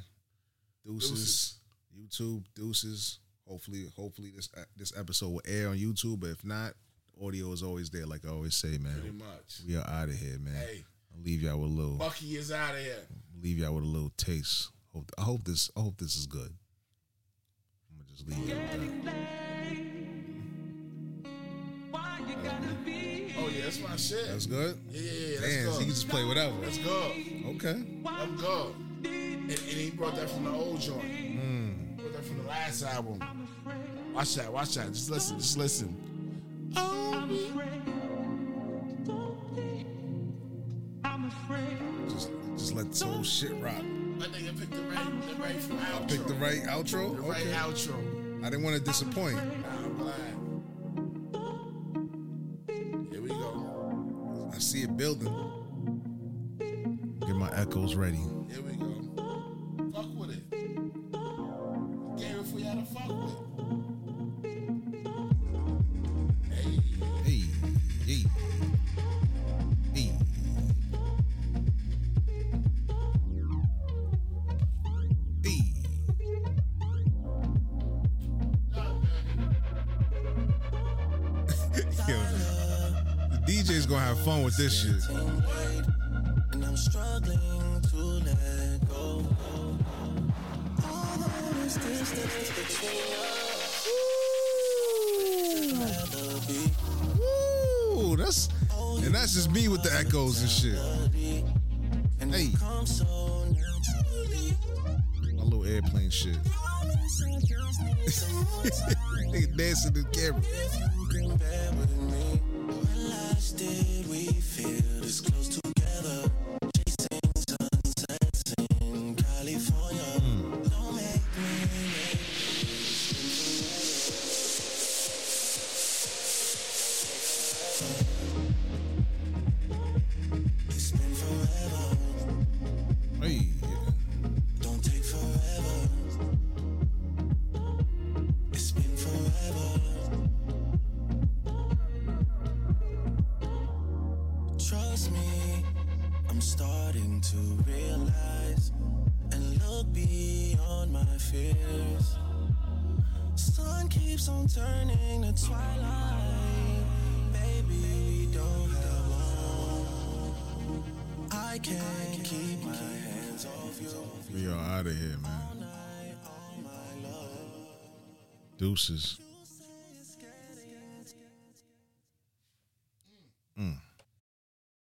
Deuces, YouTube, deuces. Hopefully, hopefully this uh, this episode will air on YouTube, but if not, audio is always there. Like I always say, man. Pretty much. We are out of here, man. Hey. I'll leave y'all with a little, Bucky is out of here. leave y'all with a little taste. Hope, I hope this, I hope this is good. I'm gonna just leave it with that. Oh yeah, that's my shit. That's good. yeah, yeah, yeah. That's Damn, so good. you can just play whatever. That's good. Okay. I'm good. And, and he brought that from the old joint. Brought that from the last album. Hmm. Watch that, watch that. Just listen, just listen. Just, just let this whole shit rock. My nigga picked the right, the right from outro. Pick the right outro. The right Okay. outro. I didn't want to disappoint. Nah, I'm glad. Here we go. I see it building. Get my echoes ready. Here we go. Fuck with it. Game if we had to fuck with. Hey, hey, hey. Hey. Yo, the DJ's gonna have fun with this shit. And I'm struggling to let go. Although this distance between us, rather be Ooh, that's and that's just me with the echoes and shit. and Hey. it comes so naturally. My little airplane shit. Promise I just need some more time. Nigga dancing to the camera. If you can bear with me, when last did we feel this close together? Chasing sunsets in California. Don't make me make me. It's been forever. Hey, Don't take forever. It's been forever. Trust me, I'm starting to realize and look beyond my fears. Sun keeps on turning to twilight. Baby, we don't have long. I can't keep my hands off you. We are out of here, man. Deuces.